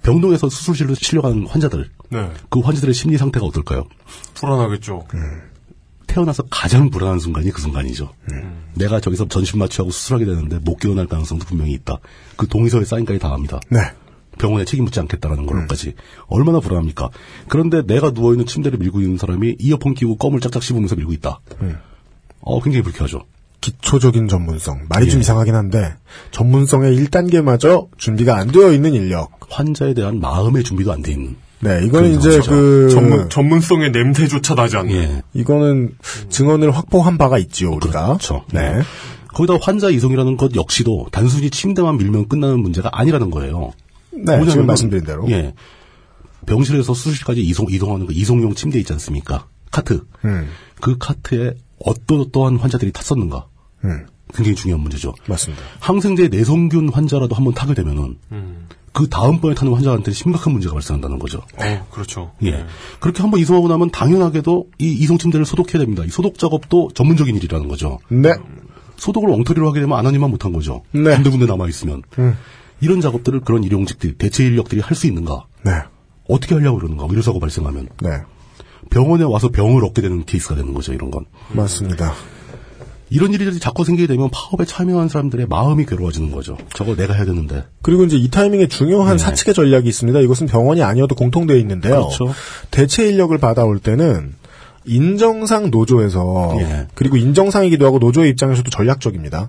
병동에서 수술실로 실려간 환자들,
네.
그 환자들의 심리 상태가 어떨까요?
불안하겠죠.
태어나서 가장 불안한 순간이 그 순간이죠.
음.
내가 저기서 전신 마취하고 수술하게 되는데 못 깨어날 가능성도 분명히 있다. 그 동의서에 사인까지 당합니다.
네.
병원에 책임 묻지 않겠다라는
음.
걸로까지 얼마나 불안합니까? 그런데 내가 누워 있는 침대를 밀고 있는 사람이 이어폰 끼고 껌을 짝짝 씹으면서 밀고 있다.
음.
어 굉장히 불쾌하죠.
기초적인 전문성. 말이 좀 이상하긴 한데, 전문성의 1단계마저 준비가 안 되어 있는 인력.
환자에 대한 마음의 준비도 안 돼 있는.
네, 이거는 이제
그렇죠.
그,
전문, 전문성의 냄새조차 나지
예.
않는.
예.
이거는 증언을 확보한 바가 있지요, 우리가.
그렇죠. 네. 거기다 환자 이송이라는 것 역시도 단순히 침대만 밀면 끝나는 문제가 아니라는 거예요.
네,
뭐냐면은,
지금 말씀드린 대로.
예. 병실에서 수술실까지 이송, 이동하는 그 이송용 침대 있지 않습니까? 카트.
음.
그 카트에 어떠어떠한 환자들이 탔었는가.
음.
굉장히 중요한 문제죠.
맞습니다.
항생제 내성균 환자라도 한번 타게 되면은
음.
그 다음번에 타는 환자한테 심각한 문제가 발생한다는 거죠.
어, 그렇죠.
예. 그렇게 한번 이송하고 나면 당연하게도 이 이송 침대를 소독해야 됩니다. 이 소독 작업도 전문적인 일이라는 거죠.
네.
소독을 엉터리로 하게 되면 안 하니만 못한 거죠.
네.
군데군데 남아 있으면
음.
이런 작업들을 그런 일용직들 대체 인력들이 할 수 있는가?
네.
어떻게 하려고 그러는가? 의료 사고 발생하면
네.
병원에 와서 병을 얻게 되는 케이스가 되는 거죠. 이런 건
맞습니다.
이런 일이 자꾸 생기게 되면 파업에 참여한 사람들의 마음이 괴로워지는 거죠. 저거 내가 해야 되는데
그리고 이제 이 타이밍에 중요한 사측의 전략이 있습니다. 이것은 병원이 아니어도 공통되어 있는데요.
네. 그렇죠.
대체 인력을 받아올 때는 인정상 노조에서
예.
그리고 인정상이기도 하고 노조의 입장에서도 전략적입니다.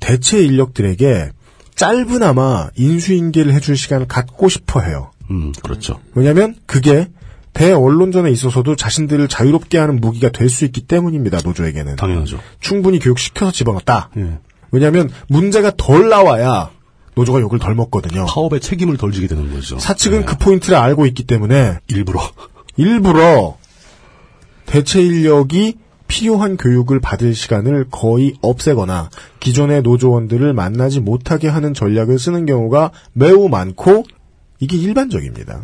대체 인력들에게 짧으나마 인수인계를 해줄 시간을 갖고 싶어 해요.
음 그렇죠.
왜냐하면 그게 대언론전에 있어서도 자신들을 자유롭게 하는 무기가 될 수 있기 때문입니다. 노조에게는
당연하죠.
충분히 교육시켜서 집어넣었다.
예.
왜냐하면 문제가 덜 나와야 노조가 욕을 덜 먹거든요.
파업에 책임을 덜 지게 되는 거죠. 예.
사측은 그 포인트를 알고 있기 때문에
일부러
일부러 대체 인력이 필요한 교육을 받을 시간을 거의 없애거나 기존의 노조원들을 만나지 못하게 하는 전략을 쓰는 경우가 매우 많고 이게 일반적입니다.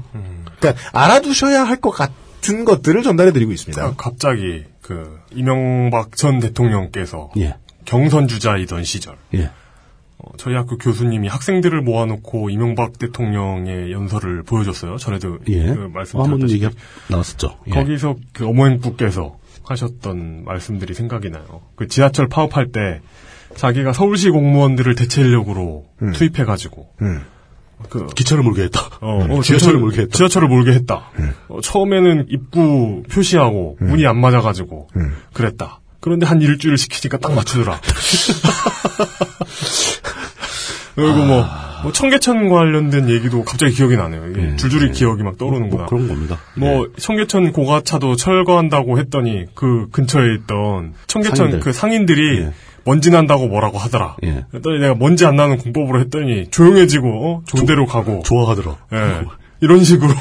그러니까 알아두셔야 할 것 같은 것들을 전달해 드리고 있습니다.
아, 갑자기 그 이명박 전 대통령께서
예.
경선 주자이던 시절
예.
어, 저희 학교 교수님이 학생들을 모아놓고 이명박 대통령의 연설을 보여줬어요. 전에도
예.
그
어, 한번
말씀드렸듯이
얘기 나왔었죠. 예.
거기서 그 어머님께서 하셨던 말씀들이 생각이 나요. 그 지하철 파업할 때 자기가 서울시 공무원들을 대체 인력으로
음.
투입해가지고 그
기차를 몰게 했다.
어,
음.
어,
지하철을 몰게 했다. 예.
지하철을 몰게 했다. 어, 처음에는 입구 표시하고 문이 안 맞아가지고
예.
그랬다. 그런데 한 일주일 시키니까 딱 맞추더라. 그리고 뭐
아.
뭐 청계천 관련된 얘기도 갑자기 기억이 나네요. 이게 줄줄이 기억이 막 떠오르는구나.
예. 그런 겁니다.
뭐
네.
청계천 고가차도 철거한다고 했더니 그 근처에 있던 청계천
상인들.
그 상인들이 먼지 난다고 뭐라고 하더라.
예.
그랬더니 내가 먼지 안 나는 공법으로 했더니 조용해지고 어? 좋은 데로 가고
좋아하더라.
예. 이런 식으로.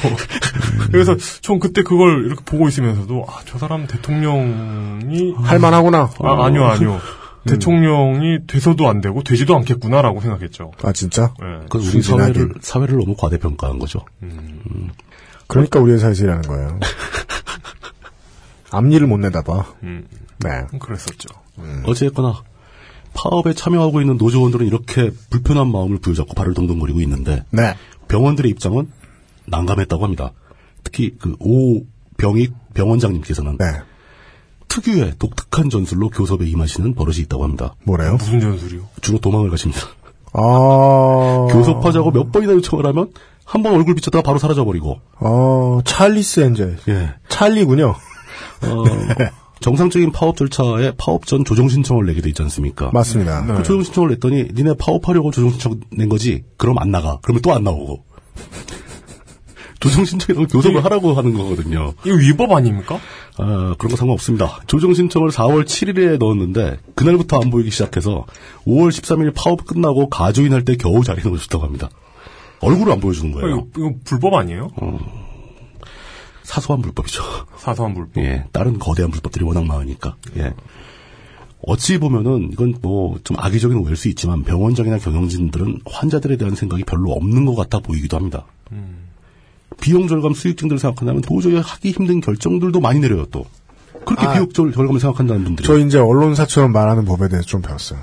그래서 전 그때 그걸 이렇게 보고 있으면서도 아, 저 사람 대통령이
할 만하구나. 어.
아, 아니요, 아니요.
음.
대통령이 돼서도 안 되고 되지도 않겠구나라고 생각했죠. 예.
아 진짜?
네.
그건 우리 사회를 사회를 너무 과대평가한 거죠.
그러니까 우리의 사실이라는 거예요. 앞니를 못 내다봐.
음.
네.
그랬었죠. 네.
어쨌거나 파업에 참여하고 있는 노조원들은 이렇게 불편한 마음을 부여잡고 발을 동동거리고 있는데
네.
병원들의 입장은 난감했다고 합니다. 특히 그 오 병익 병원장님께서는
네.
특유의 독특한 전술로 교섭에 임하시는 버릇이 있다고 합니다.
뭐래요?
무슨 전술이요?
주로 도망을 가십니다.
아
교섭하자고 몇 번이나 요청을 하면 한 번 얼굴 비쳤다가 바로 사라져버리고
어 찰리스 엔젤.
예.
찰리군요.
어, 정상적인 파업 절차에 파업 전 조정 신청을 내게 돼 있지 않습니까?
맞습니다.
그 조정 신청을 냈더니 니네 파업하려고 조정 신청 낸 거지. 그럼 안 나가. 그러면 또 안 나오고. 조정 신청이라고 교섭을 하라고 하는 거거든요.
이거 위법 아닙니까?
아, 그런 거 상관없습니다. 조정 신청을 4월 7일에 넣었는데 그날부터 안 보이기 시작해서 5월 13일 파업 끝나고 가조인할 때 겨우 자리에 넣어줬다고 합니다. 얼굴을 안 보여주는 거예요.
이거, 이거 불법 아니에요?
사소한 불법이죠.
사소한 불법.
예, 다른 거대한 불법들이 워낙 많으니까. 예. 어찌 보면은 이건 뭐 좀 악의적인 오일 수 있지만 병원장이나 경영진들은 환자들에 대한 생각이 별로 없는 것 같아 보이기도 합니다. 비용 절감 수익 증대를 생각한다면 도저히 하기 힘든 결정들도 많이 내려요 또. 그렇게 비용 절- 절감을 생각한다는 분들이
저 이제 언론사처럼 말하는 법에 대해서 좀 배웠어요.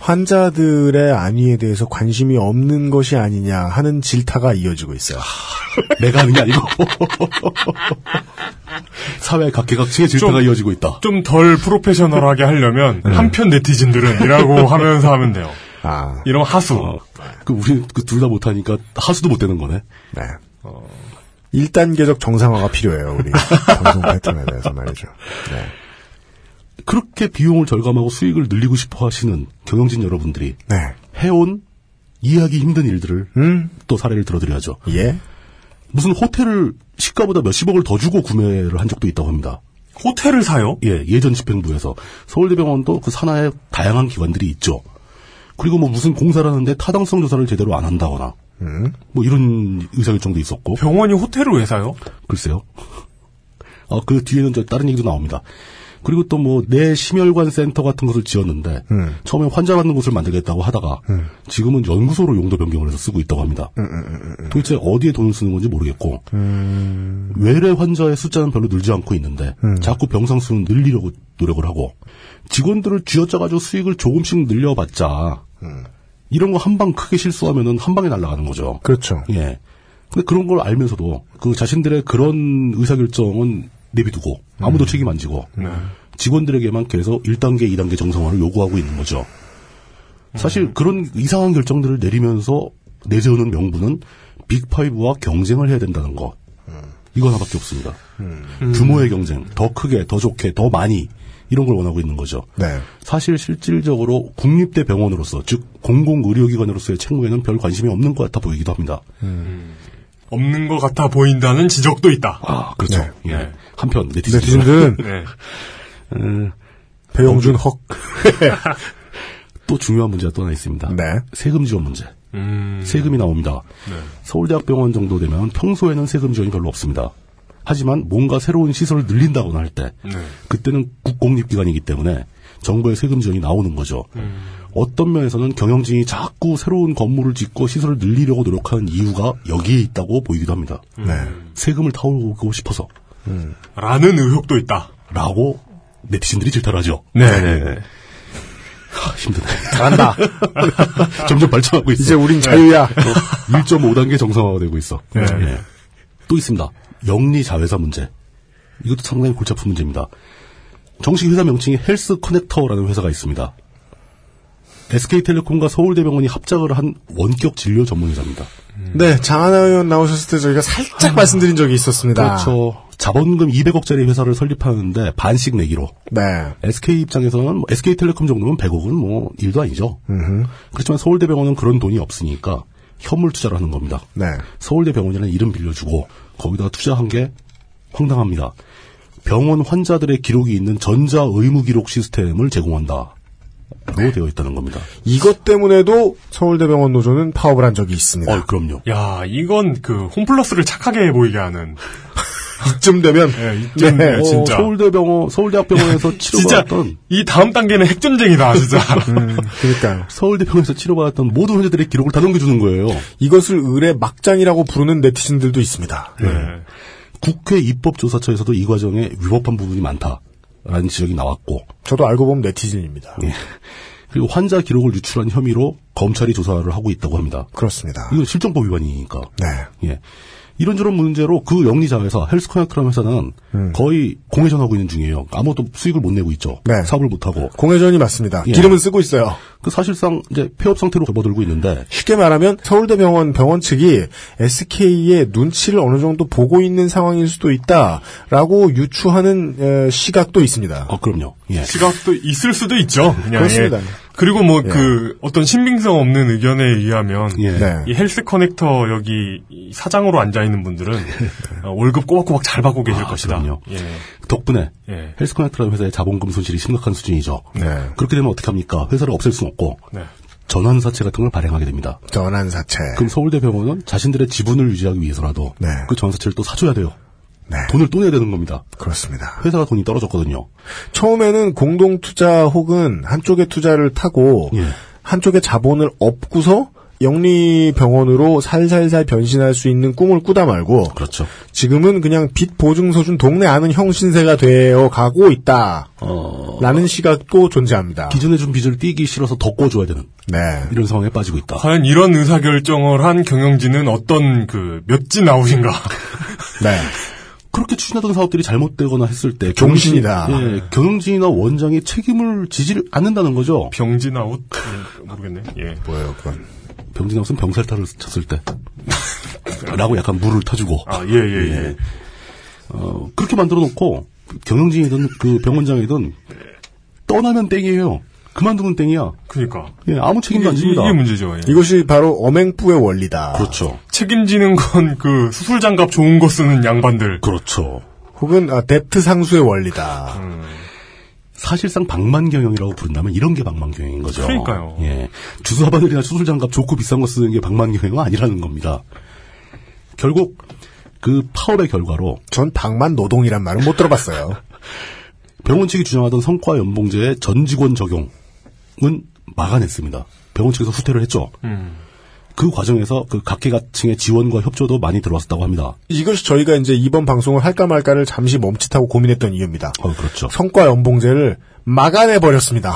환자들의 안위에 대해서 관심이 없는 것이 아니냐 하는 질타가 이어지고 있어요.
내가 하는 게 아니고 사회 각계각층의 질타가 이어지고 있다.
좀 덜 프로페셔널하게 하려면 한편 네티즌들은 이라고 하면서 하면 돼요.
아.
이러면 하수.
그 우리 그 둘 다 못하니까 하수도 못 되는 거네.
네.
어.
1단계적 정상화가 필요해요, 우리. 방송 패턴에 대해서 말이죠. 네.
그렇게 비용을 절감하고 수익을 늘리고 싶어 하시는 경영진 여러분들이
네.
해온 이해하기 힘든 일들을 또 사례를 들어드려야죠.
예.
무슨 호텔을 시가보다 몇십억을 더 주고 구매를 한 적도 있다고 합니다.
호텔을 사요?
예, 예전 집행부에서 서울대병원도 그 산하에 다양한 기관들이 있죠. 그리고 뭐 무슨 공사를 하는데 타당성 조사를 제대로 안 한다거나
음.
뭐 이런 의사결정도 있었고
병원이 호텔을 왜 사요?
글쎄요. 아, 그 뒤에는 저 다른 얘기도 나옵니다. 그리고 또 뭐 내 심혈관 센터 같은 것을 지었는데 처음에 환자 받는 곳을 만들겠다고 하다가 지금은 연구소로 용도 변경을 해서 쓰고 있다고 합니다. 도대체 어디에 돈을 쓰는 건지 모르겠고 외래 환자의 숫자는 별로 늘지 않고 있는데 자꾸 병상 수는 늘리려고 노력을 하고 직원들을 쥐어짜가지고 수익을 조금씩 늘려봤자 이런 거 한 방 크게 실수하면은 한 방에 날아가는 거죠.
그렇죠.
예. 근데 그런 걸 알면서도 그 자신들의 그런 의사결정은 내비두고 아무도 책임 안 지고 직원들에게만 계속 1단계, 2단계 정상화를 요구하고 있는 거죠. 사실 그런 이상한 결정들을 내리면서 내세우는 명분은 빅파이브와 경쟁을 해야 된다는 것. 이거 하나밖에 없습니다. 규모의 경쟁, 더 크게, 더 좋게, 더 많이 이런 걸 원하고 있는 거죠.
네.
사실 실질적으로 국립대 병원으로서 즉 공공의료기관으로서의 책무에는 별 관심이 없는 것 같아 보이기도 합니다.
없는 것 같아 보인다는 지적도 있다.
아, 그렇죠.
네.
예. 한편 네티즌들은
네티즌들은
음,
배용준 헉.
또 중요한 문제가 또 하나 있습니다.
네.
세금 지원 문제.
네. 음.
세금이 나옵니다.
네.
서울대학병원 정도 되면 평소에는 세금 지원이 별로 없습니다. 하지만 뭔가 새로운 시설을 늘린다거나 할 때
네.
그때는 국공립기관이기 때문에 정부의 세금 지원이 나오는 거죠.
음.
어떤 면에서는 경영진이 자꾸 새로운 건물을 짓고 시설을 늘리려고 노력하는 이유가 여기에 있다고 보이기도 합니다.
네.
세금을 타오르고 싶어서.
라는 의혹도 있다.
라고 네티즌들이 질타를 하죠.
네네네.
아, 힘드네. 잘한다. 점점 발전하고 있어. 네.
이제 우린 자유야.
1.5단계 정상화가 되고 있어.
네.
예. 또 있습니다. 영리 자회사 문제. 이것도 상당히 골치 아픈 문제입니다. 정식 회사 명칭이 헬스 커넥터라는 회사가 있습니다. SK텔레콤과 서울대병원이 합작을 한 원격 진료 전문 회사입니다.
네, 장하나 의원 나오셨을 때 저희가 살짝 말씀드린 적이 있었습니다.
아. 그렇죠. 자본금 200억짜리 회사를 설립하는데 반씩 내기로.
네.
SK 입장에서는 뭐 SK텔레콤 정도면 100억은 뭐 일도 아니죠. 그렇지만 서울대병원은 그런 돈이 없으니까 현물 투자를 하는 겁니다.
네.
서울대병원이라는 이름 빌려주고 거기다가 투자한 게 황당합니다. 병원 환자들의 기록이 있는 전자 의무 기록 시스템을 제공한다. 로 되어 있다는 겁니다.
이것 때문에도 서울대병원 노조는 파업을 한 적이 있습니다.
어, 그럼요.
야, 이건 그 홈플러스를 착하게 보이게 하는.
이쯤 되면
예, 이쯤
네.
되면 네,
어.
진짜.
어, 서울대병원 서울대학병원에서
진짜
치료받았던
이 다음 단계는 핵전쟁이다, 진짜.
음.
음,
그러니까요.
서울대병원에서 치료받았던 모든 환자들의 기록을 다 넘겨주는 거예요.
이것을 을의 막장이라고 부르는 네티즌들도 있습니다.
국회 입법조사처에서도 이 과정에 위법한 부분이 많다라는 지적이 나왔고
저도 알고 보면 네티즌입니다.
예. 그리고 환자 기록을 유출한 혐의로 검찰이 조사를 하고 있다고 합니다.
그렇습니다.
이건 실정법 위반이니까.
네.
예. 이런저런 문제로 그 영리자 회사 헬스코야크라는 회사는
음.
거의 공회전하고 있는 중이에요. 아무것도 수익을 못 내고 있죠.
네.
사업을 못 하고.
공회전이 맞습니다.
예.
기름은 쓰고 있어요.
그 사실상 이제 폐업 상태로 접어들고 있는데
쉽게 말하면 서울대병원 병원 측이 SK의 눈치를 어느 정도 보고 있는 상황일 수도 있다라고 유추하는 에, 시각도 있습니다.
어, 그럼요.
시각도 있을 수도 있죠. 그냥
그렇습니다.
예. 그리고 뭐 그 어떤 신빙성 없는 의견에 의하면
네.
이 헬스 커넥터 여기 이 사장으로 앉아 있는 분들은 어, 월급 꼬박꼬박 잘 받고 계실 것이다.
아, 그럼요.
예.
덕분에
예.
헬스코넥트라는 회사의 자본금 손실이 심각한 수준이죠.
네.
그렇게 되면 어떻게 합니까? 회사를 없앨 수는 없고
네.
전환사채 같은 걸 발행하게 됩니다.
네. 전환사채.
그럼 서울대병원은 자신들의 지분을 유지하기 위해서라도
네.
그 전환사채를 또 사줘야 돼요.
네.
돈을 또 내야 되는 겁니다.
그렇습니다.
회사가 돈이 떨어졌거든요.
처음에는 공동 투자 혹은 한쪽의 투자를 타고
예.
한쪽의 자본을 업고서 영리 병원으로 살살살 변신할 수 있는 꿈을 꾸다 말고
그렇죠.
지금은 그냥 빚 보증서 준 동네 아는 형 신세가 되어 가고 있다.
어,
라는 시각도 존재합니다.
기존에 준 빚을 띄기 싫어서 더 꼬줘야 되는
네.
이런 상황에 빠지고 있다.
과연 이런 의사 결정을 한 경영진은 어떤 그 몇진 아웃인가?
네.
그렇게 추진하던 사업들이 잘못되거나 했을 때
종신이다.
경영진- 예, 경영진이나 원장이 책임을 지지를 않는다는 거죠.
병진 아웃 예, 모르겠네. 예.
뭐예요, 그건.
병진이 없으면 병살타를 쳤을 때 라고 약간 물을 타주고
아, 예, 예, 예.
어, 그렇게 만들어 놓고 경영진이든 그 병원장이든 떠나면 땡이에요. 그만두면 땡이야.
그러니까
예, 아무 책임도 안
이게-
집니다.
이게 문제죠. 예.
이것이 바로 엄행부의 원리다.
그렇죠.
책임지는 건 그 수술 장갑 좋은 거 쓰는 양반들.
그렇죠.
혹은 아, 뎁트 상수의 원리다.
사실상 방만 경영이라고 부른다면 이런 게 방만 경영인 거죠.
그러니까요.
예. 주사 바늘이나 수술 장갑 좋고 비싼 거 쓰는 게 방만 경영은 아니라는 겁니다. 결국 그 파업의 결과로
전 방만 노동이란 말은 못 들어봤어요.
병원 측이 주장하던 성과 연봉제의 전 직원 적용은 막아냈습니다. 병원 측에서 후퇴를 했죠. 그 과정에서 그 각계각층의 지원과 협조도 많이 들어왔다고 합니다.
이것이 저희가 이제 이번 방송을 할까 말까를 잠시 멈칫하고 고민했던 이유입니다.
어, 그렇죠.
성과 연봉제를 막아내 버렸습니다.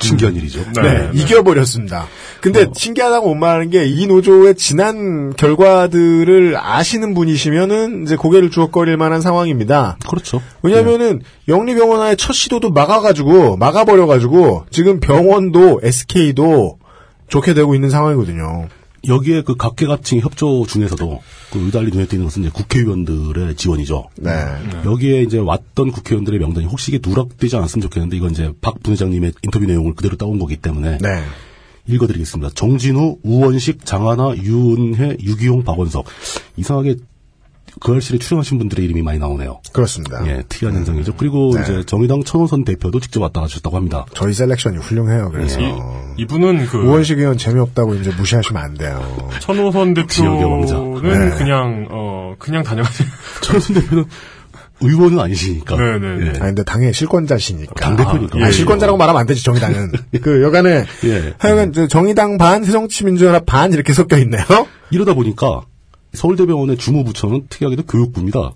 신기한 일이죠.
네, 어. 이겨버렸습니다. 근데 신기하다고 원만한 게 이 노조의 지난 결과들을 아시는 분이시면은 이제 고개를 주걱거릴 만한 상황입니다.
그렇죠.
왜냐면은 영리병원화의 첫 시도도 막아가지고 막아버려가지고 지금 병원도 SK도 좋게 되고 있는 상황이거든요.
여기에 그 각계각층의 협조 중에서도 그 유달리 눈에 띄는 것은 이제 국회의원들의 지원이죠.
네.
여기에 이제 왔던 국회의원들의 명단이 혹시 이게 누락되지 않았으면 좋겠는데 이건 이제 박 부회장님의 인터뷰 내용을 그대로 따온 거기 때문에
네.
읽어드리겠습니다. 정진우, 우원식, 장하나, 유은혜, 유기용, 박원석. 이상하게 그 알실에 출연하신 분들의 이름이 많이 나오네요.
그렇습니다.
예,
음.
특이한 현상이죠. 그리고
네.
이제 정의당 천호선 대표도 직접 왔다 가셨다고 합니다.
저희 셀렉션이 훌륭해요. 그래서
어.
이분은 그
뭐
우원식 의원 재미없다고 이제 무시하시면 안 돼요.
천호선
그 지역의 왕자. 네.
대표는 그냥 어 그냥 다녀가세요.
천호선 대표는 의원은 아니시니까.
네네.
예.
아니 근데 당의 실권자시니까.
당대표니까.
아, 실권자라고 말하면 안 되지 정의당은. 그 여간에
예.
하여간 저 정의당 반, 새정치민주연합 반 이렇게 섞여 있네요.
이러다 보니까 서울대병원의 주무부처는 특이하게도 교육부입니다.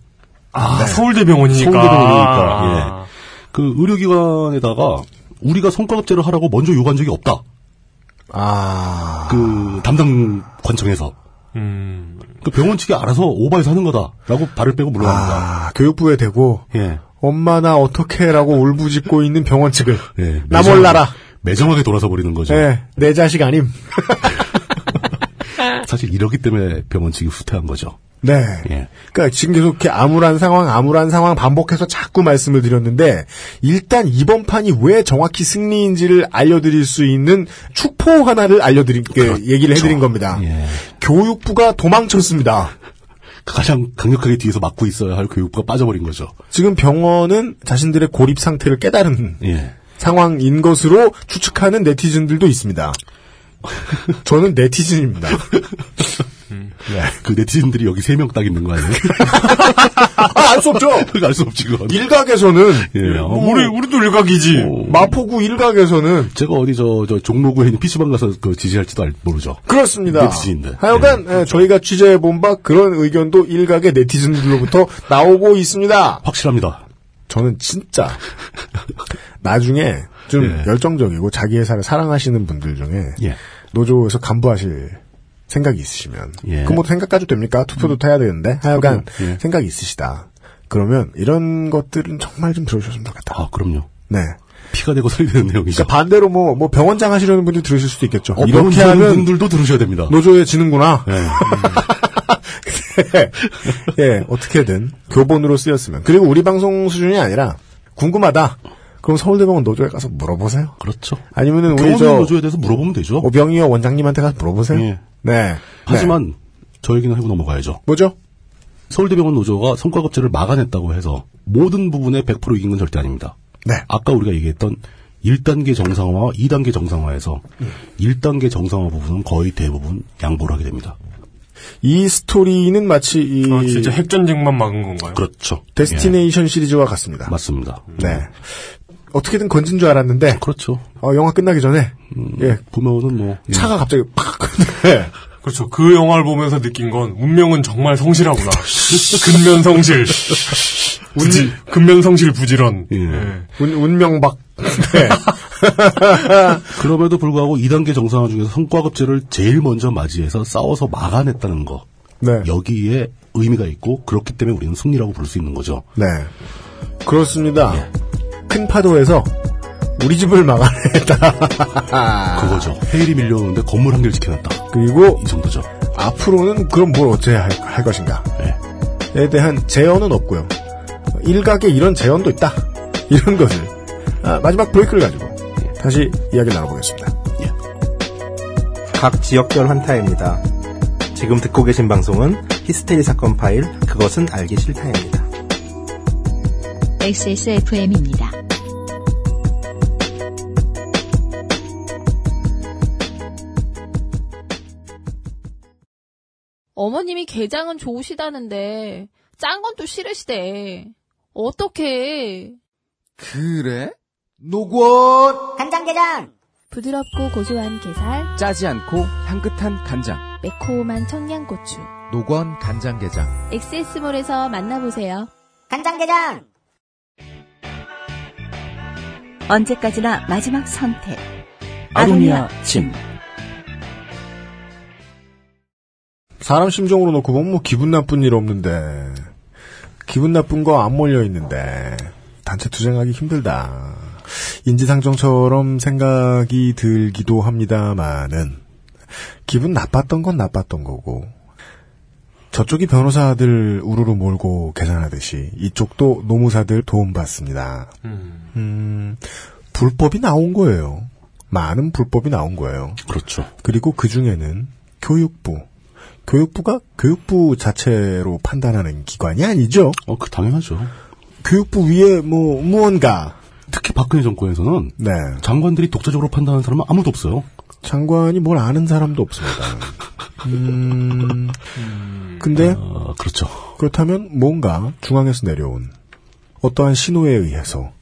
아 서울대병원이니까.
서울대병원이니까.
아.
예. 그 의료기관에다가 우리가 성과급제를 하라고 먼저 요구한 적이 없다.
아
그 담당 관청에서.
음.
그 병원 측이 알아서 오바해서 하는 거다라고 발을 빼고 물러갑니다.
아, 교육부에 대고
예.
엄마 나 어떻게라고 울부짖고 있는 병원 측을
예.
나
매장-
몰라라.
매정하게 돌아서 버리는 거죠.
네, 내 자식 아님.
사실 이러기 때문에 병원 측이 후퇴한 거죠. 예.
네. 그러니까 지금 계속 이렇게 암울한 상황, 암울한 상황 반복해서 자꾸 말씀을 드렸는데 일단 이번 판이 왜 정확히 승리인지를 알려드릴 수 있는 축포 하나를 알려드린 게 얘기를 해드린 겁니다. 교육부가 도망쳤습니다.
가장 강력하게 뒤에서 막고 있어야 할 교육부가 빠져버린 거죠.
지금 병원은 자신들의 고립 상태를 깨달은 상황인 것으로 추측하는 네티즌들도 있습니다. 저는 네티즌입니다.
그 네티즌들이 여기 세 명 딱 있는 거 아니에요?
아, 알 수 없죠.
알 수 없지 그건.
일각에서는
예, 어,
우리 우리도 일각이지. 마포구 일각에서는
제가 어디 저, 저 종로구에 있는 PC방 가서 그 지지할지도 알- 모르죠.
그렇습니다.
네티즌인데.
하여간 예, 저희가 취재해 본 바 그런 의견도 일각의 네티즌들로부터 나오고 있습니다.
확실합니다.
저는 진짜 나중에 좀
네.
열정적이고 자기 회사를 사랑하시는 분들 중에
예.
노조에서 간부하실 생각이 있으시면
예.
그뭐 생각까지 됩니까? 투표도
음.
해야 되는데 하여간
예.
생각이 있으시다. 그러면 이런 것들은 정말 좀 들어주셨으면 좋겠다.
아 그럼요.
네.
피가 되고 살이 되는 내용이죠.
그러니까 반대로 뭐, 뭐 병원장 하시려는 분들 들으실 수도 있겠죠.
어,
이렇게 하면
분들도 들으셔야 됩니다.
노조에 지는구나.
네. 음.
예, 어떻게든 교본으로 쓰였으면. 그리고 우리 방송 수준이 아니라 궁금하다. 그럼 서울대병원 노조에 가서 물어보세요.
그렇죠.
아니면은 우리
병원
저
노조에 대해서 물어보면 되죠.
오병이어 네. 원장님한테 가서 물어보세요.
예.
네.
하지만 저 얘기는 하고 넘어가야죠.
뭐죠?
서울대병원 노조가 성과급제를 막아냈다고 해서 모든 부분에 100% 이긴 건 절대 아닙니다.
네.
아까 우리가 얘기했던 1단계 정상화와 2단계 정상화에서 1단계 정상화 부분은 거의 대부분 양보를 하게 됩니다.
이 스토리는 마치 이
아, 진짜 핵전쟁만 막은 건가요?
그렇죠. 예.
데스티네이션 시리즈와 같습니다.
맞습니다.
네. 어떻게든 건진 줄 알았는데.
그렇죠. 음.
어, 영화 끝나기 전에. 예.
보면은 뭐.
차가 갑자기 팍! 네.
그렇죠. 그 영화를 보면서 느낀 건 운명은 정말 성실하구나. 근면 성실. 부지, 근면 성실 부지런. 예.
운, 운명박. 네.
그럼에도 불구하고 2단계 정상화 중에서 성과급제를 제일 먼저 맞이해서 싸워서 막아냈다는 거.
네.
네. 여기에 의미가 있고 그렇기 때문에 우리는 승리라고 부를 수 있는 거죠.
네. 그렇습니다. 큰 파도에서 우리 집을 막아냈다.
그거죠. 해일이 밀려오는데 건물 한 개를 지켜냈다.
그리고
이 정도죠.
앞으로는 그럼 뭘 어째 할, 할 것인가. 에 대한 제언은 없고요. 일각에 이런 제언도 있다. 이런 것을 아, 마지막 브레이크를 가지고 다시 이야기 나눠보겠습니다.
각 지역별 환타입니다. 지금 듣고 계신 방송은 히스테리 사건 파일 그것은 알기 싫다입니다.
XSFM입니다.
어머님이 게장은 좋으시다는데 짠 건 또 싫으시대. 어떻게?
그래? 노곤!
간장게장!
부드럽고 고소한 게살,
짜지 않고 향긋한 간장.
매콤한 청양고추.
노건 간장게장.
엑세스몰에서 만나보세요.
간장게장!
언제까지나 마지막 선택.
아로니아 침. 사람 심정으로 놓고 보면 뭐 기분 나쁜 일 없는데 기분 나쁜 거 안 몰려 있는데 단체 투쟁하기 힘들다. 인지상정처럼 생각이 들기도 합니다만은 기분 나빴던 건 나빴던 거고 저쪽이 변호사들 우르르 몰고 계산하듯이 이쪽도 노무사들 도움받습니다. 음, 불법이 나온 거예요. 많은 불법이 나온 거예요.
그렇죠.
그리고 그 중에는 교육부. 교육부가 교육부 자체로 판단하는 기관이 아니죠.
어, 그 당연하죠.
교육부 위에 뭐 무언가 네.
특히 박근혜 정권에서는 장관들이 독자적으로 판단하는 사람은 아무도 없어요.
장관이 뭘 아는 사람도 없습니다. 음, 근데
그렇죠.
그렇다면 뭔가 중앙에서 내려온 어떠한 신호에 의해서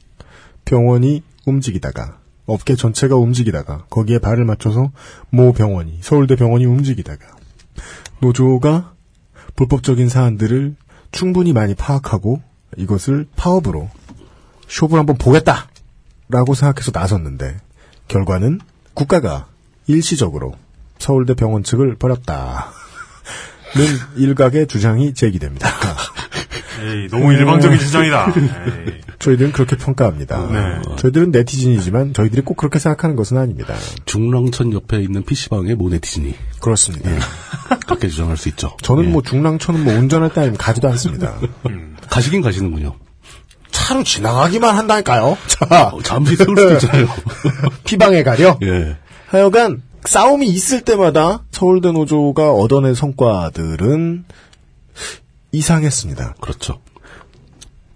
병원이 움직이다가 업계 전체가 움직이다가 거기에 발을 맞춰서 모 병원이 서울대 병원이 움직이다가 노조가 불법적인 사안들을 충분히 많이 파악하고 이것을 파업으로 쇼부를 한번 보겠다 라고 생각해서 나섰는데 결과는 국가가 일시적으로 서울대 병원 측을 버렸다. 는 일각의 주장이 제기됩니다.
에이, 너무 일방적인 주장이다. 에이.
저희들은 그렇게 평가합니다. 저희들은 네티즌이지만 저희들이 꼭 그렇게 생각하는 것은 아닙니다.
중랑천 옆에 있는 PC방의 모네티즌이.
그렇습니다.
그렇게 주장할 수 있죠.
예.
예.
저는 뭐 중랑천은 뭐 운전할 때 아니면 가지도 않습니다.
가시긴 가시는군요.
차로 지나가기만 한다니까요. 아, 자,
어, 잠시 세울
예.
수도 있잖아요.
피방에 가려?
예.
하여간 싸움이 있을 때마다 서울대 노조가 얻어낸 성과들은 이상했습니다.
그렇죠.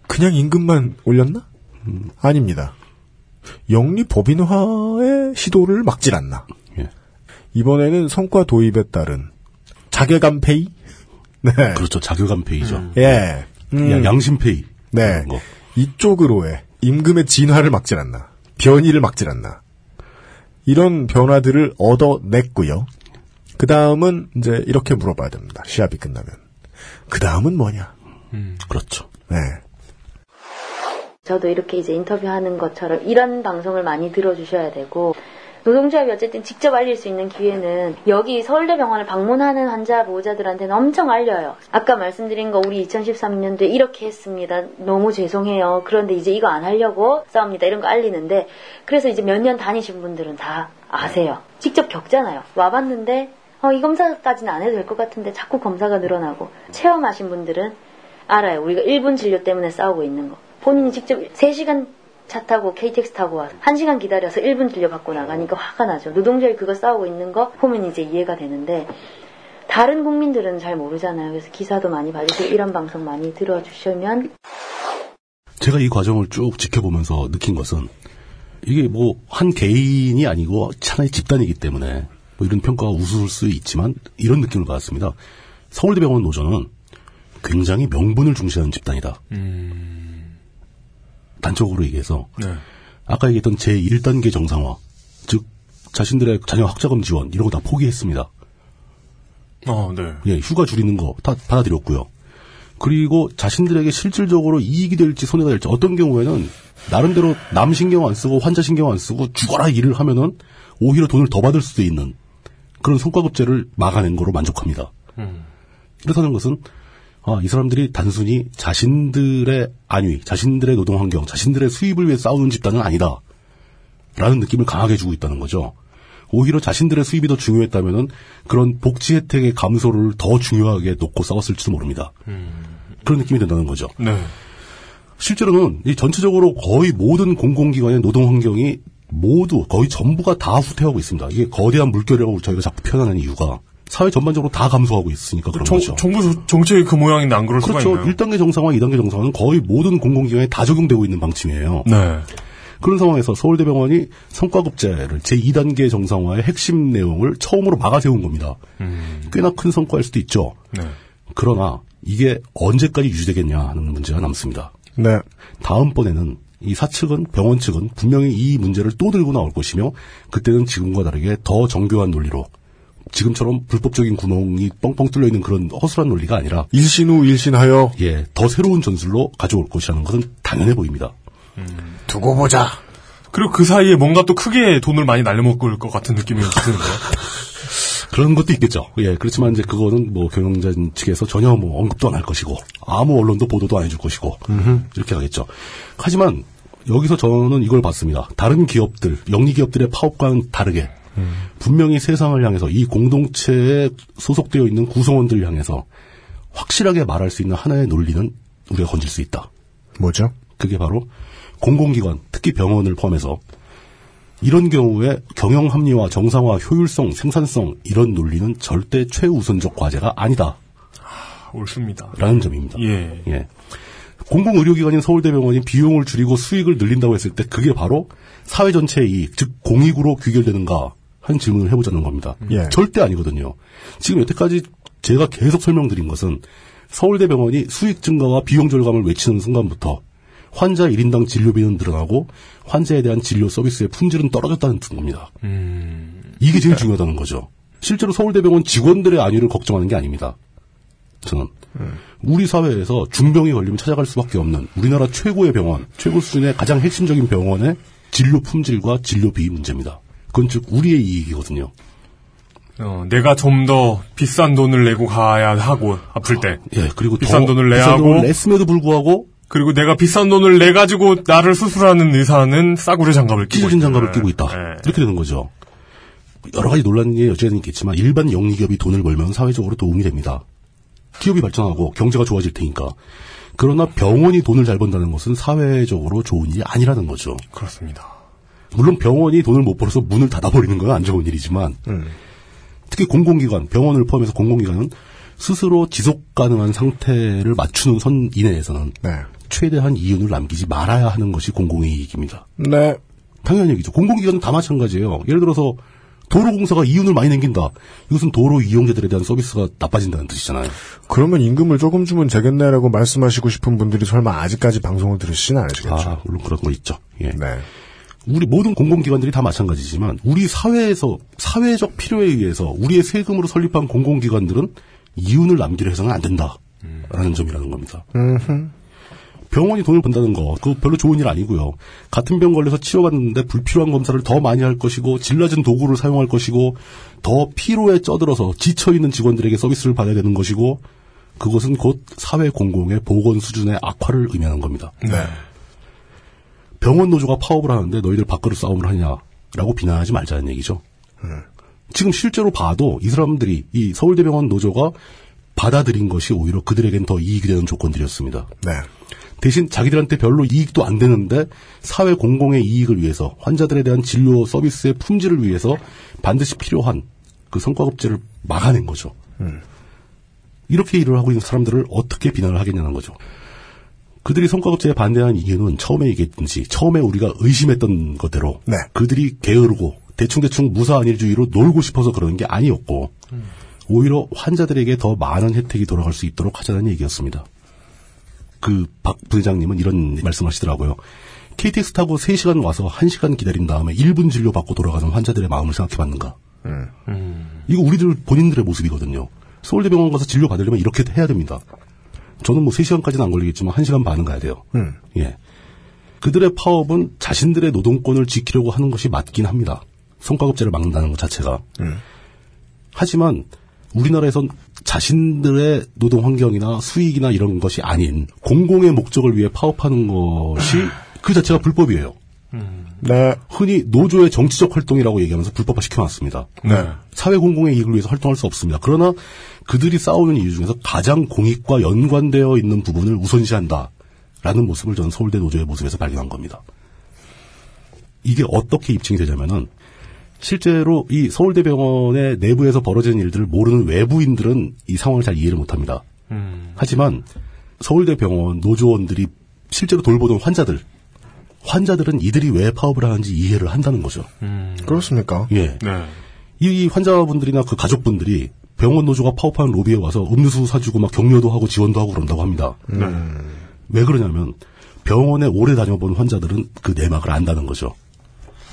그냥 임금만 올렸나? 음. 아닙니다. 영리 법인화의 시도를 막질 않나.
예.
이번에는 성과 도입에 따른 자괴감 페이? 네.
그렇죠. 자교감 페이죠.
예. 음.
야, 양심 페이.
네. 이쪽으로의 임금의 진화를 막질 않나. 변이를 막질 않나. 이런 변화들을 얻어냈고요. 그 다음은 이제 이렇게 물어봐야 됩니다. 시합이 끝나면. 그 다음은 뭐냐?
그렇죠.
네.
저도 이렇게 이제 인터뷰하는 것처럼 이런 방송을 많이 들어주셔야 되고 노동조합이 어쨌든 직접 알릴 수 있는 기회는 여기 서울대병원을 방문하는 환자 보호자들한테는 엄청 알려요. 아까 말씀드린 거 우리 2013년도에 이렇게 했습니다. 너무 죄송해요. 그런데 이제 이거 안 하려고 싸웁니다. 이런 거 알리는데 그래서 이제 몇 년 다니신 분들은 다 아세요. 직접 겪잖아요. 와봤는데 어, 이 검사까지는 안 해도 될 것 같은데 자꾸 검사가 늘어나고 체험하신 분들은 알아요. 우리가 1분 진료 때문에 싸우고 있는 거. 본인이 직접 3시간 차 타고 KTX 타고 와서 1시간 기다려서 1분 진료 받고 나가니까 화가 나죠. 노동자일 그거 싸우고 있는 거 보면 이제 이해가 되는데 다른 국민들은 잘 모르잖아요. 그래서 기사도 많이 봐주시고 이런 방송 많이 들어주시면
제가 이 과정을 쭉 지켜보면서 느낀 것은 이게 뭐 한 개인이 아니고 하나의 집단이기 때문에 뭐 이런 평가가 우스울 수 있지만 이런 느낌을 받았습니다. 서울대병원 노조는 굉장히 명분을 중시하는 집단이다. 단적으로 얘기해서 아까 얘기했던 제 1단계 정상화 즉 자신들의 자녀 학자금 지원 이런 거 다 포기했습니다.
어, 네.
예, 휴가 줄이는 거 다 받아들였고요. 그리고 자신들에게 실질적으로 이익이 될지 손해가 될지 어떤 경우에는 나름대로 남 신경 안 쓰고 환자 신경 안 쓰고 죽어라 일을 하면은 오히려 돈을 더 받을 수도 있는 그런 성과급제를 막아낸 거로 만족합니다. 그렇다는 것은 아, 이 사람들이 단순히 자신들의 안위, 자신들의 노동 환경, 자신들의 수입을 위해 싸우는 집단은 아니다. 라는 느낌을 강하게 주고 있다는 거죠. 오히려 자신들의 수입이 더 중요했다면은 그런 복지 혜택의 감소를 더 중요하게 놓고 싸웠을지도 모릅니다. 그런 느낌이 든다는 거죠.
네.
실제로는 이 전체적으로 거의 모든 공공기관의 노동 환경이 모두 거의 전부가 다 후퇴하고 있습니다. 이게 거대한 물결이라고 저희가 자꾸 표현하는 이유가 사회 전반적으로 다 감소하고 있으니까 그런
정,
거죠.
정부 조- 정책이 그 모양인데 안 그렇죠. 그럴
그렇죠.
수가 있나요?
1단계 정상화, 2단계 정상화는 거의 모든 공공기관에 다 적용되고 있는 방침이에요.
네.
그런 상황에서 서울대병원이 성과급제를 제2단계 정상화의 핵심 내용을 처음으로 막아 세운 겁니다. 꽤나 큰 성과일 수도 있죠.
음. 네.
그러나 이게 언제까지 유지되겠냐 하는 문제가 남습니다.
네.
다음번에는 이 사측은 병원 측은 분명히 이 문제를 또 들고 나올 것이며 그때는 지금과 다르게 더 정교한 논리로 지금처럼 불법적인 구멍이 뻥뻥 뚫려 있는 그런 허술한 논리가 아니라
일신 후 일신하여
예, 더 새로운 전술로 가져올 것이라는 것은 당연해 보입니다.
두고 보자.
그리고 그 사이에 뭔가 또 크게 돈을 많이 날려먹을 것 같은 느낌이 드는데요.
그런 것도 있겠죠. 예, 그렇지만 이제 그거는 뭐 경영자 측에서 전혀 뭐 언급도 안 할 것이고 아무 언론도 보도도 안 해줄 것이고 이렇게 가겠죠. 하지만 여기서 저는 이걸 봤습니다. 다른 기업들, 영리 기업들의 파업과는 다르게 분명히 세상을 향해서 이 공동체에 소속되어 있는 구성원들을 향해서 확실하게 말할 수 있는 하나의 논리는 우리가 건질 수 있다.
뭐죠?
그게 바로 공공기관, 특히 병원을 포함해서 이런 경우에 경영 합리화, 정상화, 효율성, 생산성 이런 논리는 절대 최우선적 과제가 아니다.
옳습니다.
라는 점입니다.
예.
예. 공공의료기관인 서울대병원이 비용을 줄이고 수익을 늘린다고 했을 때 그게 바로 사회 전체의 이익, 즉 공익으로 귀결되는가 하는 질문을 해보자는 겁니다.
예.
절대 아니거든요. 지금 여태까지 제가 계속 설명드린 것은 서울대병원이 수익 증가와 비용 절감을 외치는 순간부터 환자 1인당 진료비는 늘어나고 환자에 대한 진료 서비스의 품질은 떨어졌다는 겁니다. 이게 제일 중요하다는 거죠. 실제로 서울대병원 직원들의 안위를 걱정하는 게 아닙니다. 저는 우리 사회에서 중병이 걸리면 찾아갈 수밖에 없는 우리나라 최고의 병원, 최고 수준의 가장 핵심적인 병원의 진료 품질과 진료비 문제입니다. 그건 즉 우리의 이익이거든요.
어, 내가 좀 더 비싼 돈을 내고 가야 하고 아플 때.
예, 그리고
비싼
더
돈을 내야
비싼 돈을
하고
냈음에도 불구하고
그리고 내가 비싼 돈을 내 가지고 나를 수술하는 의사는 싸구려 장갑을 끼고
찢어진
있다. 네. 예.
장갑을 끼고 있다. 이렇게 되는 거죠. 여러 가지 논란이 여지는 있겠지만 일반 영리기업이 돈을 벌면 사회적으로 도움이 됩니다. 기업이 발전하고 경제가 좋아질 테니까. 그러나 병원이 돈을 잘 번다는 것은 사회적으로 좋은 일이 아니라는 거죠.
그렇습니다.
물론 병원이 돈을 못 벌어서 문을 닫아버리는 건 안 좋은 일이지만 특히 공공기관, 병원을 포함해서 공공기관은 스스로 지속 가능한 상태를 맞추는 선 이내에서는 최대한 이윤을 남기지 말아야 하는 것이 공공의 이익입니다.
네.
당연한 얘기죠. 공공기관은 다 마찬가지예요. 예를 들어서 도로공사가 이윤을 많이 남긴다. 이것은 도로 이용자들에 대한 서비스가 나빠진다는 뜻이잖아요.
그러면 임금을 조금 주면 되겠네라고 말씀하시고 싶은 분들이 설마 아직까지 방송을 들으시진 않으시겠죠.
아, 물론 그런 거 있죠. 예.
네.
우리 모든 공공기관들이 다 마찬가지지만 우리 사회에서 사회적 필요에 의해서 우리의 세금으로 설립한 공공기관들은 이윤을 남기려 해서는 안 된다라는 점이라는 겁니다. 병원이 돈을 번다는 거, 그거 별로 좋은 일 아니고요. 같은 병 걸려서 치료받는데 불필요한 검사를 더 많이 할 것이고, 질라진 도구를 사용할 것이고, 더 피로에 쩌들어서 지쳐있는 직원들에게 서비스를 받아야 되는 것이고, 그것은 곧 사회 공공의 보건 수준의 악화를 의미하는 겁니다. 병원 노조가 파업을 하는데 너희들 밖으로 싸움을 하냐라고 비난하지 말자는 얘기죠. 지금 실제로 봐도 이 사람들이 이 서울대병원 노조가 받아들인 것이 오히려 그들에겐 더 이익이 되는 조건들이었습니다.
네.
대신 자기들한테 별로 이익도 안 되는데 사회 공공의 이익을 위해서 환자들에 대한 진료 서비스의 품질을 위해서 반드시 필요한 그 성과급제를 막아낸 거죠. 이렇게 일을 하고 있는 사람들을 어떻게 비난을 하겠냐는 거죠. 그들이 성과급제에 반대한 이유는 처음에 얘기했든지 처음에 우리가 의심했던 것대로 그들이 게으르고 대충대충 무사한 일주의로 놀고 싶어서 그러는 게 아니었고 오히려 환자들에게 더 많은 혜택이 돌아갈 수 있도록 하자는 얘기였습니다. 그 박 부회장님은 이런 말씀하시더라고요. KTX 타고 3시간 와서 1시간 기다린 다음에 1분 진료 받고 돌아가는 환자들의 마음을 생각해 봤는가? 이거 우리들 본인들의 모습이거든요. 서울대병원 가서 진료 받으려면 이렇게 해야 됩니다. 저는 뭐 3시간까지는 안 걸리겠지만 1시간 반은 가야 돼요. 예. 그들의 파업은 자신들의 노동권을 지키려고 하는 것이 맞긴 합니다. 성과급제를 막는다는 것 자체가. 하지만 우리나라에선 자신들의 노동 환경이나 수익이나 이런 것이 아닌 공공의 목적을 위해 파업하는 것이 그 자체가 불법이에요.
네.
흔히 노조의 정치적 활동이라고 얘기하면서 불법화 시켜놨습니다.
네.
사회 공공의 이익을 위해서 활동할 수 없습니다. 그러나 그들이 싸우는 이유 중에서 가장 공익과 연관되어 있는 부분을 우선시한다라는 모습을 저는 서울대 노조의 모습에서 발견한 겁니다. 이게 어떻게 입증이 되냐면은 실제로 이 서울대병원의 내부에서 벌어지는 일들을 모르는 외부인들은 이 상황을 잘 이해를 못합니다. 하지만 서울대병원 노조원들이 실제로 돌보던 환자들, 환자들은 이들이 왜 파업을 하는지 이해를 한다는 거죠.
그렇습니까?
예. 이 환자분들이나 그 가족분들이 병원 노조가 파업하는 로비에 와서 음료수 사주고 막 격려도 하고 지원도 하고 그런다고 합니다. 왜 그러냐면 병원에 오래 다녀본 환자들은 그 내막을 안다는 거죠.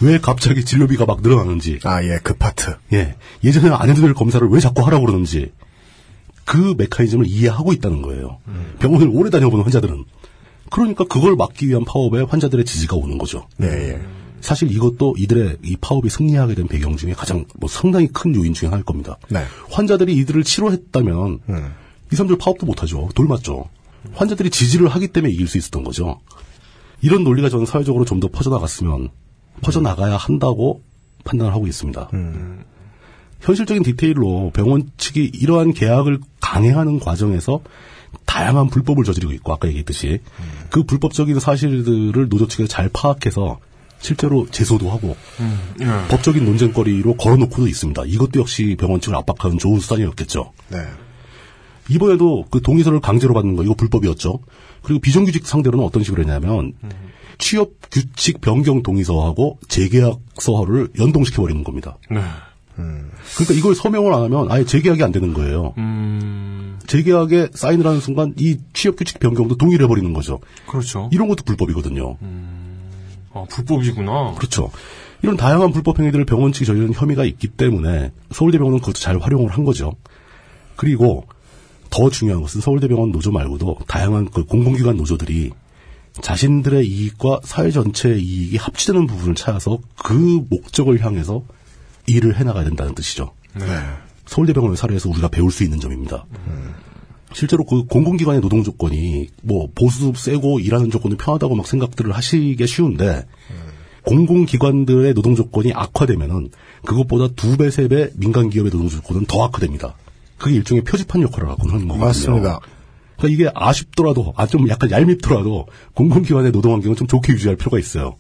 왜 갑자기 진료비가 막 늘어나는지.
아, 예, 그 파트.
예. 예전에 안 해도 될 검사를 왜 자꾸 하라고 그러는지. 그 메커니즘을 이해하고 있다는 거예요. 병원을 오래 다녀본 환자들은. 그러니까 그걸 막기 위한 파업에 환자들의 지지가 오는 거죠.
예, 네.
사실 이것도 이들의 이 파업이 승리하게 된 배경 중에 가장 뭐 상당히 큰 요인 중에 하나일 겁니다. 환자들이 이들을 치료했다면 이 사람들 파업도 못하죠. 돌맞죠. 환자들이 지지를 하기 때문에 이길 수 있었던 거죠. 이런 논리가 저는 사회적으로 좀 더 퍼져나갔으면 퍼져나가야 한다고 판단을 하고 있습니다. 현실적인 디테일로 병원 측이 이러한 계약을 강행하는 과정에서 다양한 불법을 저지르고 있고 아까 얘기했듯이 그 불법적인 사실들을 노조 측에서 잘 파악해서 실제로 제소도 하고 법적인 논쟁거리로 걸어놓고도 있습니다. 이것도 역시 병원 측을 압박하는 좋은 수단이었겠죠.
네.
이번에도 그 동의서를 강제로 받는 거 이거 불법이었죠. 그리고 비정규직 상대로는 어떤 식으로 했냐면 취업 규칙 변경 동의서하고 재계약 서류를 연동시켜 버리는 겁니다.
네.
그러니까 이걸 서명을 안 하면 아예 재계약이 안 되는 거예요.
음.
재계약에 사인을 하는 순간 이 취업 규칙 변경도 동의를 해버리는 거죠.
그렇죠.
이런 것도 불법이거든요.
아, 불법이구나.
그렇죠. 이런 다양한 불법 행위들을 병원 측이 저지른 혐의가 있기 때문에 서울대병원은 그것도 잘 활용을 한 거죠. 그리고 더 중요한 것은 서울대병원 노조 말고도 다양한 그 공공기관 노조들이 자신들의 이익과 사회 전체의 이익이 합치되는 부분을 찾아서 그 목적을 향해서 일을 해나가야 된다는 뜻이죠.
네.
서울대병원을 사례해서 우리가 배울 수 있는 점입니다.
음.
실제로 그 공공기관의 노동 조건이 뭐 보수 세고 일하는 조건이 편하다고 막 생각들을 하시기 쉬운데 공공기관들의 노동 조건이 악화되면은 그것보다 두 배, 세 배 민간 기업의 노동 조건은 더 악화됩니다. 그게 일종의 표지판 역할을 하고 하는 거거든요.
맞습니다.
그러니까 이게 아쉽더라도, 아, 좀 약간 얄밉더라도 공공기관의 노동 환경은 좀 좋게 유지할 필요가 있어요.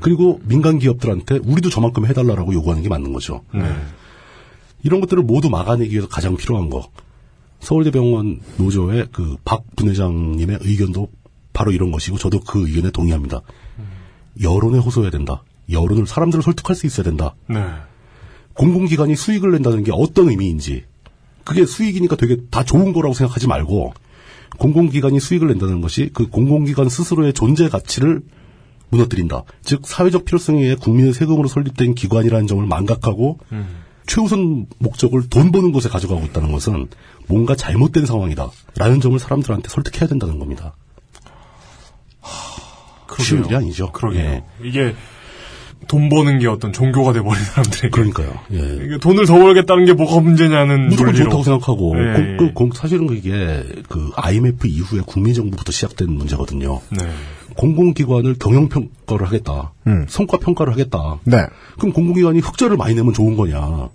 그리고 민간 기업들한테 우리도 저만큼 해달라라고 요구하는 게 맞는 거죠. 네. 이런 것들을 모두 막아내기 위해서 가장 필요한 거. 서울대병원 노조의 그 박 부회장님의 의견도 바로 이런 것이고 저도 그 의견에 동의합니다. 여론에 호소해야 된다. 여론을 사람들을 설득할 수 있어야 된다.
네.
공공기관이 수익을 낸다는 게 어떤 의미인지 그게 수익이니까 되게 다 좋은 거라고 생각하지 말고 공공기관이 수익을 낸다는 것이 그 공공기관 스스로의 존재 가치를 무너뜨린다. 즉 사회적 필요성에 의해 국민의 세금으로 설립된 기관이라는 점을 망각하고
음.
최우선 목적을 돈 버는 것에 가져가고 있다는 것은 뭔가 잘못된 상황이다라는 점을 사람들한테 설득해야 된다는 겁니다. 쉬운 일이 아니죠.
그러게요.
예.
이게 돈 버는 게 어떤 종교가 돼버린 사람들에게.
그러니까요. 예.
이게 돈을 더 벌겠다는 게 뭐가 문제냐는
무조건
음, 논리로.
좋다고 생각하고
예,
공-
예.
그 공- 사실은 그게 그 IMF 이후에 국민정부부터 시작된 문제거든요.
네.
공공기관을 경영평가를 하겠다. 성과평가를 하겠다.
네.
그럼 공공기관이 흑자를 많이 내면 좋은 거냐.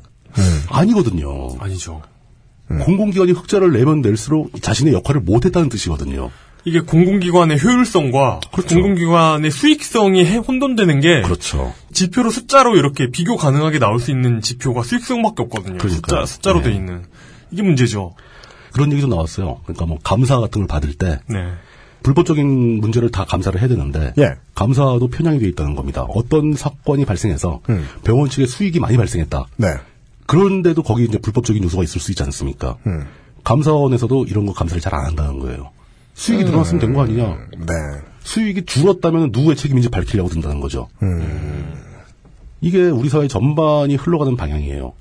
아니거든요.
아니죠.
네. 공공기관이 흑자를 내면 낼수록 자신의 역할을 못했다는 뜻이거든요.
이게 공공기관의 효율성과 공공기관의 수익성이 해- 혼돈되는 게
그렇죠.
지표로 숫자로 이렇게 비교 가능하게 나올 수 있는 지표가 수익성밖에 없거든요. 숫자, 숫자로 돼 있는. 이게 문제죠.
그런 얘기도 나왔어요. 그러니까 뭐 감사 같은 걸 받을 때
네.
불법적인 문제를 다 감사를 해야 되는데 감사도 편향이 돼 있다는 겁니다. 어떤 사건이 발생해서 병원 측에 수익이 많이 발생했다.
네.
그런데도 거기 이제 불법적인 요소가 있을 수 있지 않습니까? 감사원에서도 이런 거 감사를 잘 안 한다는 거예요. 수익이
음.
늘어났으면 된 거 아니냐?
네.
수익이 줄었다면 누구의 책임인지 밝히려고 든다는 거죠. 이게 우리 사회 전반이 흘러가는 방향이에요.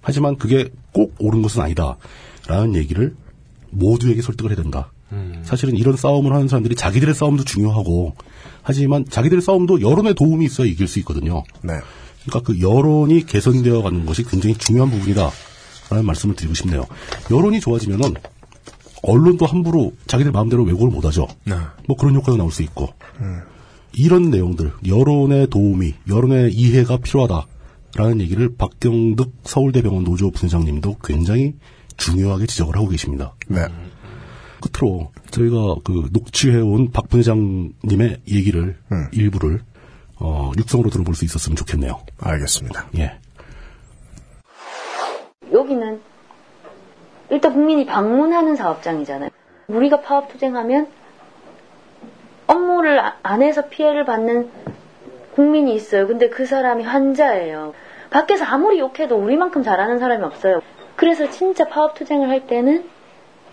하지만 그게 꼭 옳은 것은 아니다라는 얘기를 모두에게 설득을 해야 된다. 사실은 이런 싸움을 하는 사람들이 자기들의 싸움도 중요하고 하지만 자기들의 싸움도 여론의 도움이 있어야 이길 수 있거든요.
네.
그러니까 그 여론이 개선되어 가는 것이 굉장히 중요한 부분이다라는 말씀을 드리고 싶네요. 여론이 좋아지면은 언론도 함부로 자기들 마음대로 왜곡을 못하죠. 뭐 그런 효과도 나올 수 있고 이런 내용들 여론의 도움이 여론의 이해가 필요하다라는 얘기를 박경득 서울대병원 노조 부회장님도 굉장히 중요하게 지적을 하고 계십니다.
네.
끝으로 저희가 그 녹취해온 박 부회장님의 얘기를 일부를 어, 육성으로 들어볼 수 있었으면 좋겠네요.
알겠습니다.
예.
여기는 일단 국민이 방문하는 사업장이잖아요. 우리가 파업 투쟁하면 업무를 아- 안 해서 피해를 받는 국민이 있어요. 근데 그 사람이 환자예요. 밖에서 아무리 욕해도 우리만큼 잘하는 사람이 없어요. 그래서 진짜 파업 투쟁을 할 때는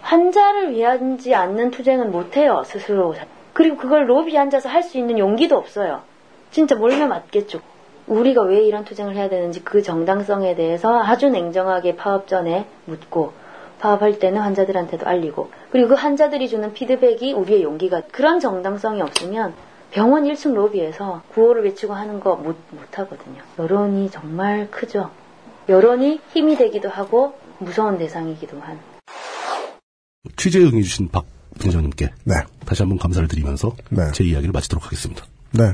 환자를 위하지 않는 투쟁은 못해요, 스스로. 그리고 그걸 로비에 앉아서 할 수 있는 용기도 없어요. 진짜 몰면 맞겠죠. 우리가 왜 이런 투쟁을 해야 되는지 그 정당성에 대해서 아주 냉정하게 파업 전에 묻고 파업할 때는 환자들한테도 알리고 그리고 그 환자들이 주는 피드백이 우리의 용기가 그런 정당성이 없으면 병원 1층 로비에서 구호를 외치고 하는 거 못 못하거든요. 여론이 정말 크죠. 여론이 힘이 되기도 하고 무서운 대상이기도 한.
취재에 응해주신 박 부회장님께 다시 한번 감사를 드리면서 제 이야기를 마치도록 하겠습니다.
네.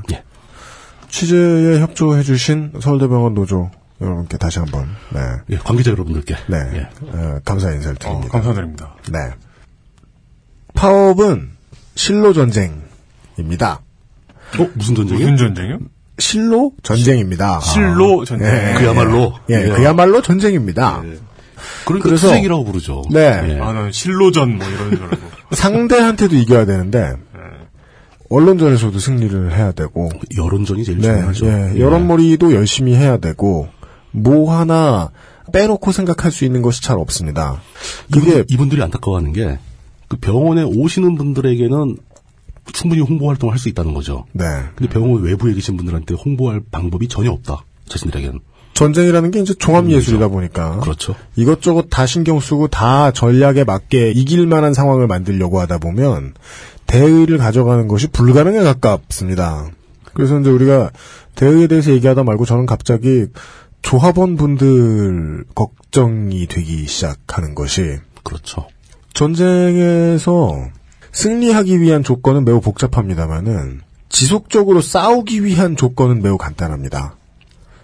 취재에 협조해주신 서울대병원 노조 여러분께 다시 한번 네.
예, 관계자 여러분들께 예.
네. 어, 감사 인사를 드립니다.
감사드립니다.
네. 파업은 실로 전쟁입니다.
어 무슨 전쟁이요?
무슨 전쟁이요?
실로 전쟁입니다.
실로 전쟁.
그야말로. 아. 예,
예.
그야말로 전쟁입니다.
그러니까 투쟁이라고 부르죠. 예,
네.
아, 난 실로전 뭐 이런 줄 알고.
상대한테도 이겨야 되는데 언론전에서도 승리를 해야 되고
여론전이 제일 중요하죠.
예,
예.
여론몰이도 열심히 해야 되고 뭐 하나 빼놓고 생각할 수 있는 것이 잘 없습니다.
이게 이분들이 안타까워하는 게 그 병원에 오시는 분들에게는 충분히 홍보 활동을 할 수 있다는 거죠.
네.
근데 병원 외부에 계신 분들한테 홍보할 방법이 전혀 없다. 자신들에게는.
전쟁이라는 게 이제 종합 예술이다 보니까
그렇죠.
이것저것 다 신경 쓰고 다 전략에 맞게 이길 만한 상황을 만들려고 하다 보면 대의를 가져가는 것이 불가능에 가깝습니다. 그래서 이제 우리가 대의에 대해서 얘기하다 말고 저는 갑자기 조합원 분들 걱정이 되기 시작하는 것이
그렇죠.
전쟁에서 승리하기 위한 조건은 매우 복잡합니다만은 지속적으로 싸우기 위한 조건은 매우 간단합니다.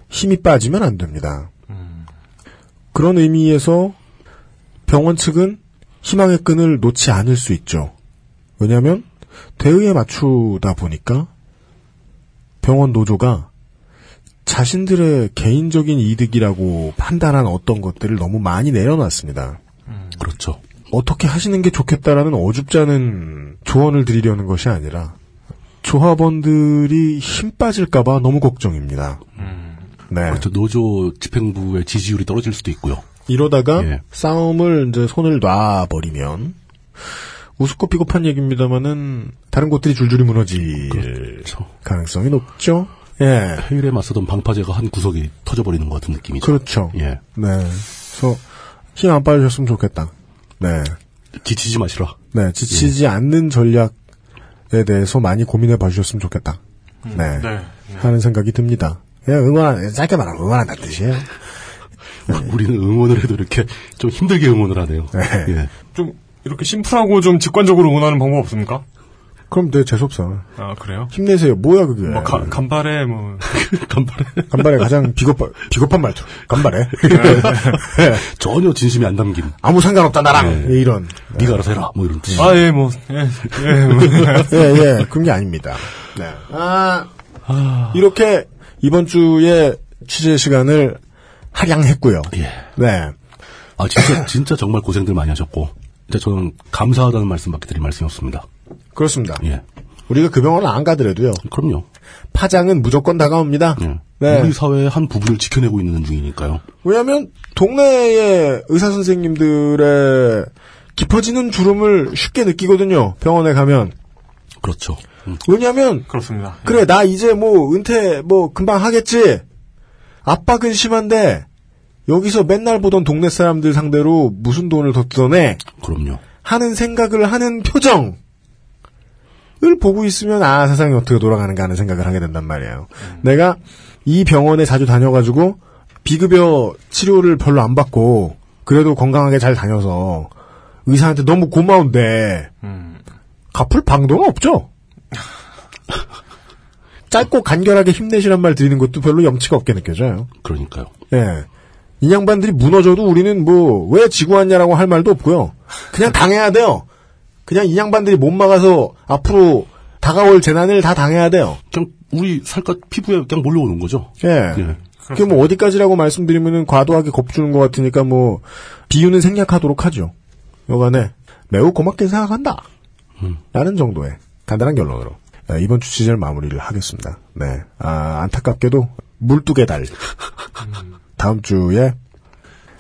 힘이 빠지면 안 됩니다. 그런 의미에서 병원 측은 희망의 끈을 놓지 않을 수 있죠. 왜냐하면 대의에 맞추다 보니까 병원 노조가 자신들의 개인적인 이득이라고 판단한 어떤 것들을 너무 많이 내려놨습니다.
그렇죠.
어떻게 하시는 게 좋겠다라는 어줍잖은 조언을 드리려는 것이 아니라 조합원들이 힘 빠질까봐 너무 걱정입니다. 네.
그렇죠. 노조 집행부의 지지율이 떨어질 수도 있고요.
이러다가
예.
싸움을 이제 손을 놔버리면 우습고 비겁한 얘기입니다만은 다른 곳들이 줄줄이 무너질
그렇죠.
가능성이 높죠. 예.
해일에 맞서던 방파제가 한 구석이 터져버리는 것 같은 느낌이죠.
그렇죠.
예.
네. 그래서 힘 안 빠지셨으면 좋겠다. 네.
지치지 마시라.
네. 지치지 않는 전략에 대해서 많이 고민해 봐주셨으면 좋겠다. 네. 하는 생각이 듭니다. 그냥 응원, 짧게 말하면 응원한다는 뜻이에요.
네. 우리는 응원을 해도 이렇게 좀 힘들게 응원을 하네요. 예.
좀 이렇게 심플하고 좀 직관적으로 응원하는 방법 없습니까?
그럼 내 재수없어.
아 그래요?
힘내세요. 뭐야 그게.
뭐 가- 간발에 뭐
간발의 가장 비겁한, 비겁한 말투. 간발에.
전혀 진심이 안 담긴.
아무 상관없다, 나랑. 예, 이런.
네가 알아서 해라. 뭐 이런 뜻.
아, 예, 뭐, 예, 예, 뭐.
예, 예, 그런 게 아닙니다. 네. 아, 이렇게 이번 주에 취재 시간을 할양했고요. 네.
예. 아 진짜 진짜 정말 고생들 많이 하셨고 진짜 저는 감사하다는 말씀밖에 드릴 말씀이 없습니다.
그렇습니다.
예.
우리가 그 병원을 안 가더라도요.
그럼요. 예.
파장은 무조건 다가옵니다. 네.
우리 사회의 한 부분을 지켜내고 있는 중이니까요.
왜냐하면 동네의 의사 선생님들의 깊어지는 주름을 쉽게 느끼거든요. 병원에 가면.
그렇죠.
왜냐하면
그렇습니다. 예.
그래 나 이제 뭐 은퇴 뭐 금방 하겠지 압박은 심한데 여기서 맨날 보던 동네 사람들 상대로 무슨 돈을 더 뜯어내
그럼요.
하는 생각을 하는 표정을 보고 있으면 아 세상이 어떻게 돌아가는가 하는 생각을 하게 된단 말이에요 내가 이 병원에 자주 다녀가지고 비급여 치료를 별로 안 받고 그래도 건강하게 잘 다녀서 의사한테 너무 고마운데 갚을 방도는 없죠 짧고 간결하게 힘내시란 말 드리는 것도 별로 염치가 없게 느껴져요.
그러니까요.
예. 이 양반들이 무너져도 우리는 뭐 왜 지고 왔냐라고 할 말도 없고요. 그냥 당해야 돼요. 그냥 이 양반들이 못 막아서 앞으로 다가올 재난을 다 당해야 돼요.
그냥 우리 살갗 피부에 그냥 몰려오는 거죠.
예.
예.
그게 뭐 어디까지라고 말씀드리면은 과도하게 겁주는 것 같으니까 뭐 비유는 생략하도록 하죠. 여간에 매우 고맙게 생각한다. 라는 정도의 간단한 결론으로 네, 이번 주 취재를 마무리를 하겠습니다. 네. 아, 안타깝게도 물뚝의 달. 다음 주에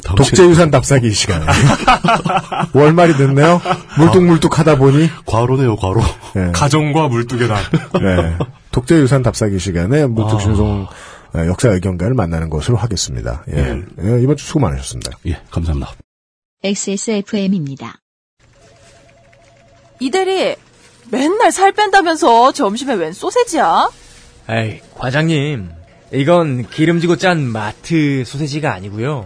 다음 주에-
독재유산 답사기 시간. 월말이 됐네요. 물뚝물뚝 하다 보니.
과로네요, 과로.
예.
가정과 물뚝에다.
네. 독재유산 답사기 시간에
아.
물뚝신송 어, 역사 의견가를 만나는 것으로 하겠습니다. 예. 예, 이번 주 수고 많으셨습니다.
예, 감사합니다.
XSFM입니다.
이 대리, 맨날 살 뺀다면서 점심에 웬 소세지야?
에이, 과장님. 이건 기름지고 짠 마트 소세지가 아니고요.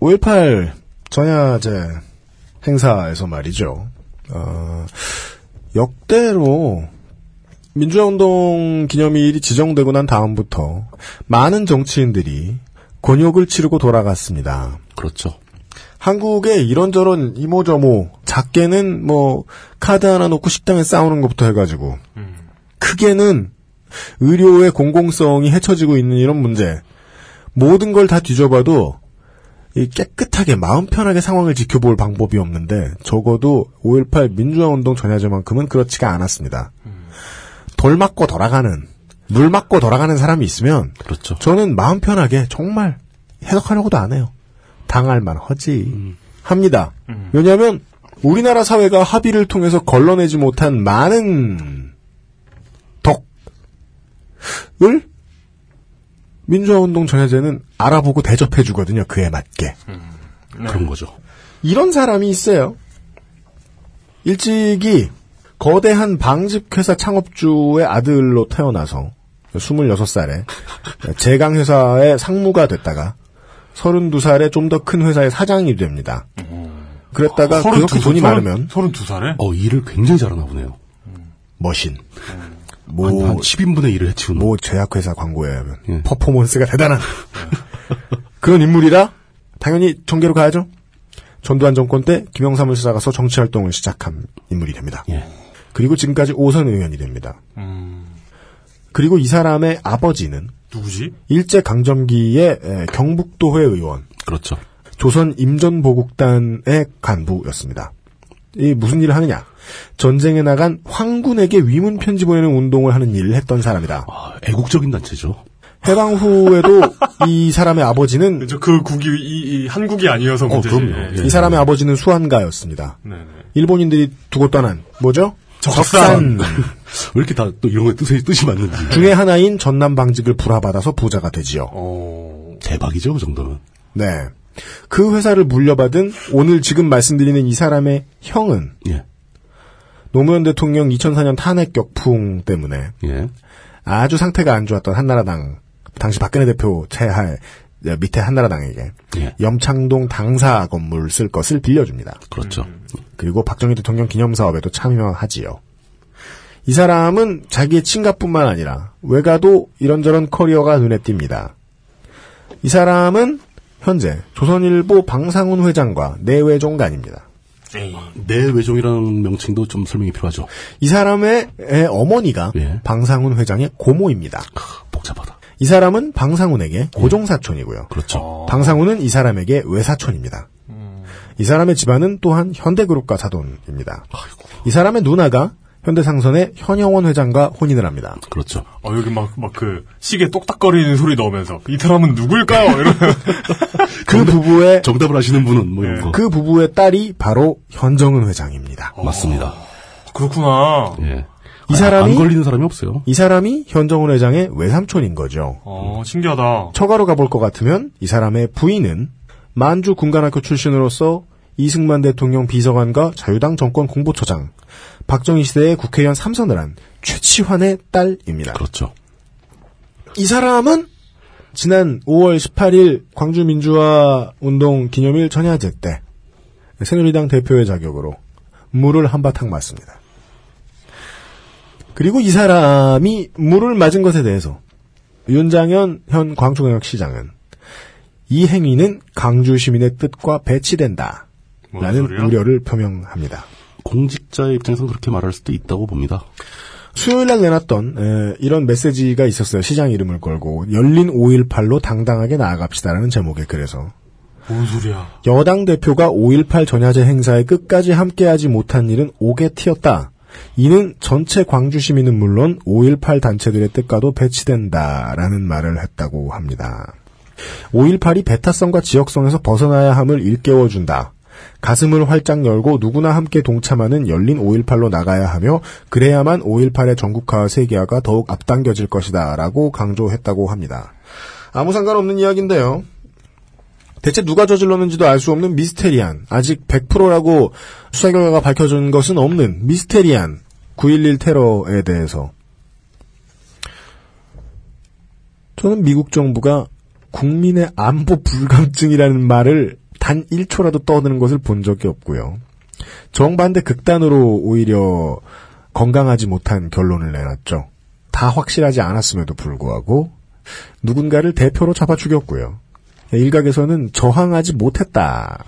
5.18 전야제 행사에서 말이죠. 어, 역대로 민주화운동 기념일이 지정되고 난 다음부터 많은 정치인들이 권욕을 치르고 돌아갔습니다.
그렇죠.
한국에 이런저런 이모저모 작게는 뭐 카드 하나 놓고 식당에 싸우는 것부터 해가지고 크게는 의료의 공공성이 헤쳐지고 있는 이런 문제 모든 걸 다 뒤져봐도 이 깨끗하게 마음 편하게 상황을 지켜볼 방법이 없는데 적어도 5.18 민주화운동 전야제만큼은 그렇지가 않았습니다. 돌 맞고 돌아가는 물 맞고 돌아가는 사람이 있으면
그렇죠.
저는 마음 편하게 정말 해석하려고도 안 해요. 당할 만하지
음.
합니다. 왜냐하면 우리나라 사회가 합의를 통해서 걸러내지 못한 많은 덕을 민주화운동 전야제는 알아보고 대접해주거든요. 그에 맞게.
그런 거죠.
이런 사람이 있어요. 일찍이 거대한 방직회사 창업주의 아들로 태어나서 26살에 제강회사의 상무가 됐다가 32살에 좀 더 큰 회사의 사장이 됩니다.
아,
그랬다가 그렇게 돈이 많으면
32살에?
어, 일을 굉장히 잘하나 보네요.
머신.
한, 한 10인분의 일을 해치우는.
뭐 제약회사 광고에 하면 퍼포먼스가 대단한 그런 인물이라 당연히 전개로 가야죠. 전두환 정권 때 김영삼을 찾아가서 정치활동을 시작한 인물이 됩니다. 그리고 지금까지 오선 의원이 됩니다. 그리고 이 사람의 아버지는
누구지?
일제 강점기의 에, 경북도회 의원.
그렇죠.
조선 임전보국단의 간부였습니다. 이 무슨 일을 하느냐? 전쟁에 나간 황군에게 위문 편지 보내는 운동을 하는 일을 했던 사람이다.
아, 애국적인 단체죠.
해방 후에도 이 사람의 아버지는
그죠, 그 국이 이, 이 한국이 아니어서 문제지.
예,
예.
이 사람의 아버지는 수환가였습니다.
네, 네.
일본인들이 두고 떠난 뭐죠?
적산. 네. 왜 이렇게 다 또 이런 거에 뜻이, 뜻이 맞는지.
중에 하나인 전남 방직을 불화받아서 부자가 되지요.
어. 대박이죠, 그 정도면.
네. 그 회사를 물려받은 오늘 지금 말씀드리는 이 사람의 형은
예,
노무현 대통령 2004년 탄핵 격풍 때문에
예,
아주 상태가 안 좋았던 한나라당 당시 박근혜 대표 체하 밑에 한나라당에게
예.
염창동 당사 건물 쓸 것을 빌려줍니다.
그렇죠.
그리고 박정희 대통령 기념 사업에도 참여하지요. 이 사람은 자기의 친가뿐만 아니라 외가도 이런저런 커리어가 눈에 띕니다. 이 사람은 현재 조선일보 방상훈 회장과 내외종간입니다.
내외종이라는 명칭도 좀 설명이 필요하죠.
이 사람의 에, 어머니가 방상훈 회장의 고모입니다.
복잡하다.
이 사람은 방상훈에게 고종사촌이고요. 어.
그렇죠.
방상훈은 이 사람에게 외사촌입니다. 이 사람의 집안은 또한 현대그룹과 사돈입니다. 이 사람의 누나가 현대상선의 현영원 회장과 혼인을 합니다.
그렇죠.
어, 여기 막, 막 그, 시계 똑딱거리는 소리 넣으면서, 이 사람은 누굴까요? 이러면.
그 부부의
정답을 아시는 분은 뭐 이런 거.
그 부부의 딸이 바로 현정은 회장입니다.
어, 맞습니다. 예.
그렇구나.
이 사람이
안 걸리는 사람이 없어요.
이 사람이 현정은 회장의 외삼촌인 거죠.
어, 신기하다.
처가로 가볼 것 같으면 이 사람의 부인은 만주 군관학교 출신으로서 이승만 대통령 비서관과 자유당 정권 공보처장, 박정희 시대의 국회의원 삼선을 한 최치환의 딸입니다.
그렇죠.
이 사람은 지난 5월 18일 광주민주화 운동 기념일 전야제 때 새누리당 대표의 자격으로 물을 한바탕 맞습니다. 그리고 이 사람이 물을 맞은 것에 대해서 윤장현 현 광주광역시장은 이 행위는 강주 시민의 뜻과 배치된다. 라는 우려를 표명합니다.
공직자의 입장에서는 그렇게 말할 수도 있다고 봅니다.
수요일 날 내놨던 에, 이런 메시지가 있었어요. 시장 이름을 걸고 열린 5.18로 당당하게 나아갑시다라는 제목의 글에서
뭔 소리야.
여당 대표가 5.18 전야제 행사에 끝까지 함께하지 못한 일은 옥에 튀었다. 이는 전체 광주 시민은 물론 5.18 단체들의 뜻과도 배치된다라는 말을 했다고 합니다. 5.18이 배타성과 지역성에서 벗어나야 함을 일깨워준다. 가슴을 활짝 열고 누구나 함께 동참하는 열린 5.18로 나가야 하며 그래야만 5.18의 전국화와 세계화가 더욱 앞당겨질 것이다 라고 강조했다고 합니다. 아무 상관없는 이야기인데요. 대체 누가 저질렀는지도 알 수 없는 미스테리한, 아직 100%라고 수사 결과가 밝혀진 것은 없는 미스테리한 9.11 테러에 대해서 저는 미국 정부가 국민의 안보 불감증이라는 말을 단 1초라도 떠드는 것을 본 적이 없고요. 정반대 극단으로 오히려 건강하지 못한 결론을 내놨죠. 다 확실하지 않았음에도 불구하고 누군가를 대표로 잡아 죽였고요. 네, 일각에서는 저항하지 못했다.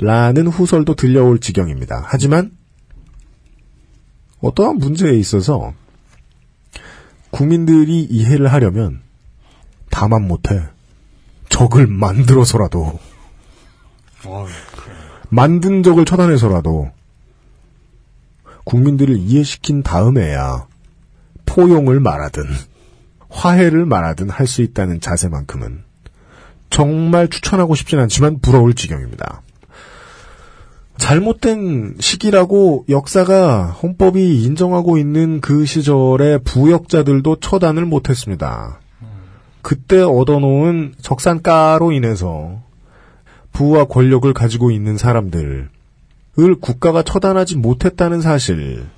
라는 후설도 들려올 지경입니다. 하지만 어떠한 문제에 있어서 국민들이 이해를 하려면 다만 못해 적을 만들어서라도 만든 적을 처단해서라도 국민들을 이해시킨 다음에야 포용을 말하든 화해를 말하든 할 수 있다는 자세만큼은 정말 추천하고 싶진 않지만 부러울 지경입니다. 잘못된 시기라고 역사가 헌법이 인정하고 있는 그 시절의 부역자들도 처단을 못했습니다. 그때 얻어놓은 적산가로 인해서 부와 권력을 가지고 있는 사람들을 국가가 처단하지 못했다는 사실을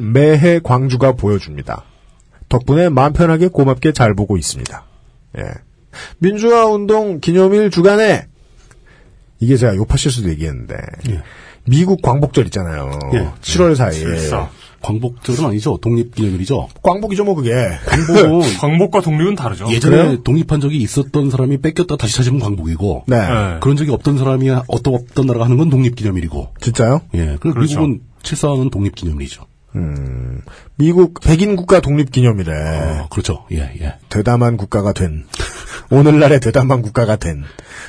매해 광주가 보여줍니다. 덕분에 마음 편하게 고맙게 잘 보고 있습니다. 예. 민주화 운동 기념일 주간에 이게 제가 요파실수도 얘기했는데 미국 광복절 있잖아요.
예.
7월 4일.
칠사. 광복절은 아니죠. 독립기념일이죠.
광복이죠, 뭐 그게.
광복은
광복과 독립은 다르죠.
예전에
그래요?
독립한 적이 있었던 사람이 뺏겼다 다시 찾으면 광복이고
네.
그런 적이 없던 사람이 어떤 없던 나라가 하는 건 독립기념일이고
진짜요?
예, 그래서
그렇죠.
미국은 74는 독립기념일이죠.
음, 미국 백인 국가 독립 기념일에
그렇죠. 예, 예.
대담한 국가가 된 오늘날의 대담한 국가가 된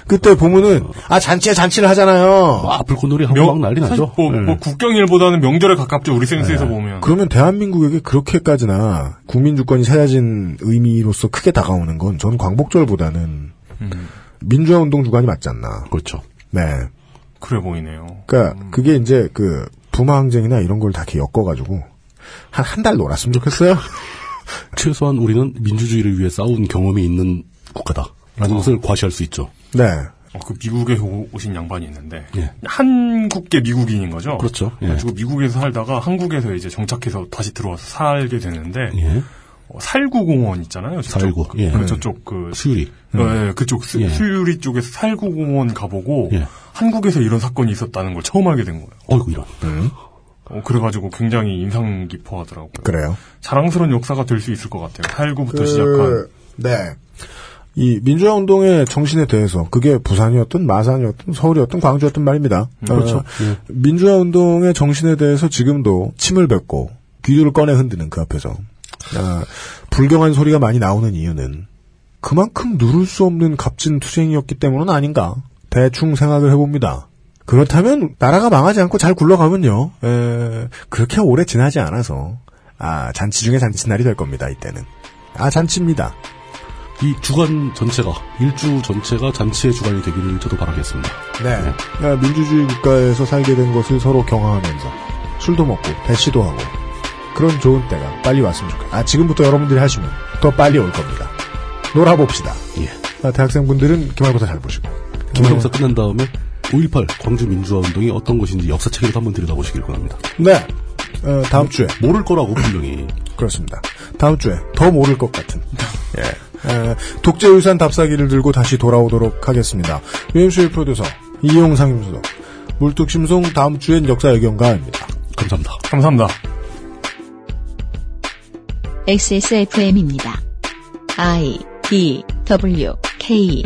그때 보면은 아 잔치에 잔치를 하잖아요.
아, 불꽃놀이
명- 사실 뭐,
네.
뭐
예.
국경일보다는 명절에 가깝죠. 우리 센스에서 보면.
그러면 대한민국에게 그렇게까지나 국민 주권이 찾아진 의미로서 크게 다가오는 건 전 광복절보다는
음.
민주화 운동 주간이 맞지 않나.
그렇죠.
네.
그래 보이네요.
그러니까 그게 이제 그 부마 항쟁이나 이런 걸 다 이렇게 엮어 가지고 한 한 달 놀았으면 좋겠어요.
최소한 우리는 민주주의를 위해 싸운 경험이 있는 국가다라는 것을 과시할 수 있죠.
네.
어, 그 미국에 오- 오신 양반이 있는데
예.
한국계 미국인인 거죠.
그렇죠. 예.
그래가지고 미국에서 살다가 한국에서 이제 정착해서 다시 들어와서 살게 되는데
예.
어, 살구 공원 있잖아요. 저쪽.
살구, 예.
그 저쪽 그
수유리.
예, 그쪽 수,
예.
유리 쪽에서 살구 공원 가보고
예.
한국에서 이런 사건이 있었다는 걸 처음 알게 된 거예요.
어이구 이런.
어, 그래가지고 굉장히 인상 깊어하더라고요.
그러니까
그래요.
자랑스러운 역사가 될 수 있을 것 같아요. 살구부터
그,
시작한
네. 이 민주화 운동의 정신에 대해서 그게 부산이었든 마산이었든 서울이었든 광주였든 말입니다.
그렇죠.
어, 민주화 운동의 정신에 대해서 지금도 침을 뱉고 귀를 꺼내 흔드는 그 앞에서 아, 불경한 소리가 많이 나오는 이유는 그만큼 누를 수 없는 값진 투쟁이었기 때문은 아닌가 대충 생각을 해봅니다. 그렇다면 나라가 망하지 않고 잘 굴러가면요. 에, 그렇게 오래 지나지 않아서 아 잔치 중에 잔치날이 될 겁니다. 이때는 아 잔치입니다.
이 주간 전체가 일주 전체가 잔치의 주간이 되기를 저도 바라겠습니다.
네. 야, 민주주의 국가에서 살게 된 것을 서로 경화하면서 술도 먹고 대시도 하고 그런 좋은 때가 빨리 왔으면 좋겠다. 아 지금부터 여러분들이 하시면 더 빨리 올 겁니다. 놀아봅시다.
예.
아, 대학생분들은 기말고사 잘 보시고
기말고사 끝난 다음에 5.18 광주 민주화 운동이 어떤 것인지 역사책에도 한번 들여다보시길 바랍니다.
네. 어, 다음 주에
모를 거라고 분명히
그렇습니다. 다음 주에 더 모를 것 같은 예. 에, 독재유산 답사기를 들고 다시 돌아오도록 하겠습니다. 유엠수의 프로듀서 이용상 임수석 물뚝심송 다음 주엔 역사 의견가입니다.
감사합니다.
감사합니다.
XSFM입니다. I D W K